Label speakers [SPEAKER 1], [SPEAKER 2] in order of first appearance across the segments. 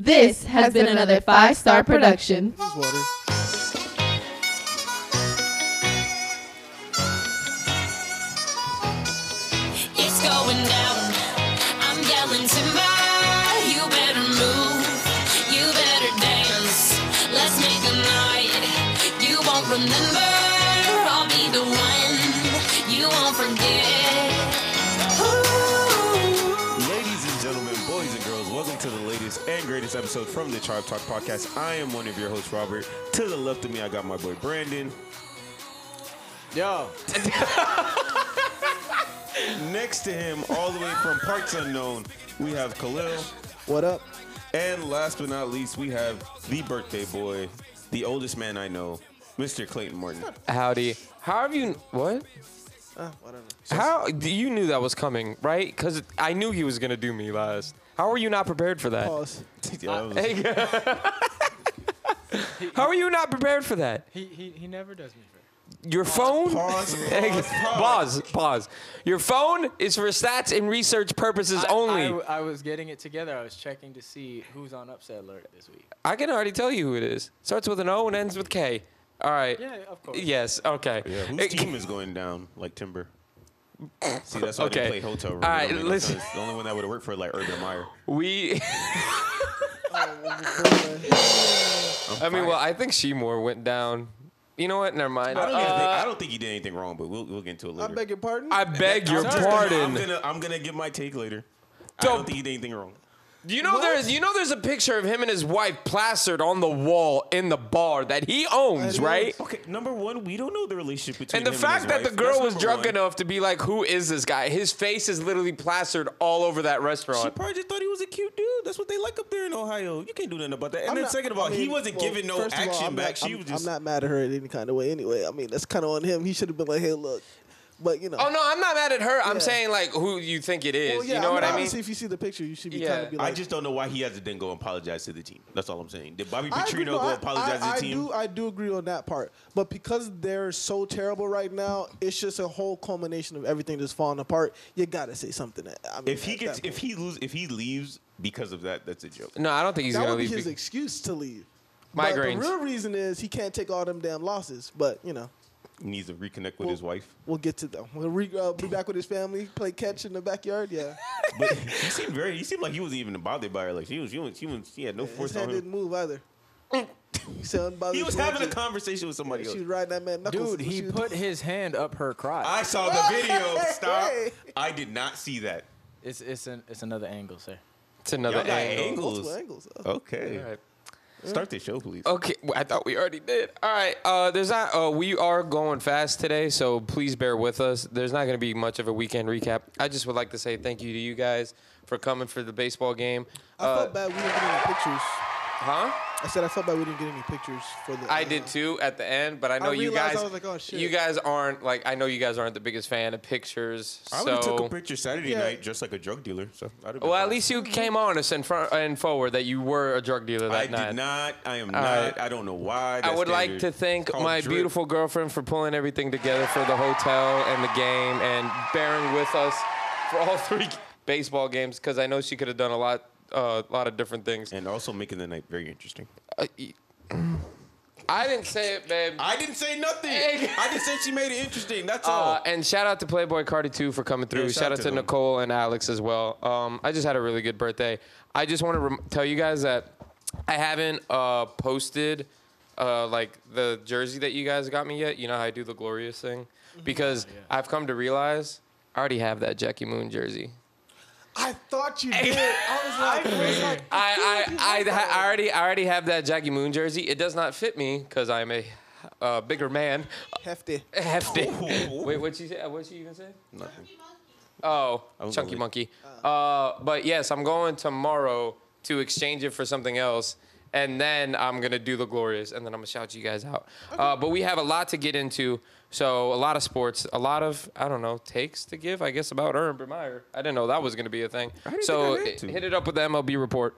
[SPEAKER 1] This has been another five star production.
[SPEAKER 2] This is water.
[SPEAKER 3] It's going down. I'm yelling timber. You better move. You better dance. Let's make a night. You won't remember. I'll be the one. You won't forget. Ooh.
[SPEAKER 4] Ladies and gentlemen, boys and girls, welcome to the latest and greatest episode from the Tribe Talk Podcast. I am one of your hosts, Robert. To the left of me, I got my boy Brandon.
[SPEAKER 2] Yo,
[SPEAKER 4] Next to him, all the way from parts unknown, we have Khalil.
[SPEAKER 2] what up?
[SPEAKER 4] And last but not least, we have the birthday boy, the oldest man I know, Mr. Clayton Martin.
[SPEAKER 5] Howdy. How have you? What?
[SPEAKER 2] Uh, whatever.
[SPEAKER 5] How do you knew that was coming, right? Because I knew he was gonna do me last. How are you not prepared for that?
[SPEAKER 2] Pause.
[SPEAKER 4] Yeah, that was-
[SPEAKER 5] Hey. How are you not prepared for that?
[SPEAKER 6] He, he, he never does me fair.
[SPEAKER 5] Your phone.
[SPEAKER 4] Pause,
[SPEAKER 5] Hey,
[SPEAKER 4] pause, pause.
[SPEAKER 5] pause. Pause. Your phone is for stats and research purposes
[SPEAKER 6] I- I,
[SPEAKER 5] only.
[SPEAKER 6] w- I was getting it together. I was checking to see who's on upset alert this week.
[SPEAKER 5] I can already tell you who it is. Starts with an O and ends with K. All right.
[SPEAKER 6] Yeah, of course.
[SPEAKER 5] Yes. Okay.
[SPEAKER 4] Yeah, whose
[SPEAKER 5] It-
[SPEAKER 4] team is going down like Timber? See, that's why
[SPEAKER 5] Okay.
[SPEAKER 4] they play hotel room.
[SPEAKER 5] All
[SPEAKER 4] It don't
[SPEAKER 5] right,
[SPEAKER 4] make no
[SPEAKER 5] listen.
[SPEAKER 4] sense. The only one that would have worked for like Urban Meyer.
[SPEAKER 5] We. I mean, well, I think Seymour went down. You know what? Never mind.
[SPEAKER 4] I don't, even think,
[SPEAKER 5] Uh,
[SPEAKER 4] I don't think he did anything wrong, but we'll, we'll get into it
[SPEAKER 2] I
[SPEAKER 4] later.
[SPEAKER 2] beg your pardon.
[SPEAKER 5] I beg your
[SPEAKER 4] I'm just
[SPEAKER 5] pardon.
[SPEAKER 4] Gonna, I'm, gonna, I'm gonna give my take later. I
[SPEAKER 5] Don't-
[SPEAKER 4] don't think he did anything wrong.
[SPEAKER 5] you know there's you know there's a picture of him and his wife plastered on the wall in the bar that he owns, right?
[SPEAKER 4] Okay, number one, we don't know the relationship between
[SPEAKER 5] And the
[SPEAKER 4] him
[SPEAKER 5] fact
[SPEAKER 4] his
[SPEAKER 5] that the
[SPEAKER 4] wife.
[SPEAKER 5] girl
[SPEAKER 4] That's
[SPEAKER 5] was
[SPEAKER 4] number
[SPEAKER 5] drunk
[SPEAKER 4] one.
[SPEAKER 5] enough to be like, "Who is this guy?" His face is literally plastered all over that
[SPEAKER 4] She
[SPEAKER 5] restaurant.
[SPEAKER 4] probably just thought he was a cute dude. That's what they like up there in Ohio. You can't do nothing about that. And
[SPEAKER 2] I'm
[SPEAKER 4] then
[SPEAKER 2] not-
[SPEAKER 4] second of all,
[SPEAKER 2] I mean,
[SPEAKER 4] he wasn't
[SPEAKER 2] well,
[SPEAKER 4] giving no
[SPEAKER 2] first of all,
[SPEAKER 4] action
[SPEAKER 2] I'm
[SPEAKER 4] back.
[SPEAKER 2] Not,
[SPEAKER 4] she
[SPEAKER 2] I'm,
[SPEAKER 4] was just
[SPEAKER 2] I'm not mad at her in any kind of way. Anyway, I mean that's kind of on him. He should have been like, hey, look, but you know.
[SPEAKER 5] Oh no, I'm not mad at her. I'm
[SPEAKER 2] Yeah.
[SPEAKER 5] saying like, who you think it is?
[SPEAKER 2] Well, yeah,
[SPEAKER 5] you know what I mean?
[SPEAKER 2] Obviously, if you see the picture, you should be
[SPEAKER 5] Yeah.
[SPEAKER 2] kind of be like.
[SPEAKER 4] I just don't know why he has to then go apologize to the team. That's all I'm saying. Did Bobby
[SPEAKER 2] I agree-
[SPEAKER 4] Petrino
[SPEAKER 2] no,
[SPEAKER 4] go
[SPEAKER 2] I-
[SPEAKER 4] apologize to
[SPEAKER 2] I, I
[SPEAKER 4] the team?
[SPEAKER 2] do, I do agree on that part, but because they're so terrible right now, it's just a whole culmination of everything that's falling apart. You gotta say something. That, I mean,
[SPEAKER 4] if he
[SPEAKER 2] at
[SPEAKER 4] gets,
[SPEAKER 2] that
[SPEAKER 4] if
[SPEAKER 2] point.
[SPEAKER 4] he lose, if he leaves because of that, that's a joke.
[SPEAKER 5] No, I don't think he's
[SPEAKER 2] that
[SPEAKER 5] gonna
[SPEAKER 2] would be
[SPEAKER 5] leave.
[SPEAKER 2] his
[SPEAKER 5] be-
[SPEAKER 2] excuse to leave.
[SPEAKER 5] Migraines.
[SPEAKER 2] But the real reason is he can't take all them damn losses. But you know,
[SPEAKER 4] He needs to reconnect with his wife.
[SPEAKER 2] we'll get to them. We'll re- uh, be back with his family, play catch in the backyard. Yeah,
[SPEAKER 4] But he seemed very. He seemed like he wasn't even bothered by her. Like she was. She was. She, was, she had no
[SPEAKER 2] his
[SPEAKER 4] force
[SPEAKER 2] head
[SPEAKER 4] on
[SPEAKER 2] didn't
[SPEAKER 4] him.
[SPEAKER 2] move either. he said, "Unbothered
[SPEAKER 4] He was
[SPEAKER 2] to
[SPEAKER 4] having a
[SPEAKER 2] it."
[SPEAKER 4] conversation with somebody else.
[SPEAKER 2] She was riding that man knuckles.
[SPEAKER 6] Dude, he
[SPEAKER 2] She was-
[SPEAKER 6] put his hand up her crotch.
[SPEAKER 4] I saw the video.
[SPEAKER 2] Hey!
[SPEAKER 4] Stop. I did not see that.
[SPEAKER 6] it's it's an, it's another angle, sir.
[SPEAKER 5] It's another
[SPEAKER 4] Y'all got
[SPEAKER 5] angle.
[SPEAKER 4] angles. Oh.
[SPEAKER 2] Multiple angles.
[SPEAKER 4] Okay.
[SPEAKER 5] All right.
[SPEAKER 4] Start the show, please.
[SPEAKER 5] Okay, well, I thought we already did. All right, uh, there's not. Uh, we are going fast today, so please bear with us. There's not going to be much of a weekend recap. I just would like to say thank you to you guys for coming for the baseball game. Uh,
[SPEAKER 2] I felt bad we didn't get any pictures.
[SPEAKER 5] huh?
[SPEAKER 2] I said I felt bad we didn't get any pictures for the. uh,
[SPEAKER 5] I did too at the end, but I know you
[SPEAKER 2] realized,
[SPEAKER 5] guys.
[SPEAKER 2] I was like, oh, shit.
[SPEAKER 5] You guys aren't like I know you guys aren't the biggest fan of pictures.
[SPEAKER 4] I would
[SPEAKER 5] so
[SPEAKER 4] have took a picture Saturday
[SPEAKER 2] Yeah.
[SPEAKER 4] night just like a drug dealer. So I'd have been
[SPEAKER 5] well, at
[SPEAKER 4] fine.
[SPEAKER 5] least you came on us in front and forward that you were a drug dealer
[SPEAKER 4] I
[SPEAKER 5] that night.
[SPEAKER 4] did not. I am
[SPEAKER 5] right.
[SPEAKER 4] not. I don't know why.
[SPEAKER 5] I
[SPEAKER 4] That's
[SPEAKER 5] would like to
[SPEAKER 4] standard. It's
[SPEAKER 5] thank
[SPEAKER 4] called
[SPEAKER 5] my
[SPEAKER 4] drip.
[SPEAKER 5] beautiful girlfriend for pulling everything together for the hotel and the game and bearing with us for all three baseball games because I know she could have done a lot, uh, lot of different things.
[SPEAKER 4] And also making the night very interesting.
[SPEAKER 5] Uh, e- I didn't say it, babe.
[SPEAKER 4] I didn't say nothing.
[SPEAKER 5] Hey.
[SPEAKER 4] I just said she made it interesting. That's
[SPEAKER 5] Uh,
[SPEAKER 4] all.
[SPEAKER 5] and shout out to Playboy Cardi too for coming through.
[SPEAKER 4] Yeah,
[SPEAKER 5] shout, out to,
[SPEAKER 4] them.
[SPEAKER 5] Nicole and Alex as well. Um, I just had a really good birthday. I just want to rem- tell you guys that I haven't uh, posted uh, like the jersey that you guys got me yet. You know how I do the glorious thing because I've come to realize I already have that Jackie Moon jersey.
[SPEAKER 2] I thought you did. I was like, I was like
[SPEAKER 5] I
[SPEAKER 2] feel like
[SPEAKER 5] I,
[SPEAKER 2] you
[SPEAKER 5] I,
[SPEAKER 2] like
[SPEAKER 5] I already I already have that Jackie Moon jersey. It does not fit me because I'm a uh, bigger man.
[SPEAKER 2] hefty.
[SPEAKER 5] Hefty. Wait, what you say? What you even say?
[SPEAKER 4] Nothing.
[SPEAKER 5] Oh,
[SPEAKER 4] was
[SPEAKER 5] Chunky
[SPEAKER 4] gonna
[SPEAKER 5] Monkey. Uh, but yes, I'm going tomorrow to exchange it for something else. And then I'm going to do the glorious. And then I'm going to shout you guys out. Uh, but we have a lot to get into. So, a lot of sports, a lot of, I don't know, takes to give, I guess, about Urban Meyer. I didn't know that was going to be a thing.
[SPEAKER 4] didn't
[SPEAKER 5] So,
[SPEAKER 4] think I had
[SPEAKER 5] h-
[SPEAKER 4] to.
[SPEAKER 5] hit it up with the MLB report.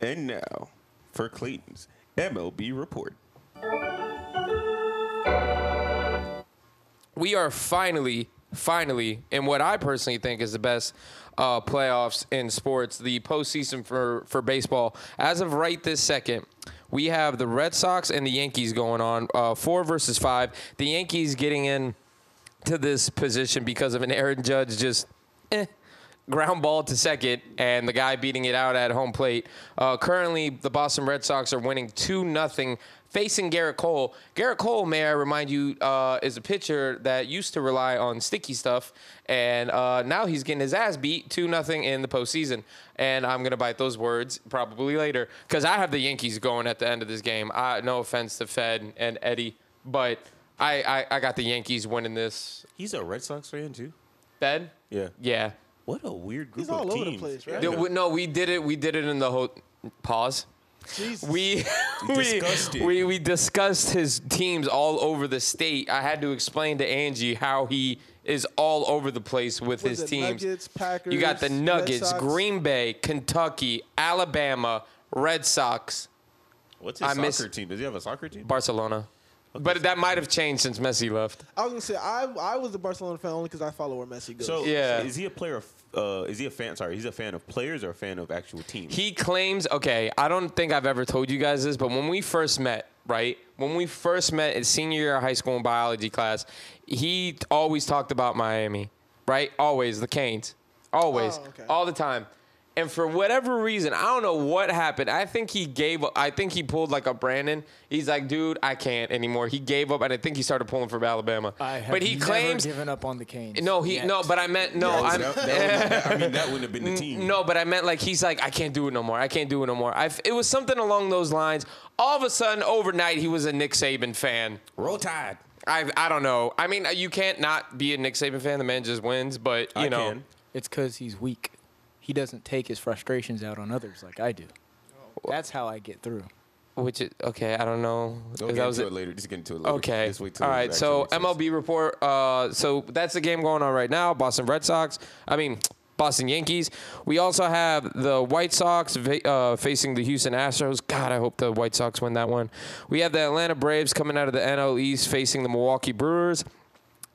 [SPEAKER 4] And now for Clayton's MLB report.
[SPEAKER 5] We are finally finally in what I personally think is the best uh, playoffs in sports, the postseason for for baseball. As of right this second, we have the Red Sox and the Yankees going on uh, four versus five. The Yankees getting in to this position because of an Aaron Judge just eh, ground ball to second and the guy beating it out at home plate. Uh, currently, the Boston Red Sox are winning 2 nothing facing Garrett Cole. Garrett Cole, may I remind you, uh, is a pitcher that used to rely on sticky stuff, and uh, now he's getting his ass beat 2 nothing in the postseason. And I'm going to bite those words probably later because I have the Yankees going at the end of this game. I, no offense to Fed and Eddie, but. I, I, I got the Yankees winning this.
[SPEAKER 4] He's a Red Sox fan too.
[SPEAKER 5] Fed?
[SPEAKER 4] Yeah.
[SPEAKER 5] Yeah.
[SPEAKER 4] What a weird group
[SPEAKER 2] He's all
[SPEAKER 4] of
[SPEAKER 2] over the
[SPEAKER 4] teams.
[SPEAKER 2] place, right?
[SPEAKER 5] Th- we- No, we did it. We did it in the whole pause.
[SPEAKER 2] Jesus.
[SPEAKER 5] We we,
[SPEAKER 4] discussed it.
[SPEAKER 5] we we discussed his teams all over the state. I had to explain to Angie how he is all over the place with
[SPEAKER 2] Was
[SPEAKER 5] his
[SPEAKER 2] it
[SPEAKER 5] teams.
[SPEAKER 2] Nuggets, Packers,
[SPEAKER 5] you got the
[SPEAKER 2] Red
[SPEAKER 5] Nuggets,
[SPEAKER 2] Sox?
[SPEAKER 5] Green Bay, Kentucky, Alabama, Red Sox,
[SPEAKER 4] What's his
[SPEAKER 5] I
[SPEAKER 4] soccer
[SPEAKER 5] miss-
[SPEAKER 4] team? Does he have a soccer team?
[SPEAKER 5] Barcelona. But that might have changed since Messi left.
[SPEAKER 2] I was gonna say I I was a Barcelona fan only because I follow where Messi goes.
[SPEAKER 4] so
[SPEAKER 5] Yeah.
[SPEAKER 4] is he a player? Of, uh, is he a fan? Sorry, he's a fan of players or a fan of actual teams?
[SPEAKER 5] He claims, okay, I don't think I've ever told you guys this, but when we first met, right? When we first met in senior year of high school in biology class, he always talked about Miami, right? Always, the Canes. Always.
[SPEAKER 2] Oh, okay.
[SPEAKER 5] All the time. And for whatever reason, I don't know what happened. I think he gave up. I think he pulled like a Brandon. He's like, dude, I can't anymore. He gave up, and I think he started pulling for Alabama.
[SPEAKER 6] I have
[SPEAKER 5] but he
[SPEAKER 6] never
[SPEAKER 5] claims.
[SPEAKER 6] given up on the Canes.
[SPEAKER 5] No, he
[SPEAKER 6] yet.
[SPEAKER 5] no, but I meant no.
[SPEAKER 4] That was-
[SPEAKER 5] I'm,
[SPEAKER 4] Oh, that- that would- I mean, that wouldn't have been the team.
[SPEAKER 5] no, but I meant like he's like I can't do it no more. I can't do it no more. I it was something along those lines. All of a sudden, overnight, he was a Nick Saban fan.
[SPEAKER 4] Roll Tide.
[SPEAKER 5] I I don't know. I mean, you can't not be a Nick Saban fan. The man just wins, but you
[SPEAKER 4] I
[SPEAKER 5] know.
[SPEAKER 4] can.
[SPEAKER 6] It's because he's weak. He doesn't take his frustrations out on others like I do. That's how I get through.
[SPEAKER 5] Which is okay. I don't know.
[SPEAKER 4] Don't
[SPEAKER 5] That
[SPEAKER 4] get
[SPEAKER 5] was
[SPEAKER 4] into
[SPEAKER 5] it.
[SPEAKER 4] it later. Just get into it later.
[SPEAKER 5] Okay.
[SPEAKER 4] Just wait till
[SPEAKER 5] All
[SPEAKER 4] it
[SPEAKER 5] right.
[SPEAKER 4] actually
[SPEAKER 5] So
[SPEAKER 4] makes sense.
[SPEAKER 5] MLB report. Uh, so that's the game going on right now. Boston Red Sox. I mean, Boston Yankees. We also have the White Sox va- uh, facing the Houston Astros. God, I hope the White Sox win that one. We have the Atlanta Braves coming out of the NL East facing the Milwaukee Brewers.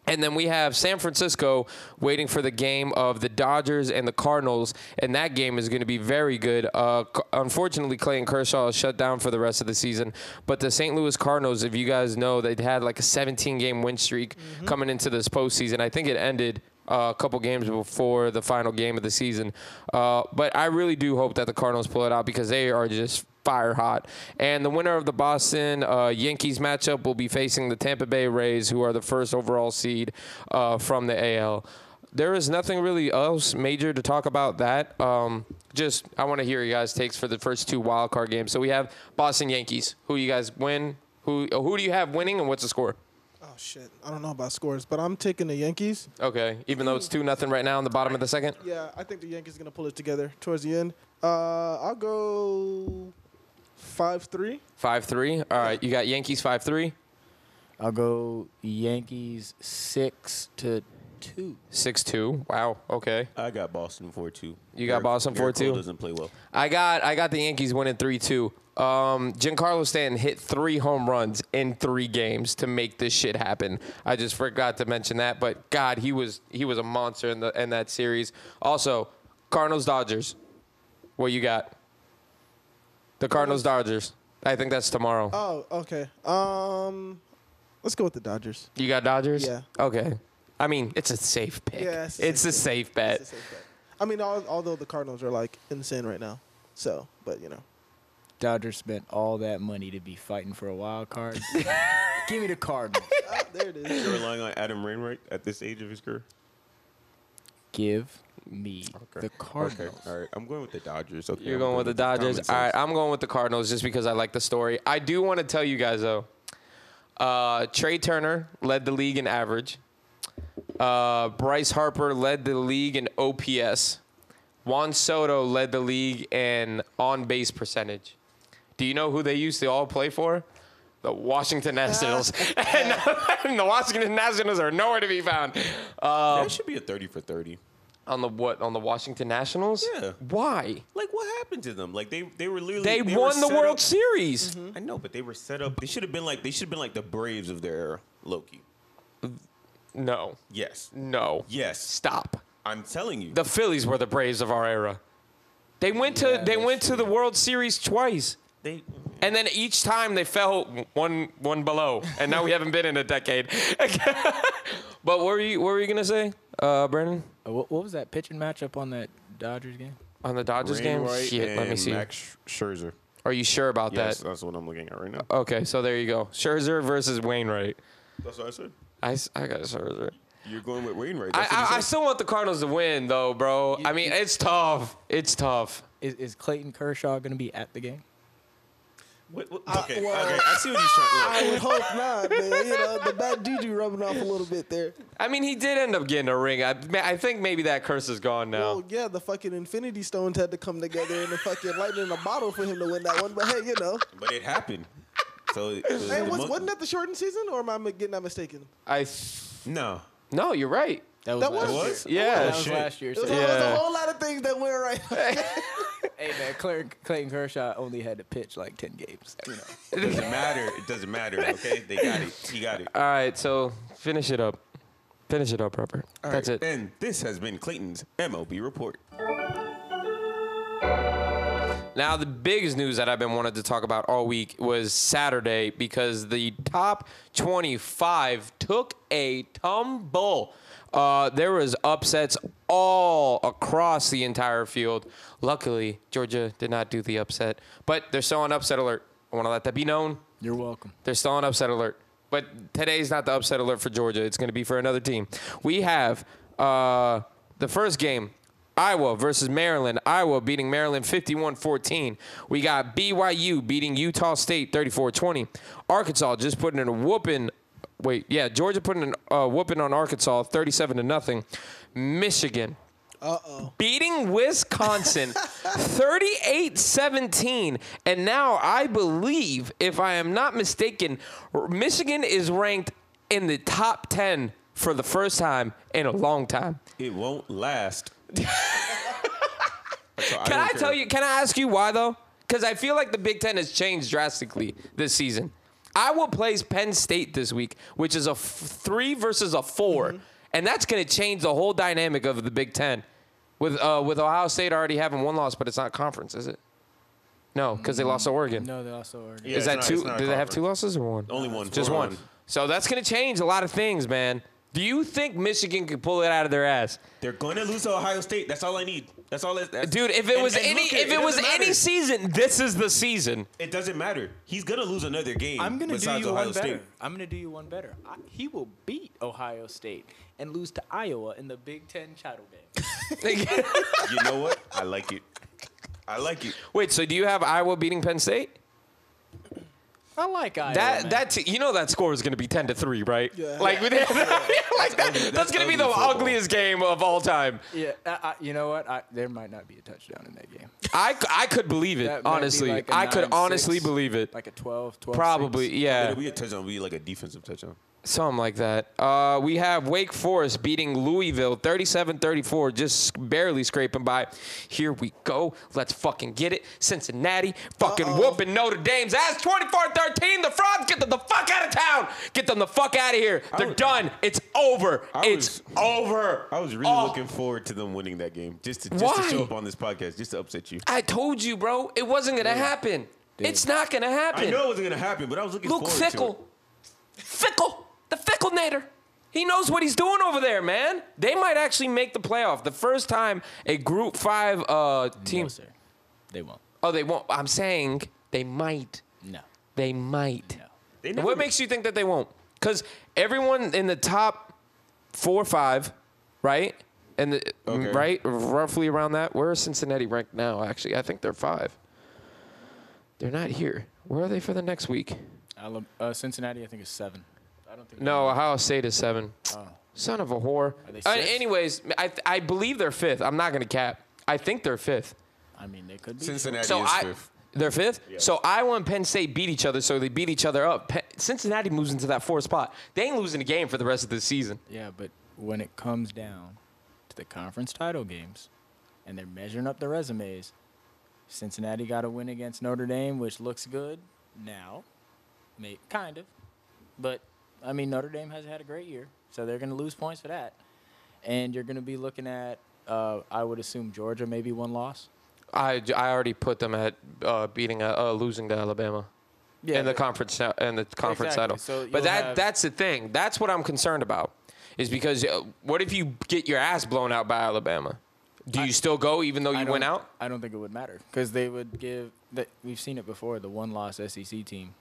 [SPEAKER 5] And then we have San Francisco waiting for the game of the Dodgers and the Cardinals, and that game is going to be very good. Uh, c- unfortunately, Clayton Kershaw is shut down for the rest of the season. But the St. Louis Cardinals, if you guys know, they had like a 17-game win streak coming into this postseason. I think it ended uh, a couple games before the final game of the season. Uh, but I really do hope that the Cardinals pull it out because they are just fire hot. And the winner of the Boston uh, Yankees matchup will be facing the Tampa Bay Rays, who are the first overall seed uh, from the AL. There is nothing really else major to talk about that. Um, just I want to hear you guys' takes for the first two wild card games. So we have Boston Yankees. Who you guys win? Who uh, who do you have winning and what's the score?
[SPEAKER 2] oh shit, I don't know about scores, but I'm taking the Yankees.
[SPEAKER 5] Okay, even though it's two nothing right now in the bottom of the second.
[SPEAKER 2] Yeah, I think the Yankees are gonna pull it together towards the end. Uh, I'll go five three.
[SPEAKER 5] Five three. All right, you got Yankees five three,
[SPEAKER 6] I'll go Yankees six to two.
[SPEAKER 5] six two. Wow. Okay.
[SPEAKER 4] I got Boston four two.
[SPEAKER 5] You got Boston 4-2?
[SPEAKER 4] Doesn't play well.
[SPEAKER 5] I got I got the Yankees winning three two. Um, Giancarlo Stanton hit three home runs in three games to make this shit happen. I just forgot to mention that, but God, he was he was a monster in the in that series. Also, Cardinals Dodgers. What you got? The Cardinals Dodgers. I think that's tomorrow.
[SPEAKER 2] Oh, okay. Um, let's go with the Dodgers.
[SPEAKER 5] you got Dodgers?
[SPEAKER 2] Yeah.
[SPEAKER 5] Okay. I mean, it's a safe pick.
[SPEAKER 2] Yeah, it's
[SPEAKER 5] it's,
[SPEAKER 2] a safe
[SPEAKER 5] a
[SPEAKER 2] pick.
[SPEAKER 5] safe bet.
[SPEAKER 2] It's a safe bet. I mean, al- although the Cardinals are like insane right now, so but you know.
[SPEAKER 6] Dodgers spent all that money to be fighting for a wild card. Give me the Cardinals.
[SPEAKER 2] Ah, there it is.
[SPEAKER 4] You're relying on Adam Wainwright at this age of his career.
[SPEAKER 6] Give me the
[SPEAKER 4] Okay.
[SPEAKER 6] Cardinals.
[SPEAKER 4] All right. I'm going with the Dodgers. Okay.
[SPEAKER 5] You're
[SPEAKER 4] I'm
[SPEAKER 5] going with the Dodgers.
[SPEAKER 4] common
[SPEAKER 5] All right,
[SPEAKER 4] sense.
[SPEAKER 5] I'm going with the Cardinals just because I like the story. I do want to tell you guys though. Uh, Trey Turner led the league in average. Uh, Bryce Harper led the league in OPS. Juan Soto led the league in on base percentage. Do you know who they used to all play for? The Washington
[SPEAKER 4] Uh,
[SPEAKER 5] Nationals. and, the Washington Nationals are nowhere to be found. Uh,
[SPEAKER 4] that should be a 30 for 30.
[SPEAKER 5] on the what? On the Washington Nationals?
[SPEAKER 4] Yeah.
[SPEAKER 5] Why?
[SPEAKER 4] Like what happened to them? Like they they were literally
[SPEAKER 5] They,
[SPEAKER 4] were
[SPEAKER 5] won the
[SPEAKER 4] set
[SPEAKER 5] World
[SPEAKER 4] up- Mm-hmm.
[SPEAKER 5] Series.
[SPEAKER 4] I know, but they were set up. They should have been like they should have been like the Braves of their era, Loki.
[SPEAKER 5] No.
[SPEAKER 4] Yes.
[SPEAKER 5] No.
[SPEAKER 4] Yes.
[SPEAKER 5] Stop.
[SPEAKER 4] I'm telling you.
[SPEAKER 5] The Phillies were the Braves of our era. They went to they went to the World Series twice.
[SPEAKER 4] they,
[SPEAKER 5] And then each time they fell one one below, and now we haven't been in a decade. but what were you what were you gonna say, uh, Brandon,
[SPEAKER 6] Uh, What, what was that pitching matchup on that Dodgers game?
[SPEAKER 5] on the Dodgers game?
[SPEAKER 4] Wainwright
[SPEAKER 5] Shit, let me
[SPEAKER 4] and
[SPEAKER 5] see.
[SPEAKER 4] Max Scherzer.
[SPEAKER 5] Are you sure about
[SPEAKER 4] Yes,
[SPEAKER 5] that? Uh,
[SPEAKER 4] that's what I'm looking at right now.
[SPEAKER 5] Okay, so there you go. Scherzer versus Wainwright.
[SPEAKER 4] That's what I said.
[SPEAKER 5] I, s- I got Scherzer.
[SPEAKER 4] You're going with Wainwright.
[SPEAKER 5] I,
[SPEAKER 4] That's what you
[SPEAKER 5] I, I
[SPEAKER 4] said.
[SPEAKER 5] still want the Cardinals to win, though, bro. I mean, it's tough. It's tough.
[SPEAKER 6] Is, is Clayton Kershaw going to be at the game?
[SPEAKER 4] What- what-
[SPEAKER 2] I-
[SPEAKER 4] okay,
[SPEAKER 2] well-
[SPEAKER 4] okay. I see what he's trying.
[SPEAKER 2] I would hope not, man. You know, the bad juju rubbing off a little bit there.
[SPEAKER 5] I mean, he did end up getting a ring. I, ma- I think maybe that curse is gone now.
[SPEAKER 2] Well, yeah, the fucking Infinity Stones had to come together and the fucking lightning in a bottle for him to win that one. But hey, you know.
[SPEAKER 4] Look, but it happened. So it- it was
[SPEAKER 2] Hey,
[SPEAKER 4] the
[SPEAKER 2] was,
[SPEAKER 4] month-
[SPEAKER 2] wasn't that the shortened season, or am I mi- getting that mistaken?
[SPEAKER 5] I th-
[SPEAKER 4] no.
[SPEAKER 5] no, you're right.
[SPEAKER 6] was,
[SPEAKER 2] That
[SPEAKER 6] last
[SPEAKER 2] was-
[SPEAKER 6] year.
[SPEAKER 4] What?
[SPEAKER 5] Yeah.
[SPEAKER 6] That was
[SPEAKER 4] shit.
[SPEAKER 6] last year.
[SPEAKER 2] It was,
[SPEAKER 6] so-
[SPEAKER 2] a, it was a
[SPEAKER 5] Yeah.
[SPEAKER 2] whole lot of things that went right.
[SPEAKER 6] Hey man, Clay- Clayton Kershaw only had to pitch like ten games. You know,
[SPEAKER 4] It doesn't matter. It doesn't matter. Okay, they got it. He got it.
[SPEAKER 5] All right, so finish it up. Finish it up, Robert. That's it.
[SPEAKER 4] And this has been Clayton's MLB report.
[SPEAKER 5] Now, the biggest news that I've been wanted to talk about all week was Saturday because the top 25 took a tumble. Uh, there was upsets all across the entire field. Luckily, Georgia did not do the upset, but they're still on upset alert. I want to let that be known.
[SPEAKER 6] you're welcome.
[SPEAKER 5] They're still on upset alert. But today's not the upset alert for Georgia. It's going to be for another team. We have uh, the first game Iowa versus Maryland. Iowa beating Maryland 51 14. We got BYU beating Utah State 34 20. Arkansas just putting in a whooping. Wait, yeah, Georgia putting in a whooping on Arkansas 37 to nothing. Michigan
[SPEAKER 2] Uh oh.
[SPEAKER 5] beating Wisconsin 38-17 and now I believe if I am not mistaken R- Michigan is ranked in the top 10 for the first time in a long time.
[SPEAKER 4] It won't last. So
[SPEAKER 5] Can I
[SPEAKER 4] don't
[SPEAKER 5] tell
[SPEAKER 4] care.
[SPEAKER 5] you can I ask you why though? Cuz I feel like the Big 10 has changed drastically this season. Iowa plays Penn State this week, which is a f- 3 versus a 4, and that's going to change the whole dynamic of the Big 10. With uh, with Ohio State already having one loss, but it's not conference, is it? No, because they lost to Oregon.
[SPEAKER 6] No, they also are.
[SPEAKER 4] Yeah, it's
[SPEAKER 5] is that
[SPEAKER 4] not-
[SPEAKER 5] two?
[SPEAKER 4] it's
[SPEAKER 5] Do
[SPEAKER 4] not a
[SPEAKER 5] they have
[SPEAKER 4] conference.
[SPEAKER 5] two losses or one?
[SPEAKER 4] Only one.
[SPEAKER 5] Just
[SPEAKER 4] Only
[SPEAKER 5] one. So that's going to change a lot of things, man. Do you think Michigan could pull it out of their ass,
[SPEAKER 4] They're gonna lose to Ohio State. That's all I need. That's all. It, that's,
[SPEAKER 5] dude? If it
[SPEAKER 4] And-
[SPEAKER 5] was
[SPEAKER 4] and
[SPEAKER 5] any,
[SPEAKER 4] look at
[SPEAKER 5] if it, was
[SPEAKER 4] doesn't
[SPEAKER 5] any
[SPEAKER 4] matter.
[SPEAKER 5] season, this is the season.
[SPEAKER 4] it doesn't matter. He's gonna lose another game.
[SPEAKER 6] I'm gonna do
[SPEAKER 4] besides
[SPEAKER 6] you
[SPEAKER 4] Ohio
[SPEAKER 6] one
[SPEAKER 4] State.
[SPEAKER 6] better. I'm gonna do you one better. I, he will beat Ohio State and lose to Iowa in the Big Ten title game.
[SPEAKER 4] You know what? I like it. I like it.
[SPEAKER 5] Wait, so do you have Iowa beating Penn State?
[SPEAKER 6] I like Iowa.
[SPEAKER 5] That
[SPEAKER 6] man.
[SPEAKER 5] that t- you know that score is going to be ten to three, right?
[SPEAKER 2] Yeah.
[SPEAKER 5] Like, we like that, that's, going to
[SPEAKER 4] ugly
[SPEAKER 5] be the
[SPEAKER 4] football.
[SPEAKER 5] ugliest game of all time.
[SPEAKER 6] yeah. I, I, you know what? I, there might not be a touchdown in that game.
[SPEAKER 5] I, c- I could believe it
[SPEAKER 6] That might be
[SPEAKER 5] honestly.
[SPEAKER 6] like a
[SPEAKER 5] I could
[SPEAKER 6] 9-6,
[SPEAKER 5] honestly believe it.
[SPEAKER 6] Like a 12, 12
[SPEAKER 5] Probably, yeah.
[SPEAKER 4] It'll be a touchdown. It'll be like a defensive touchdown.
[SPEAKER 5] Something like that. Uh, we have Wake Forest beating Louisville 37 34, just barely scraping by. Here we go. Let's fucking get it. Cincinnati fucking whooping Notre Dame's ass 24 13. The Frogs get them the fuck out of town. Get them the fuck out of here. They're
[SPEAKER 4] was-
[SPEAKER 5] done. It's over.
[SPEAKER 4] I
[SPEAKER 5] It's
[SPEAKER 4] was-
[SPEAKER 5] over.
[SPEAKER 4] I was really
[SPEAKER 5] Oh,
[SPEAKER 4] looking forward to them winning that game, just to just
[SPEAKER 5] Why?
[SPEAKER 4] to show up on this podcast, just to upset you.
[SPEAKER 5] I told you, bro, it wasn't going to happen. It's not going to happen.
[SPEAKER 4] I know it wasn't gonna happen, but I was looking
[SPEAKER 5] Luke
[SPEAKER 4] forward
[SPEAKER 5] Fickle. Fickle. The Fickle Nader. He knows what he's doing over there, man. They might actually make the playoff. The first time a Group 5 uh, team.
[SPEAKER 6] No, sir. They won't.
[SPEAKER 5] oh, they won't. I'm saying they might.
[SPEAKER 6] No.
[SPEAKER 5] They might.
[SPEAKER 4] to it. They
[SPEAKER 5] What
[SPEAKER 4] never-
[SPEAKER 5] makes you think that they won't? Because everyone in the top four or five, right? And the,
[SPEAKER 4] Okay.
[SPEAKER 5] right, roughly around that. Where is Cincinnati ranked now? Actually, I think they're five. They're not here. Where are they for the next week?
[SPEAKER 6] Alab- uh, Cincinnati, I think, is seven. I don't think.
[SPEAKER 5] No, Ohio State is seven. Son of a whore.
[SPEAKER 6] Oh. they
[SPEAKER 5] Uh,
[SPEAKER 6] sixth?
[SPEAKER 5] anyways, I, th- I believe they're fifth. I'm not gonna cap. I think they're fifth.
[SPEAKER 6] I mean, they could be.
[SPEAKER 4] Cincinnati
[SPEAKER 5] So
[SPEAKER 4] is
[SPEAKER 5] I.
[SPEAKER 4] fifth.
[SPEAKER 5] They're fifth. So Iowa and Penn State beat each other, so they beat each other up. Pe- Cincinnati moves into that fourth spot. They ain't losing a game for the rest of the season.
[SPEAKER 6] Yeah, but when it comes down to the conference title games and they're measuring up the resumes, Cincinnati got a win against Notre Dame, which looks good now, may, kind of, but I mean, Notre Dame has had a great year, so they're going to lose points for that. And you're going to be looking at, uh, I would assume, Georgia maybe one loss.
[SPEAKER 5] I, I already put them at uh, beating uh, uh, losing to Alabama. in the conference and the conference
[SPEAKER 6] Exactly.
[SPEAKER 5] title.
[SPEAKER 6] So you'll
[SPEAKER 5] but that
[SPEAKER 6] have-
[SPEAKER 5] that's the thing. That's what I'm concerned about. Is because uh, what if you get your ass blown out by Alabama? Do you still go even though
[SPEAKER 6] I
[SPEAKER 5] you went
[SPEAKER 6] don't-
[SPEAKER 5] out?
[SPEAKER 6] I don't think it would matter because they would give. That we've seen it before. The one-loss SEC E team,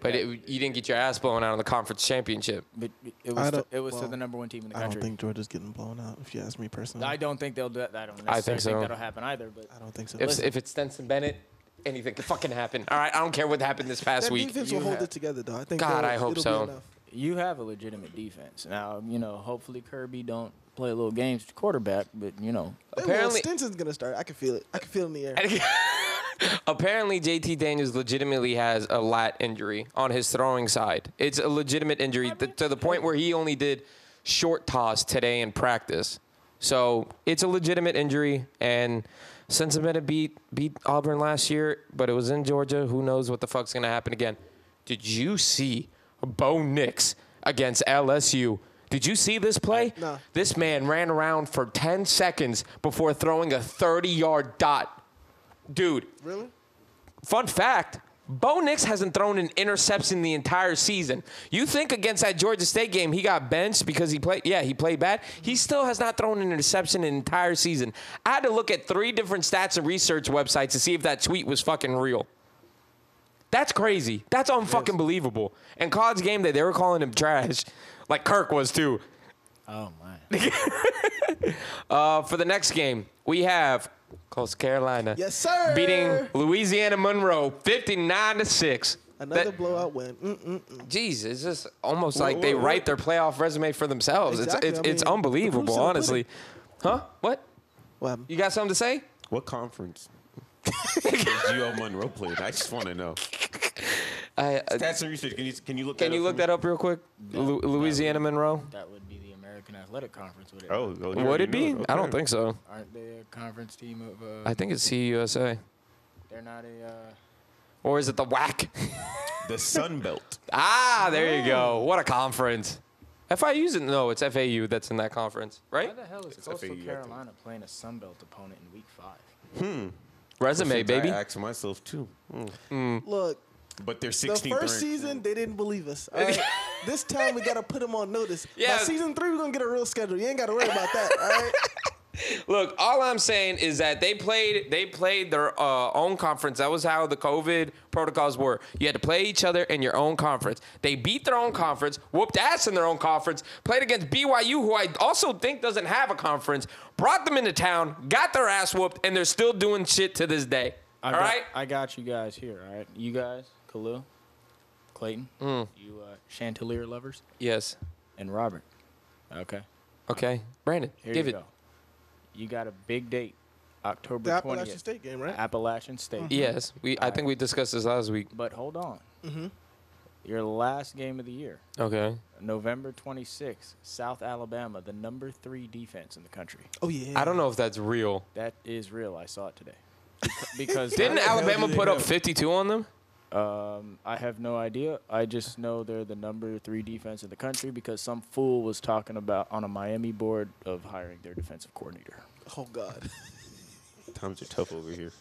[SPEAKER 5] But it, you didn't get your ass blown out in the conference championship.
[SPEAKER 6] but it
[SPEAKER 2] I
[SPEAKER 6] was to,
[SPEAKER 2] don't-
[SPEAKER 6] it was to
[SPEAKER 2] well,
[SPEAKER 6] the number one team in the
[SPEAKER 2] I
[SPEAKER 6] country.
[SPEAKER 2] don't think Georgia's getting blown out. If you ask me personally,
[SPEAKER 6] I don't think they'll do that. I don't necessarily
[SPEAKER 5] I think
[SPEAKER 6] think,
[SPEAKER 5] so.
[SPEAKER 6] that'll happen either. But
[SPEAKER 2] I don't think so.
[SPEAKER 5] If, if it's Stenson Bennett, anything could fucking happen. All right, I don't care what happened this past
[SPEAKER 2] that
[SPEAKER 5] week.
[SPEAKER 2] defense will
[SPEAKER 6] you
[SPEAKER 2] hold
[SPEAKER 6] have-
[SPEAKER 2] it together, though. I think.
[SPEAKER 5] God,
[SPEAKER 2] they'll-
[SPEAKER 5] I hope
[SPEAKER 2] it'll be
[SPEAKER 5] so.
[SPEAKER 2] enough.
[SPEAKER 6] you have a legitimate defense now. You know, hopefully Kirby don't play little games to quarterback, but you know,
[SPEAKER 2] They will.
[SPEAKER 5] Apparently-
[SPEAKER 2] Stinson's gonna start. I can feel it. I can feel it in the air.
[SPEAKER 5] Apparently, JT Daniels legitimately has a lat injury on his throwing side. It's a legitimate injury th- to the point where he only did short toss today in practice. So it's a legitimate injury. And Cincinnati beat beat Auburn last year, but it was in Georgia. Who knows what the fuck's gonna happen again? Did you see Bo Nix against LSU? Did you see this play?
[SPEAKER 2] No.
[SPEAKER 5] This man ran around for 10 seconds before throwing a 30 yard dot. Dude,
[SPEAKER 2] Really?
[SPEAKER 5] Fun fact. Bo Nix hasn't thrown an interception the entire season. You think against that Georgia State game, he got benched because he played, yeah, he played bad. He still has not thrown an interception an entire season. I had to look at three different stats and research websites to see if that tweet was fucking real. That's crazy. That's unfucking believable. And Cod's game day, they were calling him trash, like Kirk was too.
[SPEAKER 6] oh my,
[SPEAKER 5] Uh, for the next game, we have Coast Carolina.
[SPEAKER 2] Yes, sir.
[SPEAKER 5] Beating Louisiana Monroe 59 to 6.
[SPEAKER 2] Another
[SPEAKER 5] That-
[SPEAKER 2] blowout win. Mm-mm.
[SPEAKER 5] Jeez, it's just almost like
[SPEAKER 4] wha-
[SPEAKER 5] they
[SPEAKER 4] wha-
[SPEAKER 5] write their playoff resume for themselves.
[SPEAKER 2] Exactly, I
[SPEAKER 5] It's it's, it's
[SPEAKER 2] mean, the proof's
[SPEAKER 5] unbelievable,
[SPEAKER 2] in the
[SPEAKER 5] honestly. Huh? What?
[SPEAKER 2] What happened?
[SPEAKER 5] You got something to say?
[SPEAKER 4] What conference? is Gio Monroe played. I just want to know.
[SPEAKER 5] I, uh,
[SPEAKER 4] Stats and research. Can you can you look?
[SPEAKER 5] can
[SPEAKER 4] that
[SPEAKER 5] you
[SPEAKER 4] up
[SPEAKER 5] look
[SPEAKER 4] for
[SPEAKER 5] that up real quick? Lu- Louisiana Monroe.
[SPEAKER 6] that would be the American Athletic Conference, would it?
[SPEAKER 4] me? Oh, oh, you
[SPEAKER 5] Would
[SPEAKER 4] already
[SPEAKER 5] it be?
[SPEAKER 4] know.
[SPEAKER 5] I don't
[SPEAKER 4] Okay.
[SPEAKER 5] think so.
[SPEAKER 6] aren't they a conference team of? Uh,
[SPEAKER 5] I think it's CUSA.
[SPEAKER 6] they're not a. Uh,
[SPEAKER 5] Or is it the WAC?
[SPEAKER 4] the Sun Belt.
[SPEAKER 5] ah, there you go. What a conference. FIU's in, no, it's FAU that's in that conference,
[SPEAKER 6] why
[SPEAKER 5] right?
[SPEAKER 6] the hell is
[SPEAKER 4] It's
[SPEAKER 6] Coastal
[SPEAKER 4] FAU, I think.
[SPEAKER 6] Carolina playing a Sunbelt opponent in Week Five?
[SPEAKER 5] Resume, baby.
[SPEAKER 4] I asked myself too.
[SPEAKER 5] Mm.
[SPEAKER 2] Look,
[SPEAKER 4] But they're 16th.
[SPEAKER 2] the first
[SPEAKER 4] ranked.
[SPEAKER 2] season they didn't believe us. all right? this time we gotta put them on notice.
[SPEAKER 5] Yeah.
[SPEAKER 2] By season three, we're gonna get a real schedule. You ain't gotta worry about that. All right.
[SPEAKER 5] Look, all I'm saying is that they played they played their uh, own conference. That was how the COVID protocols were. You had to play each other in your own conference. They beat their own conference, whooped ass in their own conference, played against BYU, who I also think doesn't have a conference, brought them into town, got their ass whooped, and they're still doing shit to this day. all
[SPEAKER 6] I got,
[SPEAKER 5] right?
[SPEAKER 6] I got you guys here. All right, you guys, Khalil, Clayton, you uh, Chandelier lovers,
[SPEAKER 5] Yes.
[SPEAKER 6] and Robert. Okay,
[SPEAKER 5] Okay. Brandon,
[SPEAKER 6] here
[SPEAKER 5] give
[SPEAKER 6] you
[SPEAKER 5] it.
[SPEAKER 6] go. You got a big date, October
[SPEAKER 2] The
[SPEAKER 6] twentieth,
[SPEAKER 2] Appalachian State game, right?
[SPEAKER 6] Appalachian State.
[SPEAKER 5] Mm-hmm. Yes. We I think we discussed this last week.
[SPEAKER 6] But hold on.
[SPEAKER 2] Mm-hmm.
[SPEAKER 6] Your last game of the year,
[SPEAKER 5] Okay.
[SPEAKER 6] November twenty sixth, South Alabama, the number three defense in the country.
[SPEAKER 2] Oh yeah.
[SPEAKER 5] I don't know if that's real.
[SPEAKER 6] That is real. I saw it today. Beca- Because
[SPEAKER 5] Didn't
[SPEAKER 4] hell
[SPEAKER 5] Alabama
[SPEAKER 4] do they
[SPEAKER 5] put up
[SPEAKER 4] have-
[SPEAKER 5] 52 on them?
[SPEAKER 6] Um, I have no idea. I just know they're the number three defense in the country because some fool was talking about on a Miami board of hiring their defensive coordinator.
[SPEAKER 2] Oh God.
[SPEAKER 4] Times are tough over here.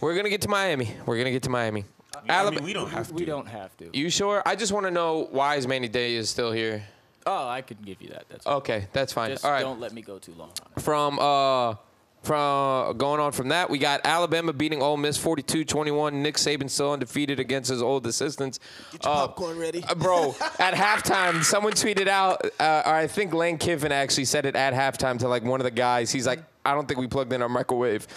[SPEAKER 5] We're going to get to Miami. We're going to get to Miami.
[SPEAKER 4] I
[SPEAKER 5] Alabama.
[SPEAKER 4] mean, we don't have to.
[SPEAKER 6] We don't have to.
[SPEAKER 5] You sure? I just want to know why is Manny Day is still here.
[SPEAKER 6] Oh, I could give you that. That's
[SPEAKER 5] Okay, that's fine.
[SPEAKER 6] Just
[SPEAKER 5] Oh, All right.
[SPEAKER 6] don't let me go too long on it.
[SPEAKER 5] From uh from going on from that, we got Alabama beating Ole Miss 42-21. Nick Saban still undefeated against his old assistants.
[SPEAKER 2] Get your
[SPEAKER 5] Uh,
[SPEAKER 2] popcorn ready.
[SPEAKER 5] uh, bro, at halftime, someone tweeted out, uh, or I think Lane Kiffin actually said it at halftime to like one of the guys. He's like, I don't think we plugged in our microwave.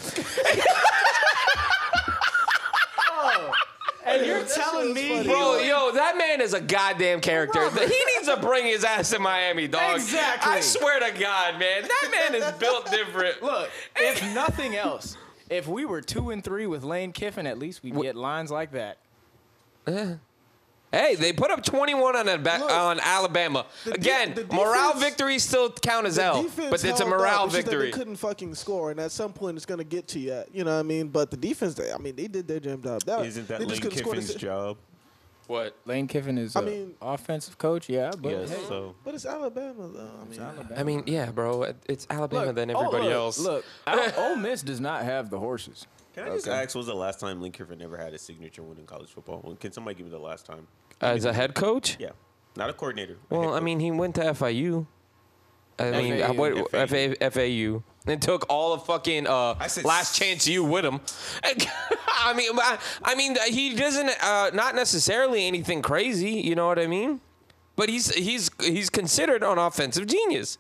[SPEAKER 6] And you're
[SPEAKER 2] telling me- funny.
[SPEAKER 5] Bro, yo, that man is a goddamn character. He needs to bring his ass to Miami, dog.
[SPEAKER 6] Exactly.
[SPEAKER 5] I swear to God, man. That man is built different.
[SPEAKER 6] Look, if nothing else, if we were two and three with Lane Kiffin, at least we'd get lines like that.
[SPEAKER 5] Hey, they put up 21 on Alba-
[SPEAKER 2] Look,
[SPEAKER 5] on Alabama.
[SPEAKER 2] the de-
[SPEAKER 5] Again,
[SPEAKER 2] the
[SPEAKER 5] morale
[SPEAKER 2] defense-
[SPEAKER 5] victories still count as
[SPEAKER 2] The
[SPEAKER 5] L,
[SPEAKER 2] defense
[SPEAKER 5] but it's a
[SPEAKER 2] held up.
[SPEAKER 5] morale
[SPEAKER 2] It's just that
[SPEAKER 5] victory.
[SPEAKER 2] They couldn't fucking score, and at some point it's gonna get to you. uh, You know what I mean? But the defense, they, I mean, they did their damn job. That,
[SPEAKER 4] Isn't that
[SPEAKER 2] they
[SPEAKER 4] Lane
[SPEAKER 2] just couldn't score to
[SPEAKER 4] Kiffin's
[SPEAKER 2] sa-
[SPEAKER 4] job?
[SPEAKER 5] What?
[SPEAKER 6] Lane Kiffin is
[SPEAKER 2] I
[SPEAKER 6] a
[SPEAKER 2] mean-
[SPEAKER 6] offensive coach, yeah, but
[SPEAKER 4] Yes,
[SPEAKER 6] hey,
[SPEAKER 4] so
[SPEAKER 2] But it's Alabama, though. I mean,
[SPEAKER 5] I mean, yeah, bro. It's Alabama
[SPEAKER 6] look,
[SPEAKER 5] than
[SPEAKER 6] oh,
[SPEAKER 5] everybody
[SPEAKER 6] look,
[SPEAKER 5] else.
[SPEAKER 6] Look, Al- Ole Miss does not have the horses.
[SPEAKER 4] can I just
[SPEAKER 6] Okay.
[SPEAKER 4] ask? Was the last time Lane Kiffin ever had a signature win in college football? When- Can somebody give me the last time?
[SPEAKER 5] as a head coach.
[SPEAKER 4] Yeah, not a coordinator. a head
[SPEAKER 5] Well, I
[SPEAKER 4] coach.
[SPEAKER 5] mean, he went to FIU. I mean,
[SPEAKER 6] FAU.
[SPEAKER 5] I, what, FAU. FAU. And took all of fucking uh,
[SPEAKER 4] I said
[SPEAKER 5] last
[SPEAKER 4] s-
[SPEAKER 5] chance you with him. I mean, I, I mean, he doesn't. Uh, not necessarily anything crazy. You know what I mean? But he's he's he's considered an offensive genius.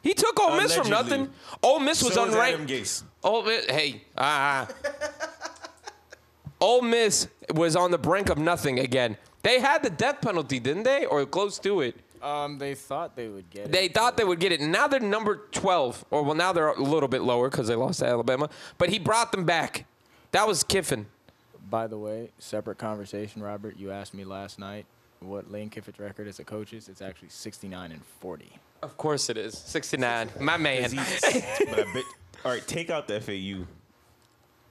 [SPEAKER 5] He took Ole Miss from
[SPEAKER 4] Allegedly.
[SPEAKER 5] nothing. Ole Miss was
[SPEAKER 4] so is Adam
[SPEAKER 5] unranked.
[SPEAKER 4] Gase.
[SPEAKER 5] Ole Miss, hey, ah. ah. Ole Miss was on the brink of nothing again. They had the death penalty, didn't they? Or close to it.
[SPEAKER 6] Um, they thought they would get
[SPEAKER 5] They
[SPEAKER 6] it.
[SPEAKER 5] thought they would get it. Now they're number 12. Or, well, now they're a little bit lower because they lost to Alabama. But he brought them back. That was Kiffin.
[SPEAKER 6] By the way, separate conversation, Robert. You asked me last night what Lane Kiffin's record as a coach is. It's actually 69 and 40.
[SPEAKER 5] Of course it is. 69. My man.
[SPEAKER 4] but I bet. All right, take out the FAU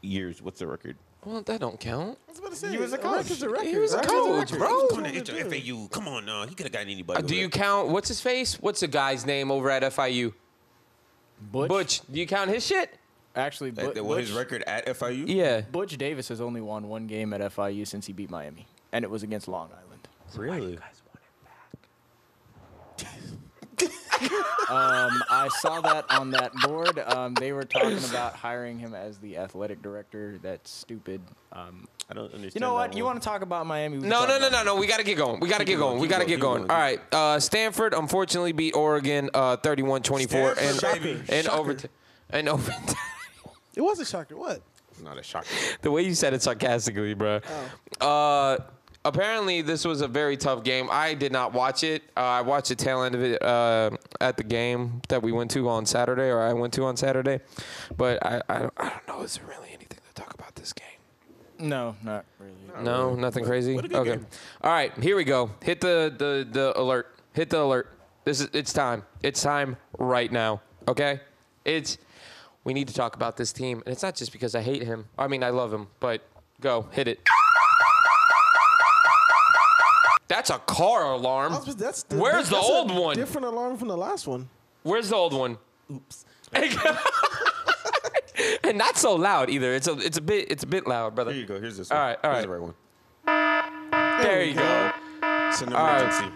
[SPEAKER 4] years. What's the record?
[SPEAKER 5] Well, that don't count.
[SPEAKER 2] I was about to say, he was a coach. A record,
[SPEAKER 5] He was a
[SPEAKER 2] right?
[SPEAKER 5] coach, bro.
[SPEAKER 4] Come on, it's your FAU. Come on, uh, he could have gotten anybody.
[SPEAKER 5] Do
[SPEAKER 4] over
[SPEAKER 5] you
[SPEAKER 4] there.
[SPEAKER 5] count, what's his face? What's the guy's name over at FIU?
[SPEAKER 6] Butch,
[SPEAKER 5] Butch. Do you count his shit?
[SPEAKER 6] actually, Bu-
[SPEAKER 4] That- that was
[SPEAKER 6] Butch,
[SPEAKER 4] his record at FIU?
[SPEAKER 5] Yeah.
[SPEAKER 6] Butch Davis has only won one game at FIU since he beat Miami, and it was against Long Island.
[SPEAKER 4] really.
[SPEAKER 6] Um, I saw that on that board. Um, they were talking about hiring him as the athletic director. That's stupid. Um,
[SPEAKER 4] I don't understand.
[SPEAKER 6] you know
[SPEAKER 4] that
[SPEAKER 6] what? You
[SPEAKER 4] one.
[SPEAKER 6] want to talk about Miami? we can
[SPEAKER 5] No,
[SPEAKER 6] talk
[SPEAKER 5] no, no,
[SPEAKER 6] about
[SPEAKER 5] no, no. We gotta get going. We gotta
[SPEAKER 4] Keep
[SPEAKER 5] get going.
[SPEAKER 4] going,
[SPEAKER 5] We
[SPEAKER 4] keep
[SPEAKER 5] gotta
[SPEAKER 4] going,
[SPEAKER 5] get
[SPEAKER 4] keep
[SPEAKER 5] going.
[SPEAKER 4] going,
[SPEAKER 5] All right.
[SPEAKER 4] keep
[SPEAKER 5] Uh, Stanford unfortunately beat Oregon uh, 31-24
[SPEAKER 4] Stanford,
[SPEAKER 5] and
[SPEAKER 4] baby.
[SPEAKER 5] and
[SPEAKER 2] Shocker.
[SPEAKER 5] overtime. And overtime.
[SPEAKER 2] It was a shocker. What?
[SPEAKER 4] It's not a shocker.
[SPEAKER 5] the way you said it sarcastically, bro. Uh, apparently, this was a very tough game. I did not watch it. Uh, I watched the tail end of it uh, at the game that we went to on Saturday, or I went to on Saturday. But I, I, don't, I don't know. Is there really anything to talk about this game?
[SPEAKER 6] it. No, not really.
[SPEAKER 5] No, nothing crazy.
[SPEAKER 4] what a good
[SPEAKER 5] okay.
[SPEAKER 4] game.
[SPEAKER 5] All right, here we go. Hit the the the alert. Hit the alert. This is it's time. It's time right now. Okay? It's we need to talk about this team. And it's not just because I hate him. I mean, I love him, but go, hit it. That's a car alarm.
[SPEAKER 2] I was- that's the,
[SPEAKER 5] Where's the
[SPEAKER 2] that's a
[SPEAKER 5] old one?
[SPEAKER 2] Different alarm from the last one.
[SPEAKER 5] Where's the old one? Oops. and not so loud either. It's a it's a bit it's a bit loud, brother.
[SPEAKER 4] Here you go. Here's this.
[SPEAKER 5] All
[SPEAKER 4] one.
[SPEAKER 5] right, all
[SPEAKER 4] Here's
[SPEAKER 5] right.
[SPEAKER 4] the right one.
[SPEAKER 5] There you go.
[SPEAKER 4] It's an
[SPEAKER 5] right.
[SPEAKER 4] emergency.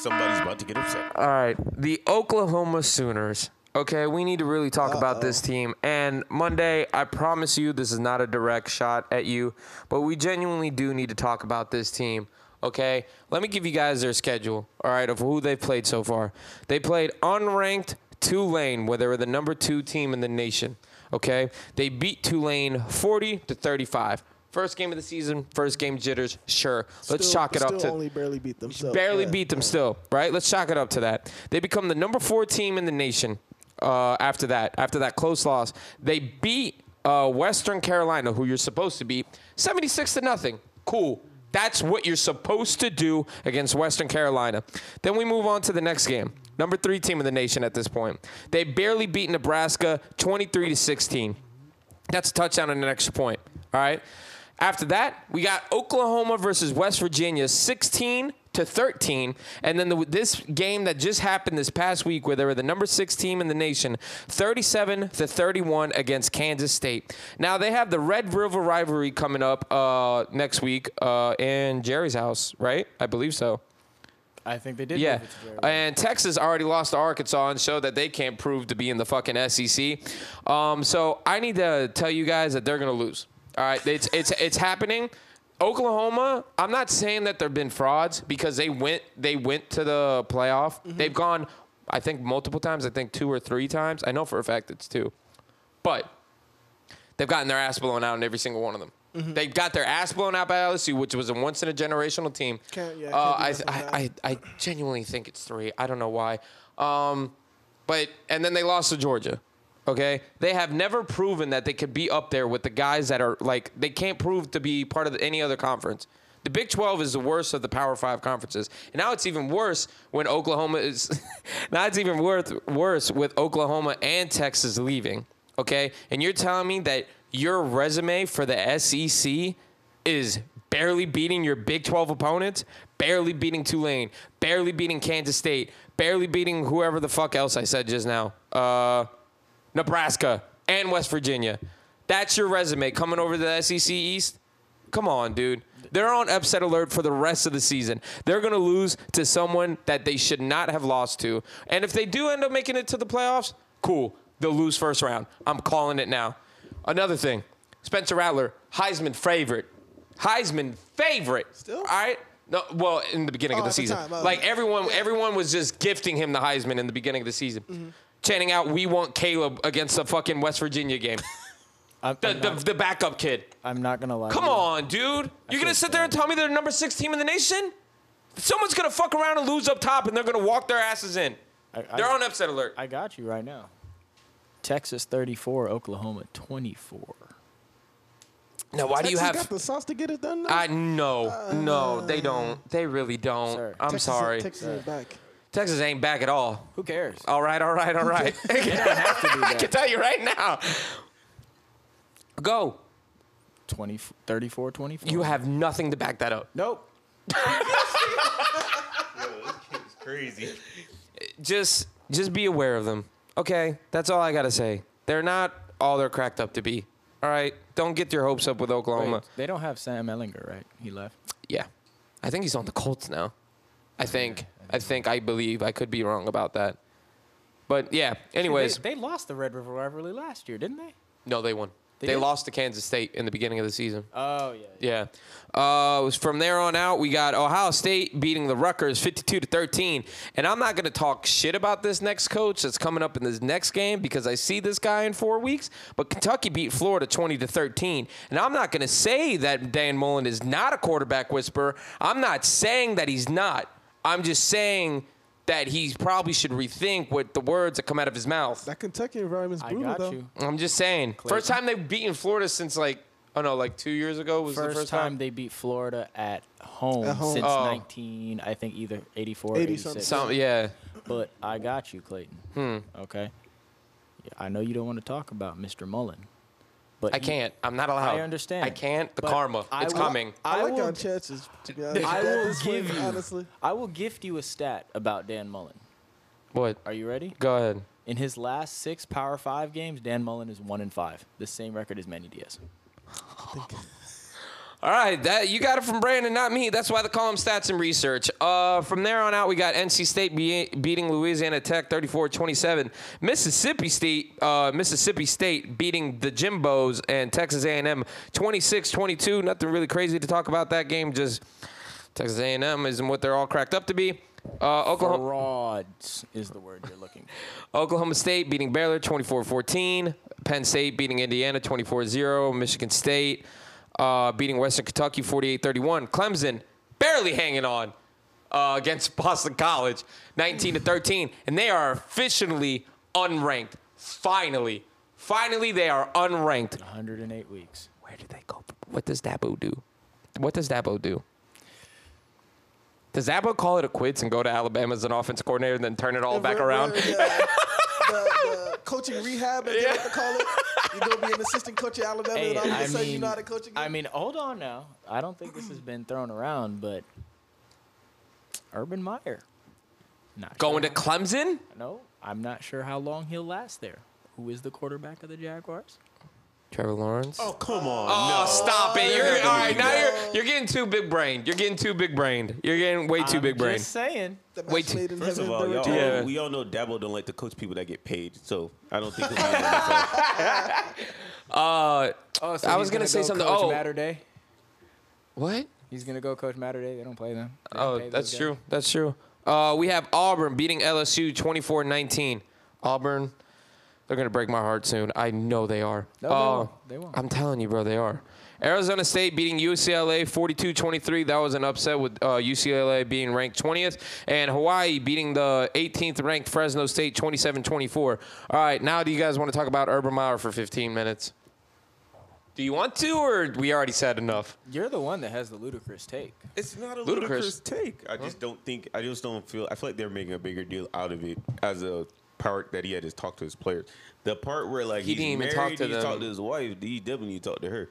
[SPEAKER 4] Somebody's about to get upset.
[SPEAKER 5] All right, the Oklahoma Sooners. Okay, we need to really talk about this team. And Monday, I promise you, this is not a direct shot at you, but we genuinely do need to talk about this team. Okay, let me give you guys their schedule. All right, of who they've played so far. They played unranked Tulane, where they were the number two team in the nation. Okay, they beat Tulane 40 to 35. First game of the season, first game jitters. Sure, let's
[SPEAKER 2] Still-
[SPEAKER 5] chalk it up
[SPEAKER 2] still
[SPEAKER 5] to
[SPEAKER 2] only barely beat them. So,
[SPEAKER 5] barely
[SPEAKER 2] yeah.
[SPEAKER 5] beat them still, right? Let's chalk it up to that. They become the number four team in the nation uh, after that. After that close loss, they beat uh, Western Carolina, who you're supposed to beat, 76 to nothing. Cool. That's what you're supposed to do against Western Carolina. Then we move on to the next game. Number three team in the nation at this point. They barely beat Nebraska 23 to 16. That's a touchdown and an extra point. All right. After that, we got Oklahoma versus West Virginia, 16 to 13, and then the, this game that just happened this past week, where they were the number six team in the nation, 37 to 31 against Kansas State. Now they have the Red River rivalry coming up uh, next week uh, in Jerry's house, right? I believe so.
[SPEAKER 6] I think they did.
[SPEAKER 5] Yeah.
[SPEAKER 6] move it to Jerry Rice.
[SPEAKER 5] And Texas already lost to Arkansas and showed that they can't prove to be in the fucking SEC. Um, so I need to tell you guys that they're going to lose. All right. It's, it's, it's happening. Oklahoma, I'm not saying that there have been frauds because they went they went to the playoff.
[SPEAKER 2] Mm-hmm.
[SPEAKER 5] They've gone, I think, multiple times. I think two or three times. I know for a fact it's two. But they've gotten their ass blown out in every single one of them.
[SPEAKER 2] Mm-hmm.
[SPEAKER 5] They got their ass blown out by LSU, which was a once in a generational team.
[SPEAKER 2] Can't- yeah,
[SPEAKER 5] uh, I,
[SPEAKER 2] can't do nothing
[SPEAKER 5] I, I, I genuinely think it's three. I don't know why. Um, but and then they lost to Georgia. Okay, they have never proven that they could be up there with the guys that are like they can't prove to be part of the- any other conference. The Big 12 is the worst of the Power Five conferences, and now it's even worse when Oklahoma is. now it's even worth, worse with Oklahoma and Texas leaving. E Okay, and you're telling me that your resume for the SEC is barely beating your Big 12 opponents, barely beating Tulane, barely beating Kansas State, barely beating whoever the fuck else I said just now. Uh, Nebraska and West Virginia. That's your resume coming over to the SEC East. Come on, dude. They're on upset alert for the rest of the season. They're going to lose to someone that they should not have lost to. And if they do end up making it to the playoffs, cool. They'll lose first round. I'm calling it now. Another thing Spencer Rattler, Heisman favorite. Heisman favorite.
[SPEAKER 2] Still?
[SPEAKER 5] All right. No, well, in the beginning
[SPEAKER 2] Oh,
[SPEAKER 5] of the
[SPEAKER 2] at the
[SPEAKER 5] season.
[SPEAKER 2] time, oh,
[SPEAKER 5] like
[SPEAKER 2] yeah. Mm-hmm.
[SPEAKER 5] everyone, everyone was just gifting him the Heisman in the beginning of the season. Chanting out, we want Caleb against the fucking West Virginia game.
[SPEAKER 6] I'm,
[SPEAKER 5] The,
[SPEAKER 6] I'm
[SPEAKER 5] the,
[SPEAKER 6] not,
[SPEAKER 5] the backup kid.
[SPEAKER 6] I'm not gonna lie.
[SPEAKER 5] Come
[SPEAKER 6] to you.
[SPEAKER 5] on, dude. You're going to sit there and tell me they're number six team in the nation? Someone's going to fuck around and lose up top, and they're going to walk their asses in.
[SPEAKER 6] I, I,
[SPEAKER 5] They're on upset alert.
[SPEAKER 6] I got you right now. Texas 34, Oklahoma 24.
[SPEAKER 5] now, why do you
[SPEAKER 2] Texas got
[SPEAKER 5] have. Uh,
[SPEAKER 2] the sauce to get it done? Now?
[SPEAKER 5] I no, no, they don't. They really don't.
[SPEAKER 6] Sorry.
[SPEAKER 5] I'm
[SPEAKER 2] Texas-
[SPEAKER 5] sorry.
[SPEAKER 2] Texas is back.
[SPEAKER 5] Texas ain't back at all.
[SPEAKER 6] Who cares?
[SPEAKER 5] All right, all right, all right.
[SPEAKER 6] have to do
[SPEAKER 5] I can
[SPEAKER 6] that.
[SPEAKER 5] tell you right now. Go.
[SPEAKER 6] 20, 34, 24.
[SPEAKER 5] You have nothing to back that up.
[SPEAKER 6] Nope.
[SPEAKER 4] It's crazy.
[SPEAKER 5] just just be aware of them. Okay, that's all I gotta say. They're not all they're cracked up to be. All right, don't get your hopes up with Oklahoma.
[SPEAKER 6] Wait, they don't have Sam Ellinger, right? He left.
[SPEAKER 5] Yeah, I think he's on the Colts now. I think. I think. I believe. I could be wrong about that. But yeah. Anyways,
[SPEAKER 6] they, they lost the Red River rivalry last year, didn't they?
[SPEAKER 5] no, they won. They,
[SPEAKER 6] They did?
[SPEAKER 5] lost to Kansas State in the beginning of the season.
[SPEAKER 6] Oh yeah.
[SPEAKER 5] Yeah. Uh, it was from there on out, we got Ohio State beating the Rutgers 52 to 13. And I'm not going to talk shit about this next coach that's coming up in this next game because I see this guy in four weeks. But Kentucky beat Florida 20 to 13. And I'm not going to say that Dan Mullen is not a quarterback whisperer. I'm not saying that he's not. I'm just saying that he probably should rethink what the words that come out of his mouth.
[SPEAKER 2] That Kentucky environment's
[SPEAKER 6] I
[SPEAKER 2] brutal
[SPEAKER 6] got
[SPEAKER 2] though.
[SPEAKER 6] you.
[SPEAKER 5] I'm just saying. First time they've beaten Florida since like, oh no, like two years ago was
[SPEAKER 6] First,
[SPEAKER 5] the first
[SPEAKER 6] time, they beat Florida at home,
[SPEAKER 2] At home.
[SPEAKER 6] since
[SPEAKER 5] Oh.
[SPEAKER 6] 19, I think either 84 or
[SPEAKER 2] 80
[SPEAKER 6] 86.
[SPEAKER 5] Some, yeah.
[SPEAKER 6] But I got you, Clayton.
[SPEAKER 5] Hmm.
[SPEAKER 6] Okay. Yeah, I know you don't want to talk about Mr. Mullen, but
[SPEAKER 5] I
[SPEAKER 6] he-
[SPEAKER 5] can't. I'm not allowed.
[SPEAKER 6] I understand.
[SPEAKER 5] I can't. The
[SPEAKER 6] But
[SPEAKER 5] karma.
[SPEAKER 6] I
[SPEAKER 5] it's
[SPEAKER 6] will-
[SPEAKER 5] coming.
[SPEAKER 2] I,
[SPEAKER 6] I
[SPEAKER 2] like
[SPEAKER 6] will-
[SPEAKER 2] our chances. To be honest,
[SPEAKER 6] I
[SPEAKER 2] with you, at
[SPEAKER 6] will
[SPEAKER 2] this point,
[SPEAKER 6] give you.
[SPEAKER 2] honestly.
[SPEAKER 6] I will gift you a stat about Dan Mullen.
[SPEAKER 5] What?
[SPEAKER 6] Are you ready?
[SPEAKER 5] Go ahead.
[SPEAKER 6] In his last six Power Five games, Dan Mullen is one in five. The same record as Manny Diaz.
[SPEAKER 5] All right, that you got it from Brandon, not me. That's why they call him stats and research. Uh, from there on out, we got NC State be- beating Louisiana Tech 34-27. Mississippi State, uh, Mississippi State beating the Jimbos and Texas A&M 26-22. Nothing really crazy to talk about that game. Just Texas A&M isn't what they're all cracked up to be. Uh, Oklahoma.
[SPEAKER 6] Frauds is the word you're looking for.
[SPEAKER 5] Oklahoma State beating Baylor 24-14. Penn State beating Indiana 24-0. Michigan State uh, beating Western Kentucky 48-31. Clemson barely hanging on uh, against Boston College 19 to 13, and they are officially unranked. Finally, finally, they are unranked.
[SPEAKER 6] 108 weeks.
[SPEAKER 5] Where did they go? What does Dabo do? What does Dabo do? Does Dabo call it a quits and go to Alabama as an offense coordinator and then turn it all back
[SPEAKER 2] We're-
[SPEAKER 5] around?
[SPEAKER 2] we're, yeah, the, the coaching rehab, as they like to call it. You're gonna be an assistant coach at Alabama, and all of a sudden you know how to coach again.
[SPEAKER 6] I mean, hold on now. I don't think this has been thrown around, but Urban Meyer. Not
[SPEAKER 5] Going to
[SPEAKER 6] sure
[SPEAKER 5] Clemson?
[SPEAKER 6] how- no, I'm not sure how long he'll last there. Who is the quarterback of the Jaguars?
[SPEAKER 5] Trevor Lawrence.
[SPEAKER 4] Oh, come on.
[SPEAKER 5] Oh, stop it! You're
[SPEAKER 4] there
[SPEAKER 5] all right
[SPEAKER 4] we
[SPEAKER 5] now.
[SPEAKER 4] go.
[SPEAKER 5] You're you're getting too big brained. You're getting too big brained. You're getting way too
[SPEAKER 6] I'm
[SPEAKER 5] big brained.
[SPEAKER 6] Just saying.
[SPEAKER 2] the match
[SPEAKER 5] wait,
[SPEAKER 2] made in
[SPEAKER 4] First of
[SPEAKER 2] heaven,
[SPEAKER 4] all,
[SPEAKER 2] the
[SPEAKER 4] y'all,
[SPEAKER 2] return.
[SPEAKER 5] Yeah.
[SPEAKER 4] we all know Dabo don't like to coach people that get paid, so I don't think he'll be in the NFL.
[SPEAKER 5] Uh,
[SPEAKER 6] Oh,
[SPEAKER 5] I he's was gonna gonna say go something- coach oh. Matter
[SPEAKER 6] Day.
[SPEAKER 5] what?
[SPEAKER 6] He's gonna go coach Matter Day. They don't play them.
[SPEAKER 5] Oh, that's true. That's true. Uh, we have Auburn beating LSU 24-19. Auburn, they're gonna break my heart soon. I know they are.
[SPEAKER 6] No, they
[SPEAKER 5] Uh,
[SPEAKER 6] won't. They won't.
[SPEAKER 5] I'm telling you, bro, they are. Arizona State beating UCLA 42-23. That was an upset with uh, UCLA being ranked 20th, and Hawaii beating the 18th ranked Fresno State 27-24. All right, now do you guys want to talk about Urban Meyer for 15 minutes? Do you want to, or we already said enough?
[SPEAKER 6] You're the one that has the ludicrous take.
[SPEAKER 4] It's not a
[SPEAKER 5] Ludicrous.
[SPEAKER 4] ludicrous, take. I just don't think. I just don't feel. I feel like they're making a bigger deal out of it as a part that he had to talk to his players. The part where like
[SPEAKER 5] He
[SPEAKER 4] he's
[SPEAKER 5] didn't even
[SPEAKER 4] married,
[SPEAKER 5] talk to
[SPEAKER 4] he
[SPEAKER 5] them.
[SPEAKER 4] talked to his wife. He definitely talked to her.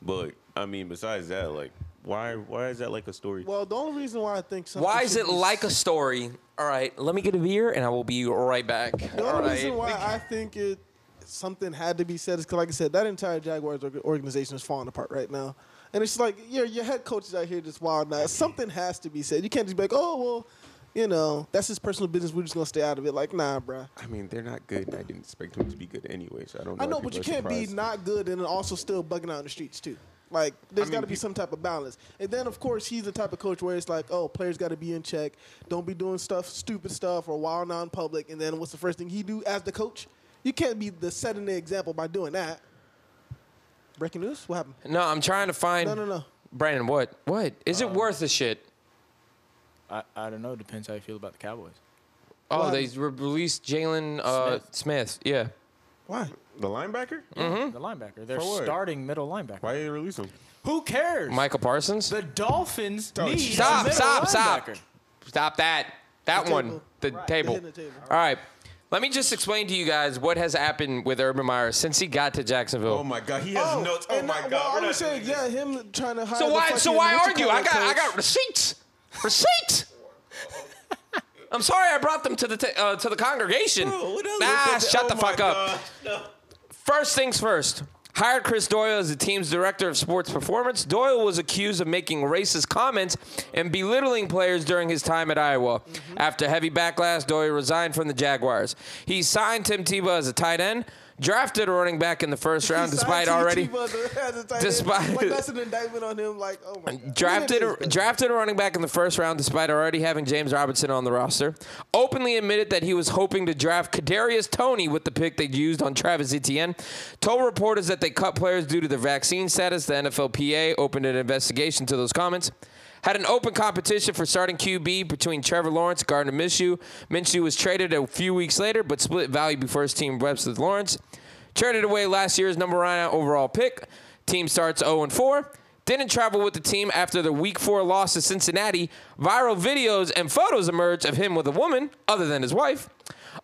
[SPEAKER 4] But I mean, besides that, like Why? Why is that like a story?
[SPEAKER 2] Well, the only reason why I think something
[SPEAKER 5] Why is
[SPEAKER 2] should
[SPEAKER 5] it
[SPEAKER 2] be-
[SPEAKER 5] like a story? All right, let me get a beer and I will be right back.
[SPEAKER 2] The
[SPEAKER 5] All
[SPEAKER 2] only
[SPEAKER 5] right.
[SPEAKER 2] reason why I think it something had to be said is because, like I said, that entire Jaguars org- organization is falling apart right now. And it's like, your your head coach is out here just wild now. Something has to be said. You can't just be like, oh well, you know, that's his personal business. We're just gonna stay out of it. Like, nah, bruh.
[SPEAKER 4] I mean, they're not good. and I didn't expect them to be good anyway, so I don't. know
[SPEAKER 2] I know,
[SPEAKER 4] if
[SPEAKER 2] but you
[SPEAKER 4] people are
[SPEAKER 2] can't be
[SPEAKER 4] surprised.
[SPEAKER 2] not good and also still bugging out in the streets too. Like, there's
[SPEAKER 4] mean,
[SPEAKER 2] got to
[SPEAKER 4] pe-
[SPEAKER 2] be some type of balance. And then, of course, he's the type of coach where it's like, oh, players got to be in check. Don't be doing stuff, stupid stuff, or wild non-public. And then, what's the first thing he do as the coach? You can't be the setting the example by doing that. Breaking news? What happened?
[SPEAKER 5] No, I'm trying to find.
[SPEAKER 2] No, no, no. Uh,
[SPEAKER 5] Brandon, what? What? Is it worth the shit?
[SPEAKER 6] I, I don't know. Depends how you feel about the Cowboys.
[SPEAKER 5] Oh,
[SPEAKER 2] what
[SPEAKER 5] they re- released Jalen uh, Smith.
[SPEAKER 6] Smith.
[SPEAKER 5] Yeah.
[SPEAKER 2] Why?
[SPEAKER 4] the linebacker.
[SPEAKER 5] Mm.
[SPEAKER 6] The linebacker. They're
[SPEAKER 4] For what?
[SPEAKER 6] starting middle linebacker.
[SPEAKER 4] Why did they release him?
[SPEAKER 6] Who cares?
[SPEAKER 5] Michael Parsons?
[SPEAKER 6] The Dolphins need a
[SPEAKER 5] Stop,
[SPEAKER 6] middle
[SPEAKER 5] stop, stop.
[SPEAKER 6] linebacker.
[SPEAKER 5] Stop that. That
[SPEAKER 2] The
[SPEAKER 5] one.
[SPEAKER 2] table.
[SPEAKER 5] The
[SPEAKER 2] Right.
[SPEAKER 5] table.
[SPEAKER 2] They're hitting the table.
[SPEAKER 5] All right. Let me just explain to you guys what has happened with Urban Meyer since he got to Jacksonville.
[SPEAKER 4] Oh my god, he has notes. Oh
[SPEAKER 2] and
[SPEAKER 4] my
[SPEAKER 2] I-
[SPEAKER 4] god.
[SPEAKER 2] Well,
[SPEAKER 4] we're
[SPEAKER 2] I
[SPEAKER 4] not
[SPEAKER 2] was saying,
[SPEAKER 4] doing
[SPEAKER 2] yeah,
[SPEAKER 4] this.
[SPEAKER 2] him trying to hire.
[SPEAKER 5] so
[SPEAKER 2] the
[SPEAKER 5] why? So
[SPEAKER 2] fucking-
[SPEAKER 5] why
[SPEAKER 2] what you
[SPEAKER 5] argue?
[SPEAKER 2] call
[SPEAKER 5] I
[SPEAKER 2] it,
[SPEAKER 5] got I
[SPEAKER 2] coach?
[SPEAKER 5] got receipts. Receipts. I'm sorry I brought them to the t- uh, to the congregation.
[SPEAKER 4] Bro, what else?
[SPEAKER 5] ah, shut
[SPEAKER 4] Oh
[SPEAKER 5] the
[SPEAKER 4] my
[SPEAKER 5] fuck up.
[SPEAKER 4] God.
[SPEAKER 5] First things first. Hired Chris Doyle as the team's director of sports performance. Doyle was accused of making racist comments and belittling players during his time at Iowa.
[SPEAKER 4] Mm-hmm.
[SPEAKER 5] After heavy backlash, Doyle resigned from the Jaguars. He signed Tim Tebow as a tight end, drafted a running back in the first round,
[SPEAKER 2] He
[SPEAKER 5] despite
[SPEAKER 2] signed
[SPEAKER 5] already
[SPEAKER 2] T.T. as a- as a tight end.
[SPEAKER 5] Despite-
[SPEAKER 2] like, that's an indictment on him. Like, oh my god.
[SPEAKER 5] drafted
[SPEAKER 2] Look at
[SPEAKER 5] a,
[SPEAKER 2] this,
[SPEAKER 5] drafted a running back in the first round despite already having James Robinson on the roster. Openly admitted that he was hoping to draft Kadarius Tony with the pick they used on Travis Etienne. Told reporters that they cut players due to their vaccine status. The NFLPA opened an investigation to those comments. Had an open competition for starting QB between Trevor Lawrence, Gardner Minshew. Minshew was traded a few weeks later, but split value before his team reps with Lawrence. Traded away last year's number one overall pick. Team starts 0 4. Didn't travel with the team after the week four loss to Cincinnati. Viral videos and photos emerge of him with a woman other than his wife.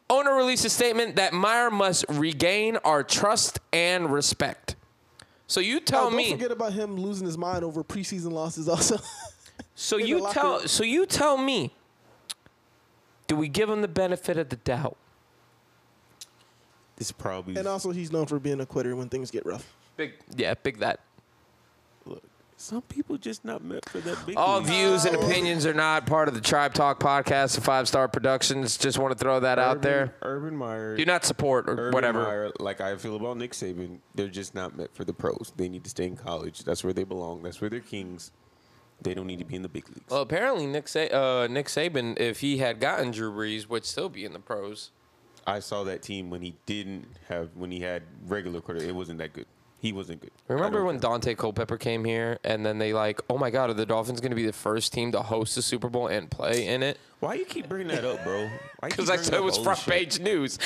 [SPEAKER 5] Owner released a statement that Meyer must regain our trust and respect. So you
[SPEAKER 2] Oh,
[SPEAKER 5] tell
[SPEAKER 2] don't
[SPEAKER 5] me.
[SPEAKER 2] forget about him losing his mind over preseason losses. Also,
[SPEAKER 5] So
[SPEAKER 2] in the
[SPEAKER 5] you
[SPEAKER 2] locker
[SPEAKER 5] tell
[SPEAKER 2] room.
[SPEAKER 5] so you tell me. Do we give him the benefit of the doubt?
[SPEAKER 4] This probably.
[SPEAKER 2] and also he's known for being a quitter when things get rough.
[SPEAKER 5] Big yeah, big that.
[SPEAKER 4] look, some people just not meant for that big.
[SPEAKER 5] All
[SPEAKER 4] league.
[SPEAKER 5] views and opinions are not part of the Tribe Talk podcast, the Five Star Productions. Just want to throw that out
[SPEAKER 4] Urban-
[SPEAKER 5] there.
[SPEAKER 4] Urban Meyer.
[SPEAKER 5] Do not support or
[SPEAKER 4] Urban
[SPEAKER 5] whatever.
[SPEAKER 4] Meyer, like I feel about Nick Saban, they're just not meant for the pros. They need to stay in college. That's where they belong. That's where they're kings. They don't need to be in the big leagues.
[SPEAKER 5] Well, apparently Nick Sa- uh, Nick Saban, if he had gotten Drew Brees, would still be in the pros.
[SPEAKER 4] I saw that team when he didn't have when he had regular quarter. It wasn't that good. He wasn't good. I
[SPEAKER 5] Remember
[SPEAKER 4] don't
[SPEAKER 5] when
[SPEAKER 4] care.
[SPEAKER 5] Dante Culpepper came here, and then they like, oh my God, are the Dolphins going to be the first team to host the Super Bowl and play in it?
[SPEAKER 4] Why you keep bringing that up, bro?
[SPEAKER 5] Because I said it was front page news.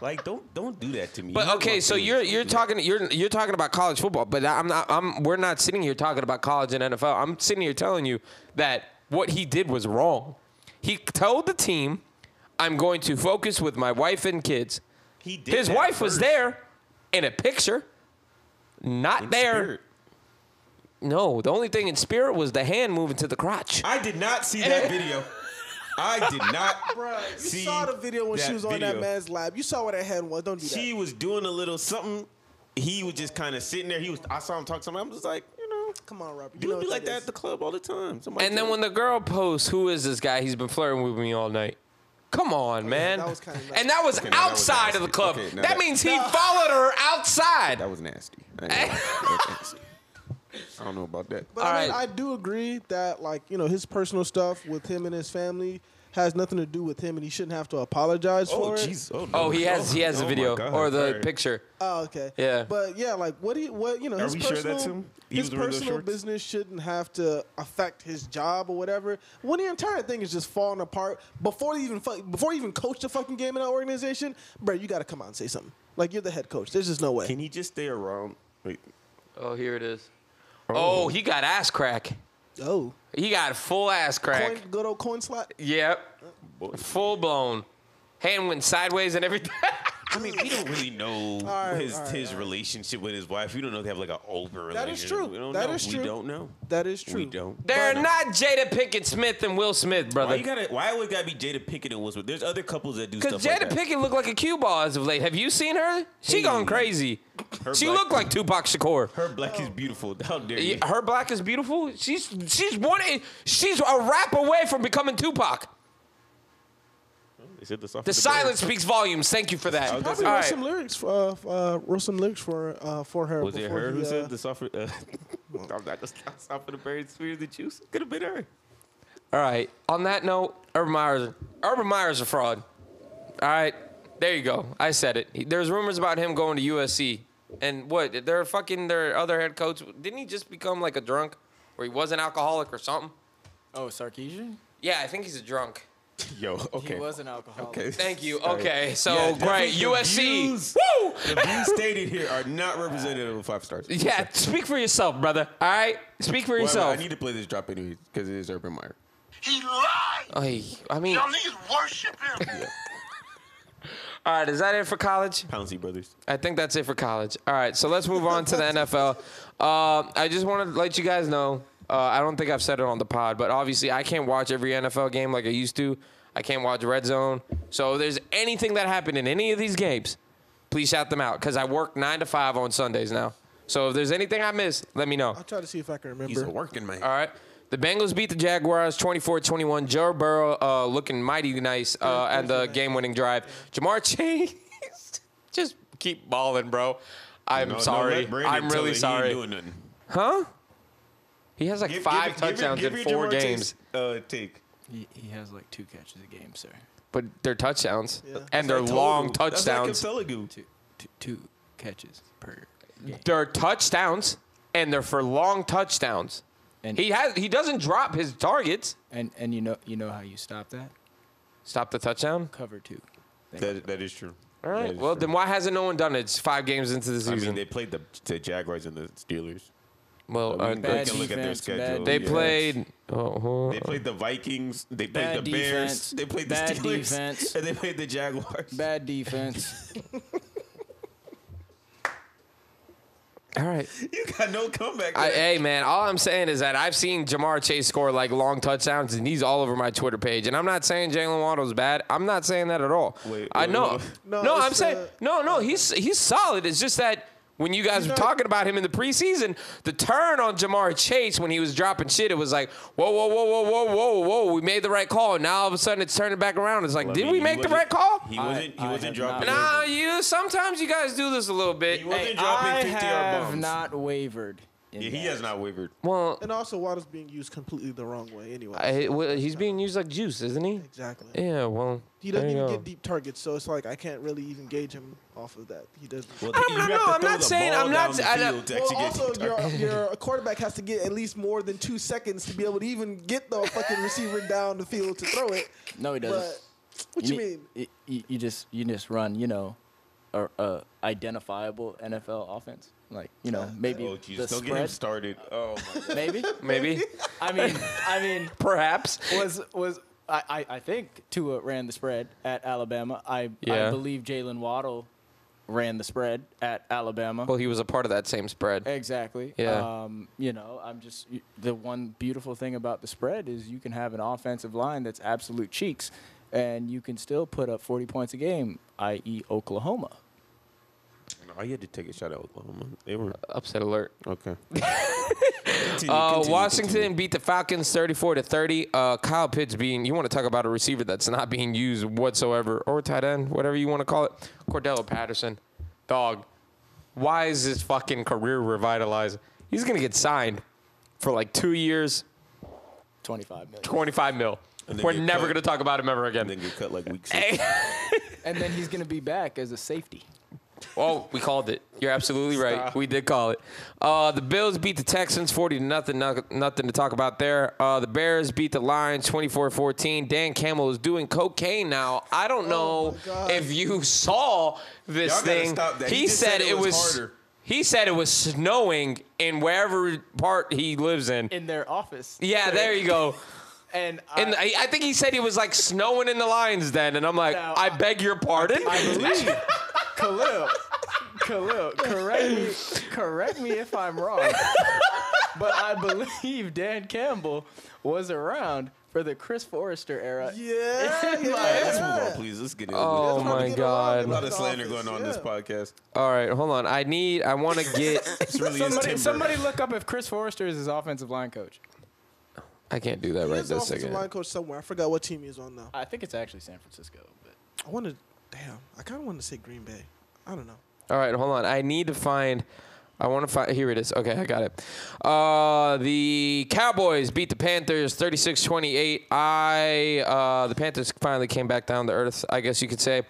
[SPEAKER 4] Like don't don't do that to me. You
[SPEAKER 5] But
[SPEAKER 4] hurt my
[SPEAKER 5] okay, so
[SPEAKER 4] feelings.
[SPEAKER 5] you're
[SPEAKER 4] Don't
[SPEAKER 5] you're
[SPEAKER 4] do that.
[SPEAKER 5] talking you're you're talking about college football, but I'm not I'm we're not sitting here talking about college and NFL. I'm sitting here telling you that what he did was wrong. He told the team, "I'm going to focus with my wife and kids."
[SPEAKER 4] He did
[SPEAKER 5] His
[SPEAKER 4] that
[SPEAKER 5] wife was
[SPEAKER 4] first.
[SPEAKER 5] there in a picture, not
[SPEAKER 4] In
[SPEAKER 5] there.
[SPEAKER 4] spirit.
[SPEAKER 5] No, the only thing in spirit was the hand moving to the crotch.
[SPEAKER 4] I did not see that video. I did not.
[SPEAKER 2] you
[SPEAKER 4] see
[SPEAKER 2] saw the video when she was on that
[SPEAKER 4] video.
[SPEAKER 2] man's lap. You saw what that hand was. Don't do that.
[SPEAKER 4] She was doing a little something. He was just kind of sitting there. He was. I saw him talk to somebody. I'm just like, you know,
[SPEAKER 2] Come on, Robert. You
[SPEAKER 4] dude
[SPEAKER 2] know
[SPEAKER 4] be
[SPEAKER 2] what
[SPEAKER 4] like that
[SPEAKER 2] that
[SPEAKER 4] at the club all the time. Somebody
[SPEAKER 5] And then when the girl posts, "Who is this guy? He's been flirting with me all night." Come on, man.
[SPEAKER 2] that was kinda nice.
[SPEAKER 5] And that was
[SPEAKER 4] Okay, now that was
[SPEAKER 5] outside of the
[SPEAKER 4] nasty.
[SPEAKER 5] club.
[SPEAKER 4] Okay, now
[SPEAKER 5] that,
[SPEAKER 4] that-
[SPEAKER 5] means he followed her outside.
[SPEAKER 4] that was nasty. I, ain't gonna lie. That was nasty. I don't know about that.
[SPEAKER 2] But I, mean,
[SPEAKER 5] All right.
[SPEAKER 2] I do agree that like you know his personal stuff with him and his family has nothing to do with him, and he shouldn't have to apologize for it.
[SPEAKER 4] Oh, no.
[SPEAKER 5] oh, he has he has
[SPEAKER 4] Oh
[SPEAKER 5] the
[SPEAKER 4] my
[SPEAKER 5] video
[SPEAKER 4] God.
[SPEAKER 5] or the
[SPEAKER 4] Sorry.
[SPEAKER 5] picture.
[SPEAKER 2] Oh, okay.
[SPEAKER 5] Yeah.
[SPEAKER 2] But yeah, like what do you what you know?
[SPEAKER 4] Are
[SPEAKER 2] his
[SPEAKER 4] we sure that's
[SPEAKER 2] personal,
[SPEAKER 4] him? He
[SPEAKER 2] His
[SPEAKER 4] was wearing those
[SPEAKER 2] personal
[SPEAKER 4] shorts?
[SPEAKER 2] business shouldn't have to affect his job or whatever. When the entire thing is just falling apart before you even fu- before you even coach the fucking game in that organization, bro, you got to come out and say something. Like you're the head coach. There's just no way.
[SPEAKER 4] Can he just stay around? Wait.
[SPEAKER 5] Oh, here it is. Oh, he got ass crack.
[SPEAKER 2] oh,
[SPEAKER 5] He got full ass crack.
[SPEAKER 2] coin, good old coin slot.
[SPEAKER 4] Oh,
[SPEAKER 5] Yep. Full blown. Hand went sideways and everything.
[SPEAKER 4] I mean, we don't really know
[SPEAKER 2] right,
[SPEAKER 4] his
[SPEAKER 2] all right,
[SPEAKER 4] his
[SPEAKER 2] all right.
[SPEAKER 4] relationship with his wife. We don't know if they have like an open
[SPEAKER 2] That is
[SPEAKER 4] relationship.
[SPEAKER 2] true.
[SPEAKER 4] We don't
[SPEAKER 2] That
[SPEAKER 4] know.
[SPEAKER 2] is
[SPEAKER 4] We
[SPEAKER 2] true.
[SPEAKER 4] don't know.
[SPEAKER 2] That is true.
[SPEAKER 4] We don't.
[SPEAKER 5] They're
[SPEAKER 4] But-
[SPEAKER 5] not Jada Pinkett Smith and Will Smith,
[SPEAKER 4] Why
[SPEAKER 5] brother.
[SPEAKER 4] you gotta? Why always gotta be Jada Pinkett and Will? There's other couples that do stuff
[SPEAKER 5] Because
[SPEAKER 4] like
[SPEAKER 5] Jada
[SPEAKER 4] that.
[SPEAKER 5] Pinkett looked like a cue ball as of late. Have you seen her? She
[SPEAKER 4] Hey.
[SPEAKER 5] gone crazy.
[SPEAKER 4] Her
[SPEAKER 5] she
[SPEAKER 4] black-
[SPEAKER 5] looked like Tupac Shakur.
[SPEAKER 4] Her black is beautiful. How dare you?
[SPEAKER 5] Yeah, Her black is beautiful. She's she's one. She's a rap away from becoming Tupac.
[SPEAKER 4] They said the soft
[SPEAKER 5] The
[SPEAKER 4] of
[SPEAKER 5] silence
[SPEAKER 4] bird.
[SPEAKER 5] speaks volumes. Thank you for that.
[SPEAKER 4] was gonna
[SPEAKER 2] Probably
[SPEAKER 5] All
[SPEAKER 2] wrote
[SPEAKER 5] right.
[SPEAKER 2] some lyrics for uh, f- uh, wrote some lyrics for uh, for her.
[SPEAKER 4] Was it
[SPEAKER 2] before
[SPEAKER 4] her
[SPEAKER 2] he,
[SPEAKER 4] who
[SPEAKER 2] uh,
[SPEAKER 4] said the soft? Uh, I'm not gonna stop soft of the bird, sweeter the juice. Could have been her.
[SPEAKER 5] All right. On that note, Urban Meyer's Urban Meyer's a fraud. All right. There you go. I said it. He- There's rumors about him going to USC. And what? Their fucking their other head coach didn't he just become like a drunk, or he was an alcoholic or something?
[SPEAKER 6] Oh, Sarkeesian?
[SPEAKER 5] Yeah, I think he's a drunk.
[SPEAKER 4] Yo, okay.
[SPEAKER 6] He was an alcoholic.
[SPEAKER 4] Okay.
[SPEAKER 5] Thank you.
[SPEAKER 4] Sorry.
[SPEAKER 5] Okay, so
[SPEAKER 4] Yeah,
[SPEAKER 5] great.
[SPEAKER 4] definitely the
[SPEAKER 5] USC.
[SPEAKER 4] views-
[SPEAKER 5] Woo!
[SPEAKER 4] The views stated here are not representative of five stars.
[SPEAKER 5] Yeah, speak for yourself, brother. All right, speak for
[SPEAKER 4] Well, I
[SPEAKER 5] yourself.
[SPEAKER 4] need to play this drop anyway because it is Urban Meyer.
[SPEAKER 7] He lied.
[SPEAKER 5] Ay, I mean,
[SPEAKER 7] Y'all
[SPEAKER 5] all
[SPEAKER 7] niggas worship him.
[SPEAKER 5] right, is that it for college?
[SPEAKER 4] Pouncy Brothers.
[SPEAKER 5] I think that's it for college. All right, so let's move on to the NFL. Uh, I just want to let you guys know. Uh, I don't think I've said it on the pod, but obviously I can't watch every NFL game like I used to. I can't watch Red Zone. So if there's anything that happened in any of these games, please shout them out because I work nine to five on Sundays now. So if there's anything I missed, let me know.
[SPEAKER 2] I'll try to see if I can remember.
[SPEAKER 4] He's a working man.
[SPEAKER 5] All right. The Bengals beat the Jaguars 24-21. Joe Burrow uh, looking mighty nice uh, at the game-winning drive. Jamar Chase, just keep balling, bro. I'm
[SPEAKER 4] No, no,
[SPEAKER 5] sorry.
[SPEAKER 4] let Brandon
[SPEAKER 5] I'm
[SPEAKER 4] tell it. He
[SPEAKER 5] really
[SPEAKER 4] ain't
[SPEAKER 5] sorry.
[SPEAKER 4] doing nothing.
[SPEAKER 5] huh? He has like
[SPEAKER 4] Give-
[SPEAKER 5] five
[SPEAKER 4] give it- give it-
[SPEAKER 5] touchdowns
[SPEAKER 4] give
[SPEAKER 5] in
[SPEAKER 4] your
[SPEAKER 5] four
[SPEAKER 4] Jamar
[SPEAKER 5] games,
[SPEAKER 4] Chase, uh, take.
[SPEAKER 6] He, he has like two catches a game, sir.
[SPEAKER 5] but they're touchdowns
[SPEAKER 2] Yeah.
[SPEAKER 5] and they're
[SPEAKER 4] I told
[SPEAKER 5] long
[SPEAKER 4] you. That's
[SPEAKER 5] touchdowns.
[SPEAKER 4] Like Telugu.
[SPEAKER 6] Two, two, two catches per game.
[SPEAKER 5] They're touchdowns and they're for long touchdowns.
[SPEAKER 6] And,
[SPEAKER 5] He has he doesn't drop his targets.
[SPEAKER 6] and and you know you know how you stop that?
[SPEAKER 5] Stop the touchdown.
[SPEAKER 6] Cover two. Thank you.
[SPEAKER 4] That, that is true. That
[SPEAKER 5] All right.
[SPEAKER 4] is
[SPEAKER 5] Well,
[SPEAKER 4] true.
[SPEAKER 5] then why hasn't no one done it? It's five games into the
[SPEAKER 4] I
[SPEAKER 5] season.
[SPEAKER 4] mean, they played the, the Jaguars and the Steelers.
[SPEAKER 5] well,
[SPEAKER 4] But we
[SPEAKER 5] uh,
[SPEAKER 4] can
[SPEAKER 6] Bad
[SPEAKER 4] look at their
[SPEAKER 6] defense,
[SPEAKER 4] schedule.
[SPEAKER 6] bad
[SPEAKER 5] They
[SPEAKER 6] defense.
[SPEAKER 5] played. Oh, huh.
[SPEAKER 4] They played the Vikings. They played
[SPEAKER 6] Bad
[SPEAKER 4] the Bears.
[SPEAKER 6] defense.
[SPEAKER 4] They played the
[SPEAKER 6] Bad
[SPEAKER 4] Steelers.
[SPEAKER 6] defense.
[SPEAKER 4] And they played the Jaguars.
[SPEAKER 6] Bad defense.
[SPEAKER 5] all right.
[SPEAKER 4] You got no comeback.
[SPEAKER 5] I,
[SPEAKER 4] there.
[SPEAKER 5] hey, man. All I'm saying is that I've seen Jamar Chase score like long touchdowns, and he's all over my Twitter page. And I'm not saying Jalen Waddle's bad. I'm not saying that at all.
[SPEAKER 4] Wait,
[SPEAKER 5] I
[SPEAKER 4] wait,
[SPEAKER 5] know.
[SPEAKER 4] wait, wait.
[SPEAKER 5] No,
[SPEAKER 2] No,
[SPEAKER 5] I'm
[SPEAKER 2] it's,
[SPEAKER 5] saying
[SPEAKER 2] uh,
[SPEAKER 5] no, no. He's he's solid. It's just that. When you guys were
[SPEAKER 2] not-
[SPEAKER 5] talking about him in the preseason, the turn on Jamar Chase when he was dropping shit, it was like, whoa, whoa, whoa, whoa, whoa, whoa, whoa, we made the right call. And now all of a sudden it's turning back around. It's like,
[SPEAKER 4] Well, I
[SPEAKER 5] did
[SPEAKER 4] mean,
[SPEAKER 5] we
[SPEAKER 4] he
[SPEAKER 5] make the
[SPEAKER 4] wasn't-
[SPEAKER 5] right call?
[SPEAKER 4] He
[SPEAKER 6] I-
[SPEAKER 4] wasn't. He
[SPEAKER 6] I
[SPEAKER 4] wasn't
[SPEAKER 6] have
[SPEAKER 4] dropping.
[SPEAKER 6] not-
[SPEAKER 5] Nah, you. Sometimes you guys do this a little bit.
[SPEAKER 4] He wasn't
[SPEAKER 6] Hey,
[SPEAKER 4] dropping
[SPEAKER 6] I
[SPEAKER 4] 50 yard
[SPEAKER 6] have
[SPEAKER 4] bombs.
[SPEAKER 6] not wavered. in
[SPEAKER 4] yeah, he
[SPEAKER 6] that.
[SPEAKER 4] has not wavered.
[SPEAKER 5] Well,
[SPEAKER 2] And also, water's being used completely the wrong way. Anyway,
[SPEAKER 5] I, well, he's being used like juice, isn't he?
[SPEAKER 2] exactly.
[SPEAKER 5] Yeah. Well,
[SPEAKER 2] He doesn't
[SPEAKER 5] there you
[SPEAKER 2] even
[SPEAKER 5] go.
[SPEAKER 2] get deep targets, so it's like I can't really even gauge him off of that. He doesn't.
[SPEAKER 4] Well,
[SPEAKER 5] I don't
[SPEAKER 4] you
[SPEAKER 5] know,
[SPEAKER 4] have
[SPEAKER 5] no,
[SPEAKER 4] to
[SPEAKER 5] I'm
[SPEAKER 4] throw
[SPEAKER 5] not
[SPEAKER 4] the
[SPEAKER 5] saying-
[SPEAKER 4] ball
[SPEAKER 5] I'm not-
[SPEAKER 4] down the
[SPEAKER 5] I don't-
[SPEAKER 4] field to
[SPEAKER 2] Well,
[SPEAKER 4] actually get
[SPEAKER 2] also,
[SPEAKER 4] deep
[SPEAKER 2] your,
[SPEAKER 4] targets.
[SPEAKER 2] your quarterback has to get at least more than two seconds to be able to even get the fucking receiver down the field to throw it.
[SPEAKER 6] No, he doesn't.
[SPEAKER 2] But what you,
[SPEAKER 6] need-
[SPEAKER 2] mean?
[SPEAKER 6] y- You, you just you just run, you know, a, a identifiable NFL offense. Like you know, maybe
[SPEAKER 4] Oh
[SPEAKER 6] the
[SPEAKER 4] Jesus! Don't get him
[SPEAKER 6] spread.
[SPEAKER 4] started. Oh my God.
[SPEAKER 6] Maybe.
[SPEAKER 5] Maybe,
[SPEAKER 6] I mean, I mean,
[SPEAKER 5] perhaps.
[SPEAKER 6] was was I, I, I think Tua ran the spread at Alabama. I
[SPEAKER 5] Yeah.
[SPEAKER 6] I believe Jalen Waddle ran the spread at Alabama.
[SPEAKER 5] Well, he was a part of that same spread.
[SPEAKER 6] Exactly.
[SPEAKER 5] Yeah.
[SPEAKER 6] Um, you know, I'm just y- the one beautiful thing about the spread is you can have an offensive line that's absolute cheeks, and you can still put up 40 points a game, i.e., Oklahoma.
[SPEAKER 4] Oh, you had to take a shot at Oklahoma. They were
[SPEAKER 5] Upset alert.
[SPEAKER 4] okay. Continue,
[SPEAKER 5] Uh,
[SPEAKER 4] continue,
[SPEAKER 5] Washington
[SPEAKER 4] continue.
[SPEAKER 5] beat the Falcons 34 to 30. Uh, Kyle Pitts being, you want to talk about a receiver that's not being used whatsoever, or tight end, whatever you want to call it. Cordell Patterson, dog. Why is his fucking career revitalized? He's gonna get signed for like two years,
[SPEAKER 6] 25 million.
[SPEAKER 5] 25 mil.
[SPEAKER 4] And then
[SPEAKER 5] We're
[SPEAKER 4] get
[SPEAKER 5] never
[SPEAKER 4] cut.
[SPEAKER 5] gonna talk about him ever
[SPEAKER 4] And
[SPEAKER 5] again.
[SPEAKER 4] then get cut like week six.
[SPEAKER 6] And then he's going to be back as a safety.
[SPEAKER 5] Oh, we called it. You're absolutely right. We did call it. Uh, the Bills beat the Texans 40 to nothing. no- Nothing to talk about there. Uh, the Bears beat the Lions 24-14. Dan Campbell is doing cocaine now. I don't know
[SPEAKER 2] my God.
[SPEAKER 5] if you saw this
[SPEAKER 4] Y'all gotta
[SPEAKER 5] thing.
[SPEAKER 4] stop that.
[SPEAKER 5] He,
[SPEAKER 4] He just
[SPEAKER 5] said, it was.
[SPEAKER 4] harder.
[SPEAKER 5] He said it was snowing in wherever part he lives in.
[SPEAKER 6] In their office.
[SPEAKER 5] Yeah, there you go.
[SPEAKER 6] And,
[SPEAKER 5] And I, I think he said he was like snowing in the Lions den, and I'm like,
[SPEAKER 6] Now,
[SPEAKER 5] I
[SPEAKER 6] I-
[SPEAKER 5] beg your pardon.
[SPEAKER 6] I believe Khalil, Khalil, correct me, correct me if I'm wrong, but I believe Dan Campbell was around for the Chris Forrester era.
[SPEAKER 2] Yeah, yeah.
[SPEAKER 4] All right, let's move on, please. Let's get it.
[SPEAKER 5] Oh
[SPEAKER 4] over with.
[SPEAKER 2] How to
[SPEAKER 5] my
[SPEAKER 2] get along
[SPEAKER 5] God.
[SPEAKER 2] in
[SPEAKER 4] a lot of
[SPEAKER 2] the
[SPEAKER 4] slander
[SPEAKER 2] office,
[SPEAKER 4] going on in this
[SPEAKER 2] yeah.
[SPEAKER 4] podcast.
[SPEAKER 5] All right, hold on. I need. I want to get.
[SPEAKER 4] It's really is
[SPEAKER 6] Somebody,
[SPEAKER 4] timber.
[SPEAKER 6] somebody look up if Chris Forrester is his offensive line coach.
[SPEAKER 5] I can't do that
[SPEAKER 2] He
[SPEAKER 5] right
[SPEAKER 2] is an
[SPEAKER 5] this
[SPEAKER 2] offensive
[SPEAKER 5] second.
[SPEAKER 2] line coach somewhere. I forgot what team he is on now.
[SPEAKER 6] I think it's actually San Francisco, but
[SPEAKER 2] I wanted, damn, I kind of wanted to say Green Bay. I don't know.
[SPEAKER 5] All right, hold on. I need to find. I want to find. Here it is. Okay, I got it. Uh, the Cowboys beat the Panthers 36 28. I, uh, the Panthers finally came back down to earth, I guess you could say.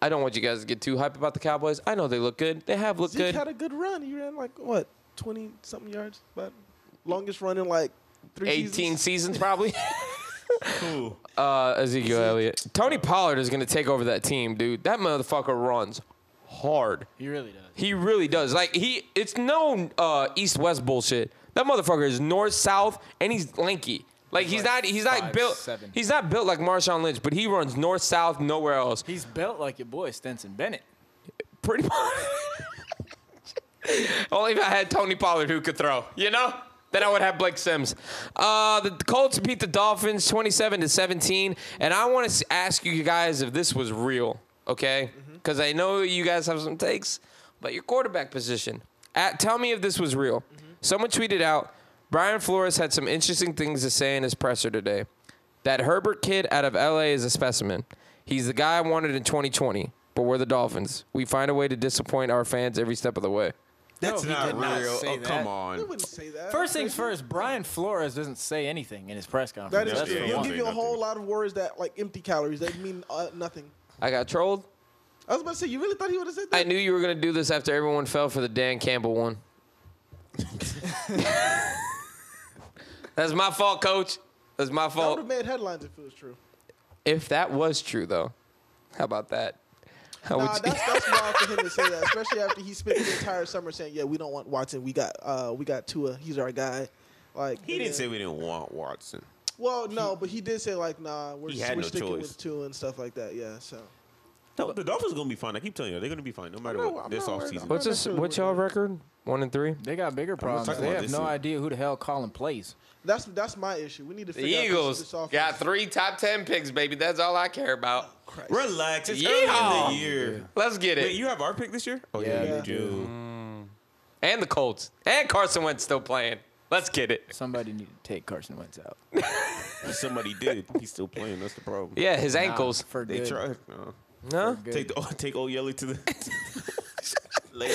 [SPEAKER 5] I don't want you guys to get too hype about the Cowboys. I know they look good. They have looked
[SPEAKER 2] Zeke
[SPEAKER 5] good.
[SPEAKER 2] had a good run. He ran like what, twenty something yards, but longest run in like three.
[SPEAKER 5] 18
[SPEAKER 2] seasons.
[SPEAKER 5] seasons, probably.
[SPEAKER 4] Who?
[SPEAKER 5] Uh, Ezekiel Elliott. Tony Pollard is going to take over that team, dude. That motherfucker runs hard.
[SPEAKER 6] he really does.
[SPEAKER 5] He really does. Like he, it's no uh, east west bullshit. That motherfucker is north south, and he's lanky. Like he's
[SPEAKER 6] He's
[SPEAKER 5] not,
[SPEAKER 6] like
[SPEAKER 5] he's not
[SPEAKER 6] five,
[SPEAKER 5] built.
[SPEAKER 6] seven.
[SPEAKER 5] He's not built like Marshawn Lynch, but he runs north south, nowhere else.
[SPEAKER 6] He's built like your boy Stenson Bennett.
[SPEAKER 5] Pretty much. Only if I had Tony Pollard who could throw, you know? Then I would have Blake Sims. Uh, the Colts beat the Dolphins 27 to 17. And I want to ask you guys if this was real, okay? Because I know you guys have some takes, but your quarterback position. At, tell me if this was real. Someone tweeted out Brian Flores had some interesting things to say in his presser today. That Herbert kid out of LA is a specimen. He's the guy I wanted in 2020, but we're the Dolphins. We find a way to disappoint our fans every step of the way.
[SPEAKER 4] That's
[SPEAKER 6] No, he
[SPEAKER 4] not
[SPEAKER 6] did not
[SPEAKER 4] real.
[SPEAKER 6] say
[SPEAKER 4] oh,
[SPEAKER 6] that.
[SPEAKER 4] come
[SPEAKER 2] I
[SPEAKER 4] on.
[SPEAKER 2] wouldn't say that.
[SPEAKER 6] First things first, Brian Flores doesn't say anything in his press
[SPEAKER 2] That
[SPEAKER 6] conference.
[SPEAKER 2] is
[SPEAKER 4] That's
[SPEAKER 2] true.
[SPEAKER 4] the
[SPEAKER 2] He'll
[SPEAKER 4] one.
[SPEAKER 2] give you a whole lot of words that like empty calories. They mean uh, nothing.
[SPEAKER 5] I got trolled.
[SPEAKER 2] I was about to say, you really thought he would have said that?
[SPEAKER 5] I knew you were gonna do this after everyone fell for the Dan Campbell one. That's my fault, coach. That's my
[SPEAKER 2] That would
[SPEAKER 5] fault.
[SPEAKER 2] have made headlines if it was true.
[SPEAKER 5] If that was true, though, how about that? How
[SPEAKER 2] Nah,
[SPEAKER 5] would you?
[SPEAKER 2] that's that's wild for him to say that, especially after he spent the entire summer saying, "Yeah, we don't want Watson. We got uh, we got Tua. He's our guy." Like
[SPEAKER 4] He didn't say we didn't want Watson.
[SPEAKER 2] Well, no, but he did say like, "Nah, we're,
[SPEAKER 4] He had
[SPEAKER 2] we're
[SPEAKER 4] no
[SPEAKER 2] sticking
[SPEAKER 4] choice.
[SPEAKER 2] with Tua and stuff like that." Yeah, so.
[SPEAKER 4] No, the Dolphins are gonna be fine. I keep telling you, they're gonna be fine no matter
[SPEAKER 2] not-
[SPEAKER 4] what
[SPEAKER 2] I'm
[SPEAKER 4] this
[SPEAKER 2] not worried
[SPEAKER 4] offseason.
[SPEAKER 2] about
[SPEAKER 5] What's this?
[SPEAKER 2] necessarily
[SPEAKER 5] What's y'all
[SPEAKER 2] worried.
[SPEAKER 5] record? One and three.
[SPEAKER 6] They got bigger problems.
[SPEAKER 4] talking
[SPEAKER 6] They
[SPEAKER 4] about
[SPEAKER 6] have
[SPEAKER 4] this
[SPEAKER 6] no
[SPEAKER 4] season.
[SPEAKER 6] idea who the hell Colin plays.
[SPEAKER 2] That's that's my issue. We need to
[SPEAKER 5] The
[SPEAKER 2] figure out this-
[SPEAKER 5] Eagles
[SPEAKER 2] this offense.
[SPEAKER 5] got three top ten picks, baby. That's all I care about.
[SPEAKER 4] Relax. It's
[SPEAKER 5] Yeehaw.
[SPEAKER 4] early in the year.
[SPEAKER 5] Let's get
[SPEAKER 4] Wait,
[SPEAKER 5] it.
[SPEAKER 4] you have our pick this year? Oh
[SPEAKER 6] Yeah,
[SPEAKER 4] yeah,
[SPEAKER 2] we
[SPEAKER 4] you do.
[SPEAKER 5] And the Colts. And Carson Wentz still playing. Let's get it.
[SPEAKER 6] Somebody need to take Carson Wentz out.
[SPEAKER 4] Somebody did. He's still playing. That's the problem.
[SPEAKER 5] Yeah, his ankles.
[SPEAKER 6] Nah, Um, for
[SPEAKER 4] They
[SPEAKER 6] good.
[SPEAKER 4] tried. No.
[SPEAKER 5] Huh?
[SPEAKER 6] Good.
[SPEAKER 4] Take the oh, take old Yelly to the. Later.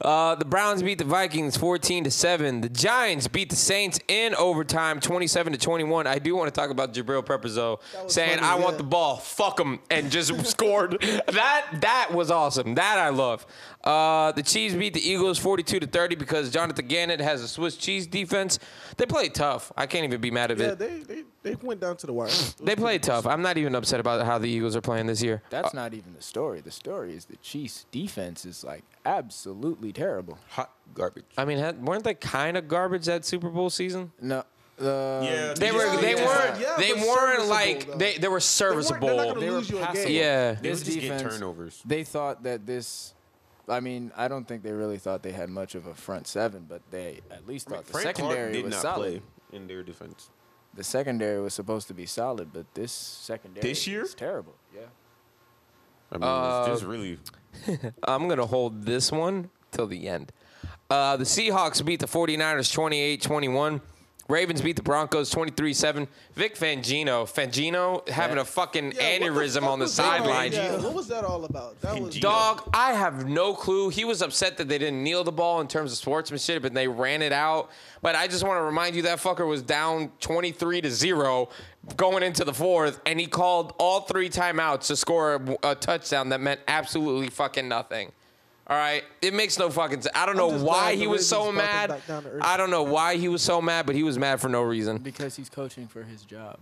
[SPEAKER 5] Uh, the Browns beat the Vikings 14 to 7. The Giants beat the Saints in overtime 27 to 21. I do want to talk about Jabril Peppers though,
[SPEAKER 2] was
[SPEAKER 5] saying
[SPEAKER 2] funny,
[SPEAKER 5] I want
[SPEAKER 2] yeah.
[SPEAKER 5] the ball, fuck him and just scored. That that was awesome. That I love. Uh, the Chiefs beat the Eagles 42 to 30 because Jonathan Gannett has a Swiss cheese defense. They played tough. I can't even be mad at
[SPEAKER 2] Yeah,
[SPEAKER 5] it. They,
[SPEAKER 2] they, they they went down to the wire.
[SPEAKER 5] played tough. I'm not even upset about how the Eagles are playing this year.
[SPEAKER 4] Uh,
[SPEAKER 6] That's not even the story. The story is the Chiefs' defense is like absolutely terrible.
[SPEAKER 4] Hot garbage.
[SPEAKER 5] I mean, had, weren't they kind of garbage that Super Bowl season?
[SPEAKER 6] No, uh,
[SPEAKER 4] Yeah,
[SPEAKER 5] They were.
[SPEAKER 4] Yeah,
[SPEAKER 5] They
[SPEAKER 4] yeah.
[SPEAKER 5] weren't.
[SPEAKER 2] Yeah,
[SPEAKER 5] they
[SPEAKER 2] but
[SPEAKER 5] weren't
[SPEAKER 2] serviceable,
[SPEAKER 5] like
[SPEAKER 2] though.
[SPEAKER 5] they. They were serviceable.
[SPEAKER 2] They're not gonna
[SPEAKER 6] They were
[SPEAKER 2] lose you a
[SPEAKER 6] passable.
[SPEAKER 2] game.
[SPEAKER 5] yeah.
[SPEAKER 4] They
[SPEAKER 6] This
[SPEAKER 4] would just get
[SPEAKER 6] defense,
[SPEAKER 4] turnovers.
[SPEAKER 6] They thought that this. I mean, I don't think they really thought they had much of a front seven, but they at least thought the secondary
[SPEAKER 4] did
[SPEAKER 6] was
[SPEAKER 4] not play
[SPEAKER 6] solid.
[SPEAKER 4] in their defense.
[SPEAKER 6] The secondary was supposed to be solid, but this secondary
[SPEAKER 4] This year?
[SPEAKER 6] is terrible. Yeah.
[SPEAKER 4] I mean, it's just really.
[SPEAKER 5] I'm gonna hold this one till the end. Uh, the Seahawks beat the 49ers 28-21. Ravens beat the Broncos 23-7. Vic Fangino, Fangino having a fucking
[SPEAKER 2] Yeah, what
[SPEAKER 5] aneurysm
[SPEAKER 2] fuck
[SPEAKER 5] on the
[SPEAKER 2] was that all-
[SPEAKER 5] sideline.
[SPEAKER 2] Yeah, what was that all about? That was
[SPEAKER 4] Gino.
[SPEAKER 5] Dog, I have no clue. He was upset that they didn't kneel the ball in terms of sportsmanship and they ran it out. But I just want to remind you that fucker was down 23 to 0 going into the fourth, and he called all three timeouts to score a, a touchdown that meant absolutely fucking nothing. All right, it makes no fucking sense. I don't know
[SPEAKER 2] just
[SPEAKER 5] why
[SPEAKER 2] glad
[SPEAKER 5] he
[SPEAKER 2] the
[SPEAKER 5] was so
[SPEAKER 2] Ravens brought them
[SPEAKER 5] mad.
[SPEAKER 2] back down to earth.
[SPEAKER 5] I don't know why he was so mad, but he was mad for no reason.
[SPEAKER 6] Because he's coaching for his job.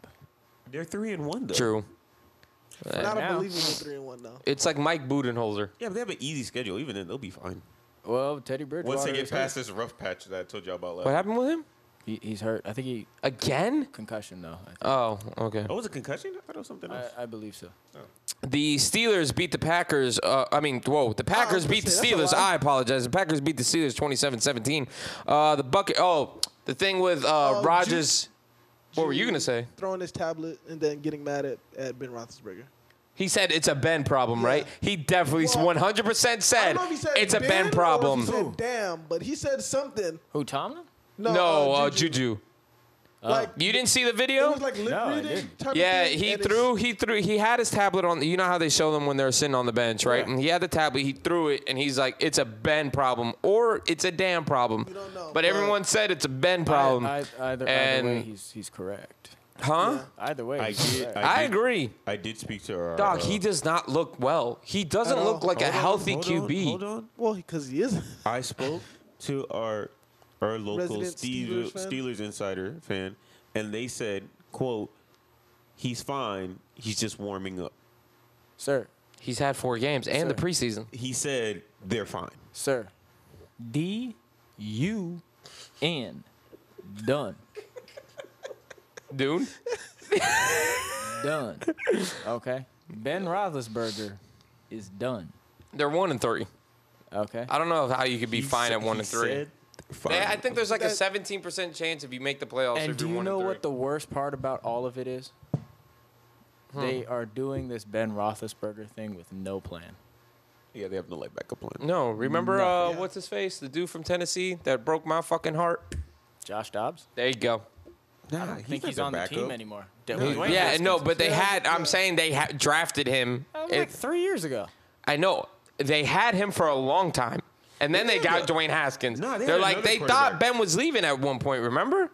[SPEAKER 4] They're three and one though.
[SPEAKER 5] True.
[SPEAKER 2] not a
[SPEAKER 6] now.
[SPEAKER 2] believable three and one though.
[SPEAKER 5] It's like Mike Budenholzer.
[SPEAKER 4] Yeah, but they have an easy schedule. Even then, they'll be fine.
[SPEAKER 6] Well, Teddy Bridgewater.
[SPEAKER 4] Once they get
[SPEAKER 6] is hurt.
[SPEAKER 4] past this rough patch that I told you all about last.
[SPEAKER 5] What happened with him?
[SPEAKER 6] He, he's hurt. I think he
[SPEAKER 5] Again?
[SPEAKER 6] concussion though. I, think.
[SPEAKER 5] Oh, okay.
[SPEAKER 4] Oh, was it concussion? I thought it was something else.
[SPEAKER 6] I, I believe so.
[SPEAKER 5] The Steelers beat the Packers. Uh, I mean, whoa, the Packers
[SPEAKER 2] gonna
[SPEAKER 5] beat the
[SPEAKER 2] say, Oh, that's a
[SPEAKER 5] Steelers.
[SPEAKER 2] lie.
[SPEAKER 5] I apologize. The Packers beat the Steelers 27-17. Uh, the bucket. Oh, the thing with uh,
[SPEAKER 2] Uh, Ju-
[SPEAKER 5] Rogers. What were you gonna say?
[SPEAKER 2] Throwing his tablet and then getting mad at, at Ben Roethlisberger.
[SPEAKER 5] He said it's a Ben problem, right? He definitely
[SPEAKER 2] Well,
[SPEAKER 5] 100%
[SPEAKER 2] I
[SPEAKER 5] said,
[SPEAKER 2] don't know if he said
[SPEAKER 5] it's a Ben,
[SPEAKER 2] Ben or if he
[SPEAKER 5] problem.
[SPEAKER 2] said damn, but he said something.
[SPEAKER 6] Who Tomlin?
[SPEAKER 2] No,
[SPEAKER 5] no,
[SPEAKER 2] uh,
[SPEAKER 5] uh, Juju. Uh,
[SPEAKER 2] Like,
[SPEAKER 5] You didn't see the
[SPEAKER 2] It
[SPEAKER 5] video?
[SPEAKER 2] was like lip
[SPEAKER 6] No, I
[SPEAKER 2] reading.
[SPEAKER 6] didn't.
[SPEAKER 2] type of
[SPEAKER 5] Yeah,
[SPEAKER 2] thing,
[SPEAKER 5] he
[SPEAKER 2] and it's-
[SPEAKER 5] threw. He threw. He had his tablet on. You know how they show them when they're sitting on the bench, right? And he had the tablet. He threw it, and he's like, "It's a Ben problem, or it's a damn problem."
[SPEAKER 2] You don't know,
[SPEAKER 5] but
[SPEAKER 2] but-
[SPEAKER 5] everyone said it's a Ben problem.
[SPEAKER 6] I, I, either,
[SPEAKER 5] and
[SPEAKER 6] either way, he's he's correct.
[SPEAKER 5] huh?
[SPEAKER 6] Either way,
[SPEAKER 4] I
[SPEAKER 6] he's
[SPEAKER 4] did-
[SPEAKER 6] correct.
[SPEAKER 4] I-
[SPEAKER 5] I
[SPEAKER 4] did-
[SPEAKER 5] agree,
[SPEAKER 4] I did speak to our.
[SPEAKER 5] Doc.
[SPEAKER 4] uh,
[SPEAKER 5] He does not look well. He doesn't
[SPEAKER 2] At
[SPEAKER 5] look
[SPEAKER 2] all.
[SPEAKER 5] like a
[SPEAKER 4] hold on,
[SPEAKER 5] healthy
[SPEAKER 4] hold on,
[SPEAKER 5] QB.
[SPEAKER 4] hold on.
[SPEAKER 2] Well, because he is.
[SPEAKER 4] I spoke to our our local
[SPEAKER 2] Resident
[SPEAKER 4] Steelers,
[SPEAKER 2] Steelers fan?
[SPEAKER 4] Steelers insider fan, and they said, "quote He's fine. He's just warming up."
[SPEAKER 6] sir,
[SPEAKER 5] He's had four games and the
[SPEAKER 6] Sir.
[SPEAKER 5] preseason.
[SPEAKER 4] He said they're fine.
[SPEAKER 6] sir, D U N done
[SPEAKER 5] Dude,
[SPEAKER 6] done. Okay, Ben Roethlisberger is done.
[SPEAKER 5] they're one and three.
[SPEAKER 6] Okay,
[SPEAKER 5] I don't know how you could be
[SPEAKER 4] He
[SPEAKER 5] fine
[SPEAKER 4] sa-
[SPEAKER 5] at one
[SPEAKER 4] he
[SPEAKER 5] and three.
[SPEAKER 4] said they're fine.
[SPEAKER 5] They- I think there's like a
[SPEAKER 2] That-
[SPEAKER 5] 17% chance if you make the playoffs.
[SPEAKER 6] and
[SPEAKER 5] if
[SPEAKER 6] do
[SPEAKER 5] you're
[SPEAKER 6] you
[SPEAKER 5] one
[SPEAKER 6] know
[SPEAKER 5] and
[SPEAKER 6] what
[SPEAKER 5] three.
[SPEAKER 6] the worst part about all of it is?
[SPEAKER 5] Hmm.
[SPEAKER 6] They are doing this Ben Roethlisberger thing with no plan.
[SPEAKER 4] yeah, they have no like backup plan.
[SPEAKER 5] No, remember uh,
[SPEAKER 2] Yeah.
[SPEAKER 5] what's his face? The dude from Tennessee that broke my fucking heart.
[SPEAKER 6] Josh Dobbs.
[SPEAKER 5] There you go.
[SPEAKER 4] Nah,
[SPEAKER 6] I think
[SPEAKER 4] not
[SPEAKER 6] he's
[SPEAKER 4] their
[SPEAKER 6] on the
[SPEAKER 4] backup.
[SPEAKER 6] team anymore. Yeah,
[SPEAKER 5] yeah, and no, but they had. I'm saying they ha- drafted him.
[SPEAKER 6] like
[SPEAKER 5] It-
[SPEAKER 6] three years ago.
[SPEAKER 5] I know they had him for a long time, and then they got Dwayne Haskins.
[SPEAKER 4] No, they
[SPEAKER 5] They're
[SPEAKER 4] had
[SPEAKER 5] like
[SPEAKER 4] another
[SPEAKER 5] they thought
[SPEAKER 4] quarterback.
[SPEAKER 5] Ben was leaving at one point. Remember?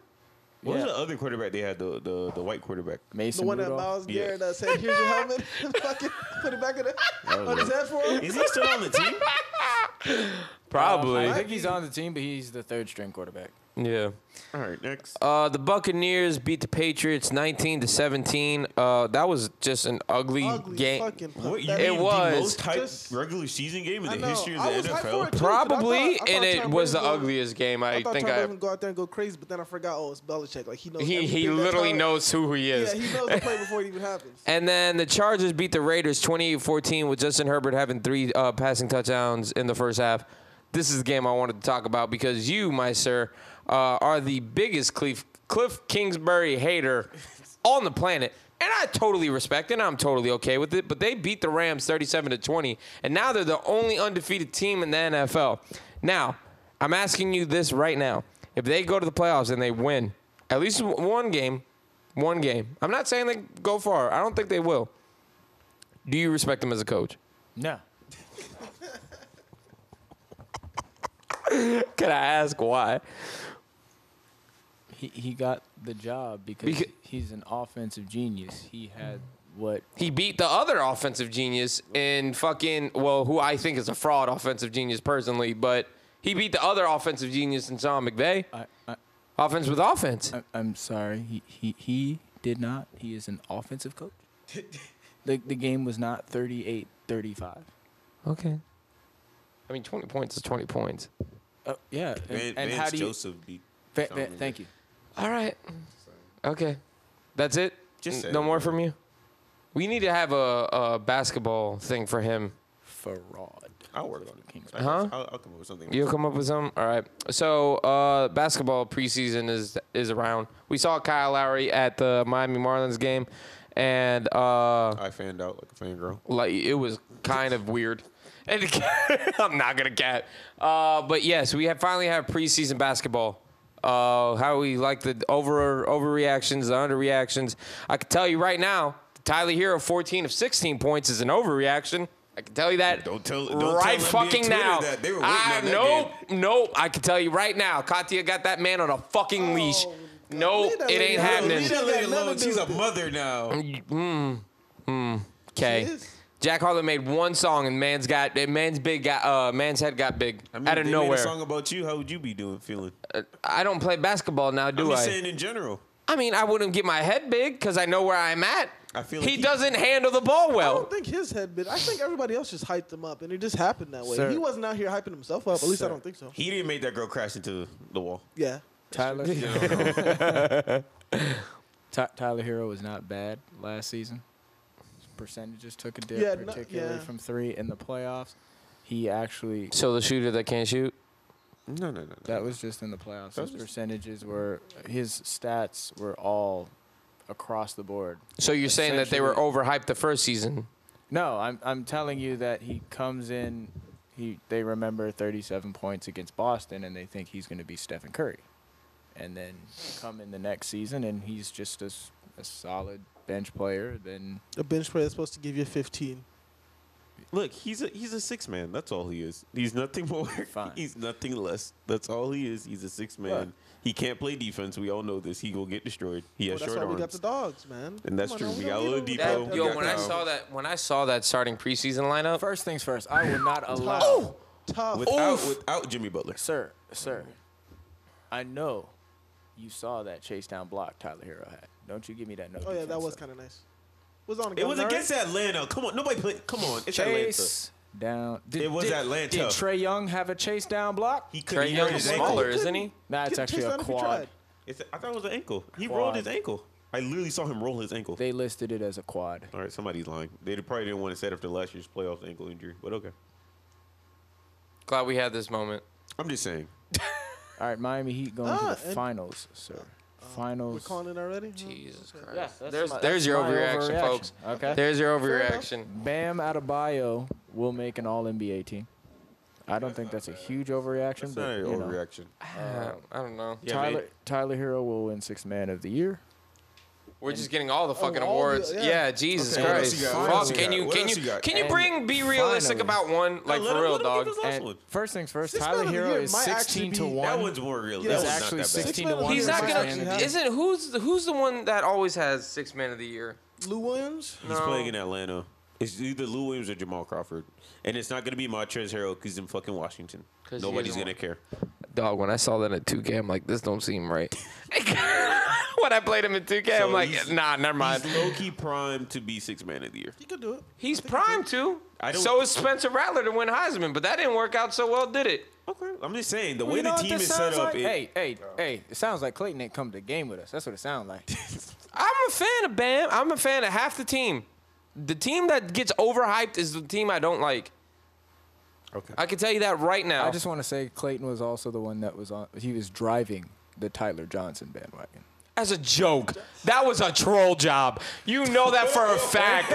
[SPEAKER 4] What was
[SPEAKER 6] Yeah.
[SPEAKER 4] the other quarterback they had? The the, the white quarterback.
[SPEAKER 6] Mason
[SPEAKER 2] The one that
[SPEAKER 6] Rudolph.
[SPEAKER 2] Miles
[SPEAKER 4] Yeah.
[SPEAKER 2] Garrett uh, said, "Here's your helmet." and fucking put it back in the,
[SPEAKER 4] was
[SPEAKER 2] on his
[SPEAKER 4] it.
[SPEAKER 2] head for him.
[SPEAKER 4] Is he still on the team?
[SPEAKER 5] Probably.
[SPEAKER 6] I think he's on the team, but he's the third string quarterback.
[SPEAKER 5] yeah.
[SPEAKER 4] All right, next.
[SPEAKER 5] Uh, the Buccaneers beat the Patriots 19 to 17. Uh, that was just an ugly,
[SPEAKER 2] Ugly
[SPEAKER 5] game.
[SPEAKER 2] fucking.
[SPEAKER 4] what you
[SPEAKER 2] pathetic-
[SPEAKER 5] it
[SPEAKER 4] mean the
[SPEAKER 5] was
[SPEAKER 4] most hyped
[SPEAKER 2] just-
[SPEAKER 4] regular season game in
[SPEAKER 2] I
[SPEAKER 4] the
[SPEAKER 2] know.
[SPEAKER 4] history of
[SPEAKER 2] I
[SPEAKER 4] the
[SPEAKER 2] was hyped for
[SPEAKER 4] NFL?
[SPEAKER 2] it, too.
[SPEAKER 5] Probably,
[SPEAKER 2] I thought- I thought
[SPEAKER 5] and it
[SPEAKER 2] Tom
[SPEAKER 5] was the
[SPEAKER 2] Brady was-
[SPEAKER 5] ugliest game. I,
[SPEAKER 2] I thought
[SPEAKER 5] think
[SPEAKER 2] Tom
[SPEAKER 5] I.
[SPEAKER 2] Brady would go out there and go crazy, but then I forgot. Oh, it's Belichick. Like he knows.
[SPEAKER 5] He,
[SPEAKER 2] everything
[SPEAKER 5] he
[SPEAKER 2] that's
[SPEAKER 5] literally
[SPEAKER 2] how-
[SPEAKER 5] knows who he is.
[SPEAKER 2] Yeah, he knows the play before it even happens.
[SPEAKER 5] And then the Chargers beat the Raiders 28-14 with Justin Herbert having three uh, passing touchdowns in the first half. This is the game I wanted to talk about because you, my sir, uh, are the biggest Cliff, Cliff Kingsbury hater on the planet. And I totally respect it. And I'm totally okay with it. But they beat the Rams 37 to 20, and now they're the only undefeated team in the NFL. Now, I'm asking you this right now: If they go to the playoffs and they win at least w- one game, one game. I'm not saying they go far. I don't think they will. Do you respect him as a coach?
[SPEAKER 6] No.
[SPEAKER 5] Can I ask why?
[SPEAKER 6] He, he got the job because,
[SPEAKER 5] Beca-
[SPEAKER 6] he's an offensive genius. He had what
[SPEAKER 5] He beat the other offensive genius in fucking well, who I think is a fraud offensive genius personally, but he beat the other offensive genius in Sean McVay.
[SPEAKER 6] I, I,
[SPEAKER 5] Offense with offense.
[SPEAKER 6] I I'm sorry. He, he he did not. He is an offensive coach. the the game was not 38-35.
[SPEAKER 5] Okay. I mean, 20 points is 20 points.
[SPEAKER 6] Oh yeah. And,
[SPEAKER 4] Van-
[SPEAKER 6] and
[SPEAKER 4] Vance
[SPEAKER 6] how do you?
[SPEAKER 4] Joseph beat.
[SPEAKER 6] Va-
[SPEAKER 4] Sean
[SPEAKER 6] Va-
[SPEAKER 4] McVay.
[SPEAKER 6] thank you.
[SPEAKER 5] All right. Okay. That's it?
[SPEAKER 4] Just
[SPEAKER 5] N-
[SPEAKER 4] say
[SPEAKER 5] no
[SPEAKER 4] it.
[SPEAKER 5] more from you? We need to have a, a basketball thing for him.
[SPEAKER 6] Fraud.
[SPEAKER 4] I'll work on it.
[SPEAKER 6] Kings.
[SPEAKER 4] I guess.
[SPEAKER 5] Huh?
[SPEAKER 4] I'll, I'll come up with something.
[SPEAKER 5] You'll come up with some. All right. So uh, basketball preseason is is around. We saw Kyle Lowry at the Miami Marlins game, and uh,
[SPEAKER 4] I fanned out like a fangirl.
[SPEAKER 5] like it was kind of weird. And I'm not gonna cat. Uh, but yes, we have finally have preseason basketball. Uh, how we like the over overreactions, the underreactions. I can tell you right now, Tyler Hero, 14 of 16 points is an overreaction. I can tell you that
[SPEAKER 4] Don't tell- don't
[SPEAKER 5] right
[SPEAKER 4] tell NBA
[SPEAKER 5] fucking
[SPEAKER 4] Twitter
[SPEAKER 5] now.
[SPEAKER 4] that. They were waiting
[SPEAKER 5] I,
[SPEAKER 4] on that
[SPEAKER 5] nope, nope. I can tell you right now, Katya got that man on a fucking leash. No,
[SPEAKER 2] Oh, leave that
[SPEAKER 5] it
[SPEAKER 2] lady
[SPEAKER 5] ain't
[SPEAKER 2] alone.
[SPEAKER 5] happening.
[SPEAKER 4] Leave that lady
[SPEAKER 2] Nothing
[SPEAKER 4] alone.
[SPEAKER 2] to do
[SPEAKER 4] She's a
[SPEAKER 2] with it.
[SPEAKER 4] mother now.
[SPEAKER 5] Okay.
[SPEAKER 2] is.
[SPEAKER 5] Jack Harlow made one song and man's got eh, man's big got uh man's head got big
[SPEAKER 4] I mean,
[SPEAKER 5] out
[SPEAKER 4] if
[SPEAKER 5] of
[SPEAKER 4] they
[SPEAKER 5] nowhere.
[SPEAKER 4] Made a song about you. How would you be doing? Feeling?
[SPEAKER 6] Uh,
[SPEAKER 5] I don't play basketball now,
[SPEAKER 4] I'm
[SPEAKER 5] do
[SPEAKER 4] just
[SPEAKER 5] I?
[SPEAKER 4] saying in general.
[SPEAKER 5] I mean, I wouldn't get my head big because I know where I'm at.
[SPEAKER 4] I feel
[SPEAKER 5] he,
[SPEAKER 4] like he-
[SPEAKER 5] doesn't handle the ball
[SPEAKER 2] I
[SPEAKER 5] well.
[SPEAKER 2] don't think his head bit. I think everybody else just hyped him up, and it just happened that way.
[SPEAKER 6] Sir.
[SPEAKER 2] He wasn't out here hyping himself up. At least I
[SPEAKER 6] Sir.
[SPEAKER 2] don't think so.
[SPEAKER 4] He didn't make that girl crash into the wall.
[SPEAKER 2] Yeah.
[SPEAKER 6] Tyler. Ty- Tyler Hero was not bad last season. His percentages took a dip,
[SPEAKER 2] Yeah, no-
[SPEAKER 6] particularly
[SPEAKER 2] yeah.
[SPEAKER 6] from three in the playoffs. He actually
[SPEAKER 5] So the shooter that can't shoot.
[SPEAKER 4] No, no, no.
[SPEAKER 6] that was just in the playoffs.
[SPEAKER 4] That
[SPEAKER 6] His
[SPEAKER 4] was-
[SPEAKER 6] percentages were his stats were all across the board.
[SPEAKER 5] So you're saying that they were overhyped the first season.
[SPEAKER 6] No, I'm I'm telling you that he comes in. He they remember 37 points against Boston, and they think he's going to be Stephen Curry, and then come in the next season, and he's just a, s- a solid bench player. Then
[SPEAKER 2] A bench player is supposed to give you 15.
[SPEAKER 4] Look, he's a he's a six man. That's all he is. He's nothing more.
[SPEAKER 6] Fine.
[SPEAKER 4] He's nothing less. That's all he is. He's a six man.
[SPEAKER 6] Right.
[SPEAKER 4] He can't play defense. We all know this. He will get destroyed. He
[SPEAKER 2] Well,
[SPEAKER 4] has
[SPEAKER 2] that's
[SPEAKER 4] short
[SPEAKER 2] why
[SPEAKER 4] arms.
[SPEAKER 2] we got the dogs, man.
[SPEAKER 4] And that's
[SPEAKER 2] Come on
[SPEAKER 4] true.
[SPEAKER 2] now,
[SPEAKER 4] We
[SPEAKER 2] don't-
[SPEAKER 4] got Lil
[SPEAKER 2] don't-
[SPEAKER 4] Depot,
[SPEAKER 2] don't-
[SPEAKER 4] we
[SPEAKER 5] Yo,
[SPEAKER 4] got
[SPEAKER 5] when I
[SPEAKER 4] Kyle.
[SPEAKER 5] saw that when I saw that starting preseason lineup,
[SPEAKER 6] first things first, I will not allow,
[SPEAKER 2] Tough. Tough.
[SPEAKER 4] without
[SPEAKER 5] Oof.
[SPEAKER 4] without Jimmy Butler.
[SPEAKER 6] sir, sir. I know you saw that chase down block Tyler Hero had. Don't you give me that no.
[SPEAKER 2] oh, yeah, that was kind of nice. Was on
[SPEAKER 4] It was against Atlanta. Come on, nobody play. Come on, it's
[SPEAKER 6] chase down. Did,
[SPEAKER 4] It was
[SPEAKER 6] did-
[SPEAKER 4] Atlanta.
[SPEAKER 6] Did Trey Young have a chase down block?
[SPEAKER 4] Atlanta. He could
[SPEAKER 5] Trey
[SPEAKER 4] he hurt
[SPEAKER 5] Young is
[SPEAKER 4] his
[SPEAKER 5] smaller,
[SPEAKER 4] ankle.
[SPEAKER 5] isn't he?
[SPEAKER 6] Nah, it's
[SPEAKER 2] Couldn't
[SPEAKER 6] actually
[SPEAKER 2] chase
[SPEAKER 6] a
[SPEAKER 2] down if he
[SPEAKER 6] quad.
[SPEAKER 2] tried.
[SPEAKER 4] It's, I thought it was an ankle. He
[SPEAKER 6] Quad.
[SPEAKER 4] rolled his ankle. I literally saw him roll his ankle.
[SPEAKER 6] They listed it as a quad.
[SPEAKER 4] all right, somebody's lying. They probably didn't want to set after last year's playoffs ankle injury, but okay.
[SPEAKER 5] Glad we had this moment.
[SPEAKER 4] I'm just saying.
[SPEAKER 6] All right, Miami Heat going
[SPEAKER 2] Ah,
[SPEAKER 6] to the
[SPEAKER 2] and- Uh,
[SPEAKER 6] finals, sir.
[SPEAKER 2] We're
[SPEAKER 6] Finals.
[SPEAKER 2] calling it already?
[SPEAKER 5] Jesus Christ.
[SPEAKER 6] Yeah, that's
[SPEAKER 5] there's
[SPEAKER 6] my-
[SPEAKER 5] there's
[SPEAKER 6] that's
[SPEAKER 5] your
[SPEAKER 6] my
[SPEAKER 5] overreaction,
[SPEAKER 6] overreaction.
[SPEAKER 5] folks.
[SPEAKER 6] Okay.
[SPEAKER 5] There's your
[SPEAKER 2] enough.
[SPEAKER 5] overreaction.
[SPEAKER 6] Bam Adebayo will make an All NBA team. I don't think that's a huge overreaction,
[SPEAKER 4] That's
[SPEAKER 6] but
[SPEAKER 4] not an
[SPEAKER 6] you know,
[SPEAKER 4] overreaction.
[SPEAKER 5] Uh, I don't know.
[SPEAKER 4] Yeah,
[SPEAKER 6] Tyler
[SPEAKER 4] mate.
[SPEAKER 6] Tyler Hero will win Six Man of the Year.
[SPEAKER 5] We're just getting
[SPEAKER 4] oh,
[SPEAKER 5] all the fucking
[SPEAKER 2] all the-
[SPEAKER 5] awards.
[SPEAKER 2] yeah.
[SPEAKER 5] yeah. Jesus
[SPEAKER 4] Okay, what else
[SPEAKER 5] Christ.
[SPEAKER 4] you got? What else
[SPEAKER 5] Fuck,
[SPEAKER 4] you
[SPEAKER 5] Can
[SPEAKER 4] got?
[SPEAKER 5] you
[SPEAKER 4] What
[SPEAKER 5] can
[SPEAKER 4] else
[SPEAKER 5] you
[SPEAKER 4] you got?
[SPEAKER 5] can you
[SPEAKER 6] And
[SPEAKER 5] bring be realistic
[SPEAKER 6] finally-
[SPEAKER 5] about one
[SPEAKER 4] No,
[SPEAKER 5] like
[SPEAKER 4] let
[SPEAKER 5] for
[SPEAKER 4] him-
[SPEAKER 5] real,
[SPEAKER 4] let him get
[SPEAKER 5] dog?
[SPEAKER 4] this last
[SPEAKER 6] And
[SPEAKER 4] one.
[SPEAKER 6] first things first,
[SPEAKER 2] Six Man
[SPEAKER 6] Tyler
[SPEAKER 2] of the
[SPEAKER 6] Hero
[SPEAKER 2] Year
[SPEAKER 6] is
[SPEAKER 2] might actually
[SPEAKER 6] 16 to
[SPEAKER 2] be-
[SPEAKER 6] one.
[SPEAKER 4] That one's more real.
[SPEAKER 2] Yeah,
[SPEAKER 4] That
[SPEAKER 2] it's
[SPEAKER 4] one's
[SPEAKER 6] actually
[SPEAKER 4] not that bad.
[SPEAKER 6] 16
[SPEAKER 2] Six Man
[SPEAKER 6] to
[SPEAKER 2] of the
[SPEAKER 6] one.
[SPEAKER 2] Year
[SPEAKER 5] He's not
[SPEAKER 2] might
[SPEAKER 5] gonna.
[SPEAKER 2] actually have-
[SPEAKER 5] Isn't who's who's the one that always has six man of the year?
[SPEAKER 2] Lou Williams?
[SPEAKER 4] He's
[SPEAKER 5] No.
[SPEAKER 4] playing in Atlanta. It's either Lou Williams or Jamal Crawford, and it's not gonna be Montrezl Harrell because he's in fucking Washington.
[SPEAKER 5] 'Cause he
[SPEAKER 4] Nobody's
[SPEAKER 5] doesn't
[SPEAKER 4] gonna
[SPEAKER 5] want-
[SPEAKER 4] care.
[SPEAKER 5] Dog, when I saw that in 2K, I'm like, this don't seem right. when I played him in 2K,
[SPEAKER 4] So
[SPEAKER 5] I'm like,
[SPEAKER 4] he's-
[SPEAKER 5] nah, never mind.
[SPEAKER 4] He's low key prime to be six man of the year.
[SPEAKER 2] You could do it.
[SPEAKER 5] He's, primed to.
[SPEAKER 4] I don't-
[SPEAKER 5] So is Spencer Rattler to win Heisman, but that didn't work out so well, did it?
[SPEAKER 4] Okay, I'm just saying the
[SPEAKER 6] Well,
[SPEAKER 4] way
[SPEAKER 6] you know
[SPEAKER 4] the
[SPEAKER 6] what
[SPEAKER 4] team
[SPEAKER 6] this
[SPEAKER 4] is set
[SPEAKER 6] sounds
[SPEAKER 4] up.
[SPEAKER 6] like?
[SPEAKER 4] it-
[SPEAKER 6] hey, hey, hey! It sounds like Clayton didn't come to the game with us. That's what it sounds like.
[SPEAKER 5] I'm a fan of Bam. I'm a fan of half the team. The team that gets overhyped is the team I don't like.
[SPEAKER 4] Okay.
[SPEAKER 5] I can tell you that right now.
[SPEAKER 6] I just want to say Clayton was also the one that was on. He was driving the Tyler Johnson bandwagon.
[SPEAKER 5] as a joke. That was a troll job. You know that for a fact.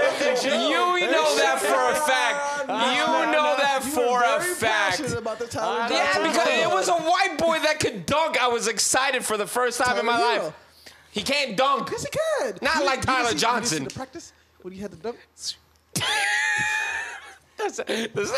[SPEAKER 5] You know that for a fact. You know that
[SPEAKER 2] You
[SPEAKER 5] for
[SPEAKER 2] were
[SPEAKER 5] a
[SPEAKER 2] very
[SPEAKER 5] fact. Ah,
[SPEAKER 2] passionate about the Tyler
[SPEAKER 6] Uh,
[SPEAKER 5] Yeah,
[SPEAKER 2] Johnson
[SPEAKER 5] because
[SPEAKER 2] dunk.
[SPEAKER 5] it was a white boy that could dunk. I was excited for the first time in my
[SPEAKER 2] Tyler Hero.
[SPEAKER 5] life. He can't dunk.
[SPEAKER 2] Yes, he could.
[SPEAKER 5] Not
[SPEAKER 2] You-
[SPEAKER 5] like
[SPEAKER 2] you didn't
[SPEAKER 5] Tyler
[SPEAKER 2] see- you didn't see
[SPEAKER 5] Johnson.
[SPEAKER 2] the practice when he had the dunk.
[SPEAKER 5] That's- that's-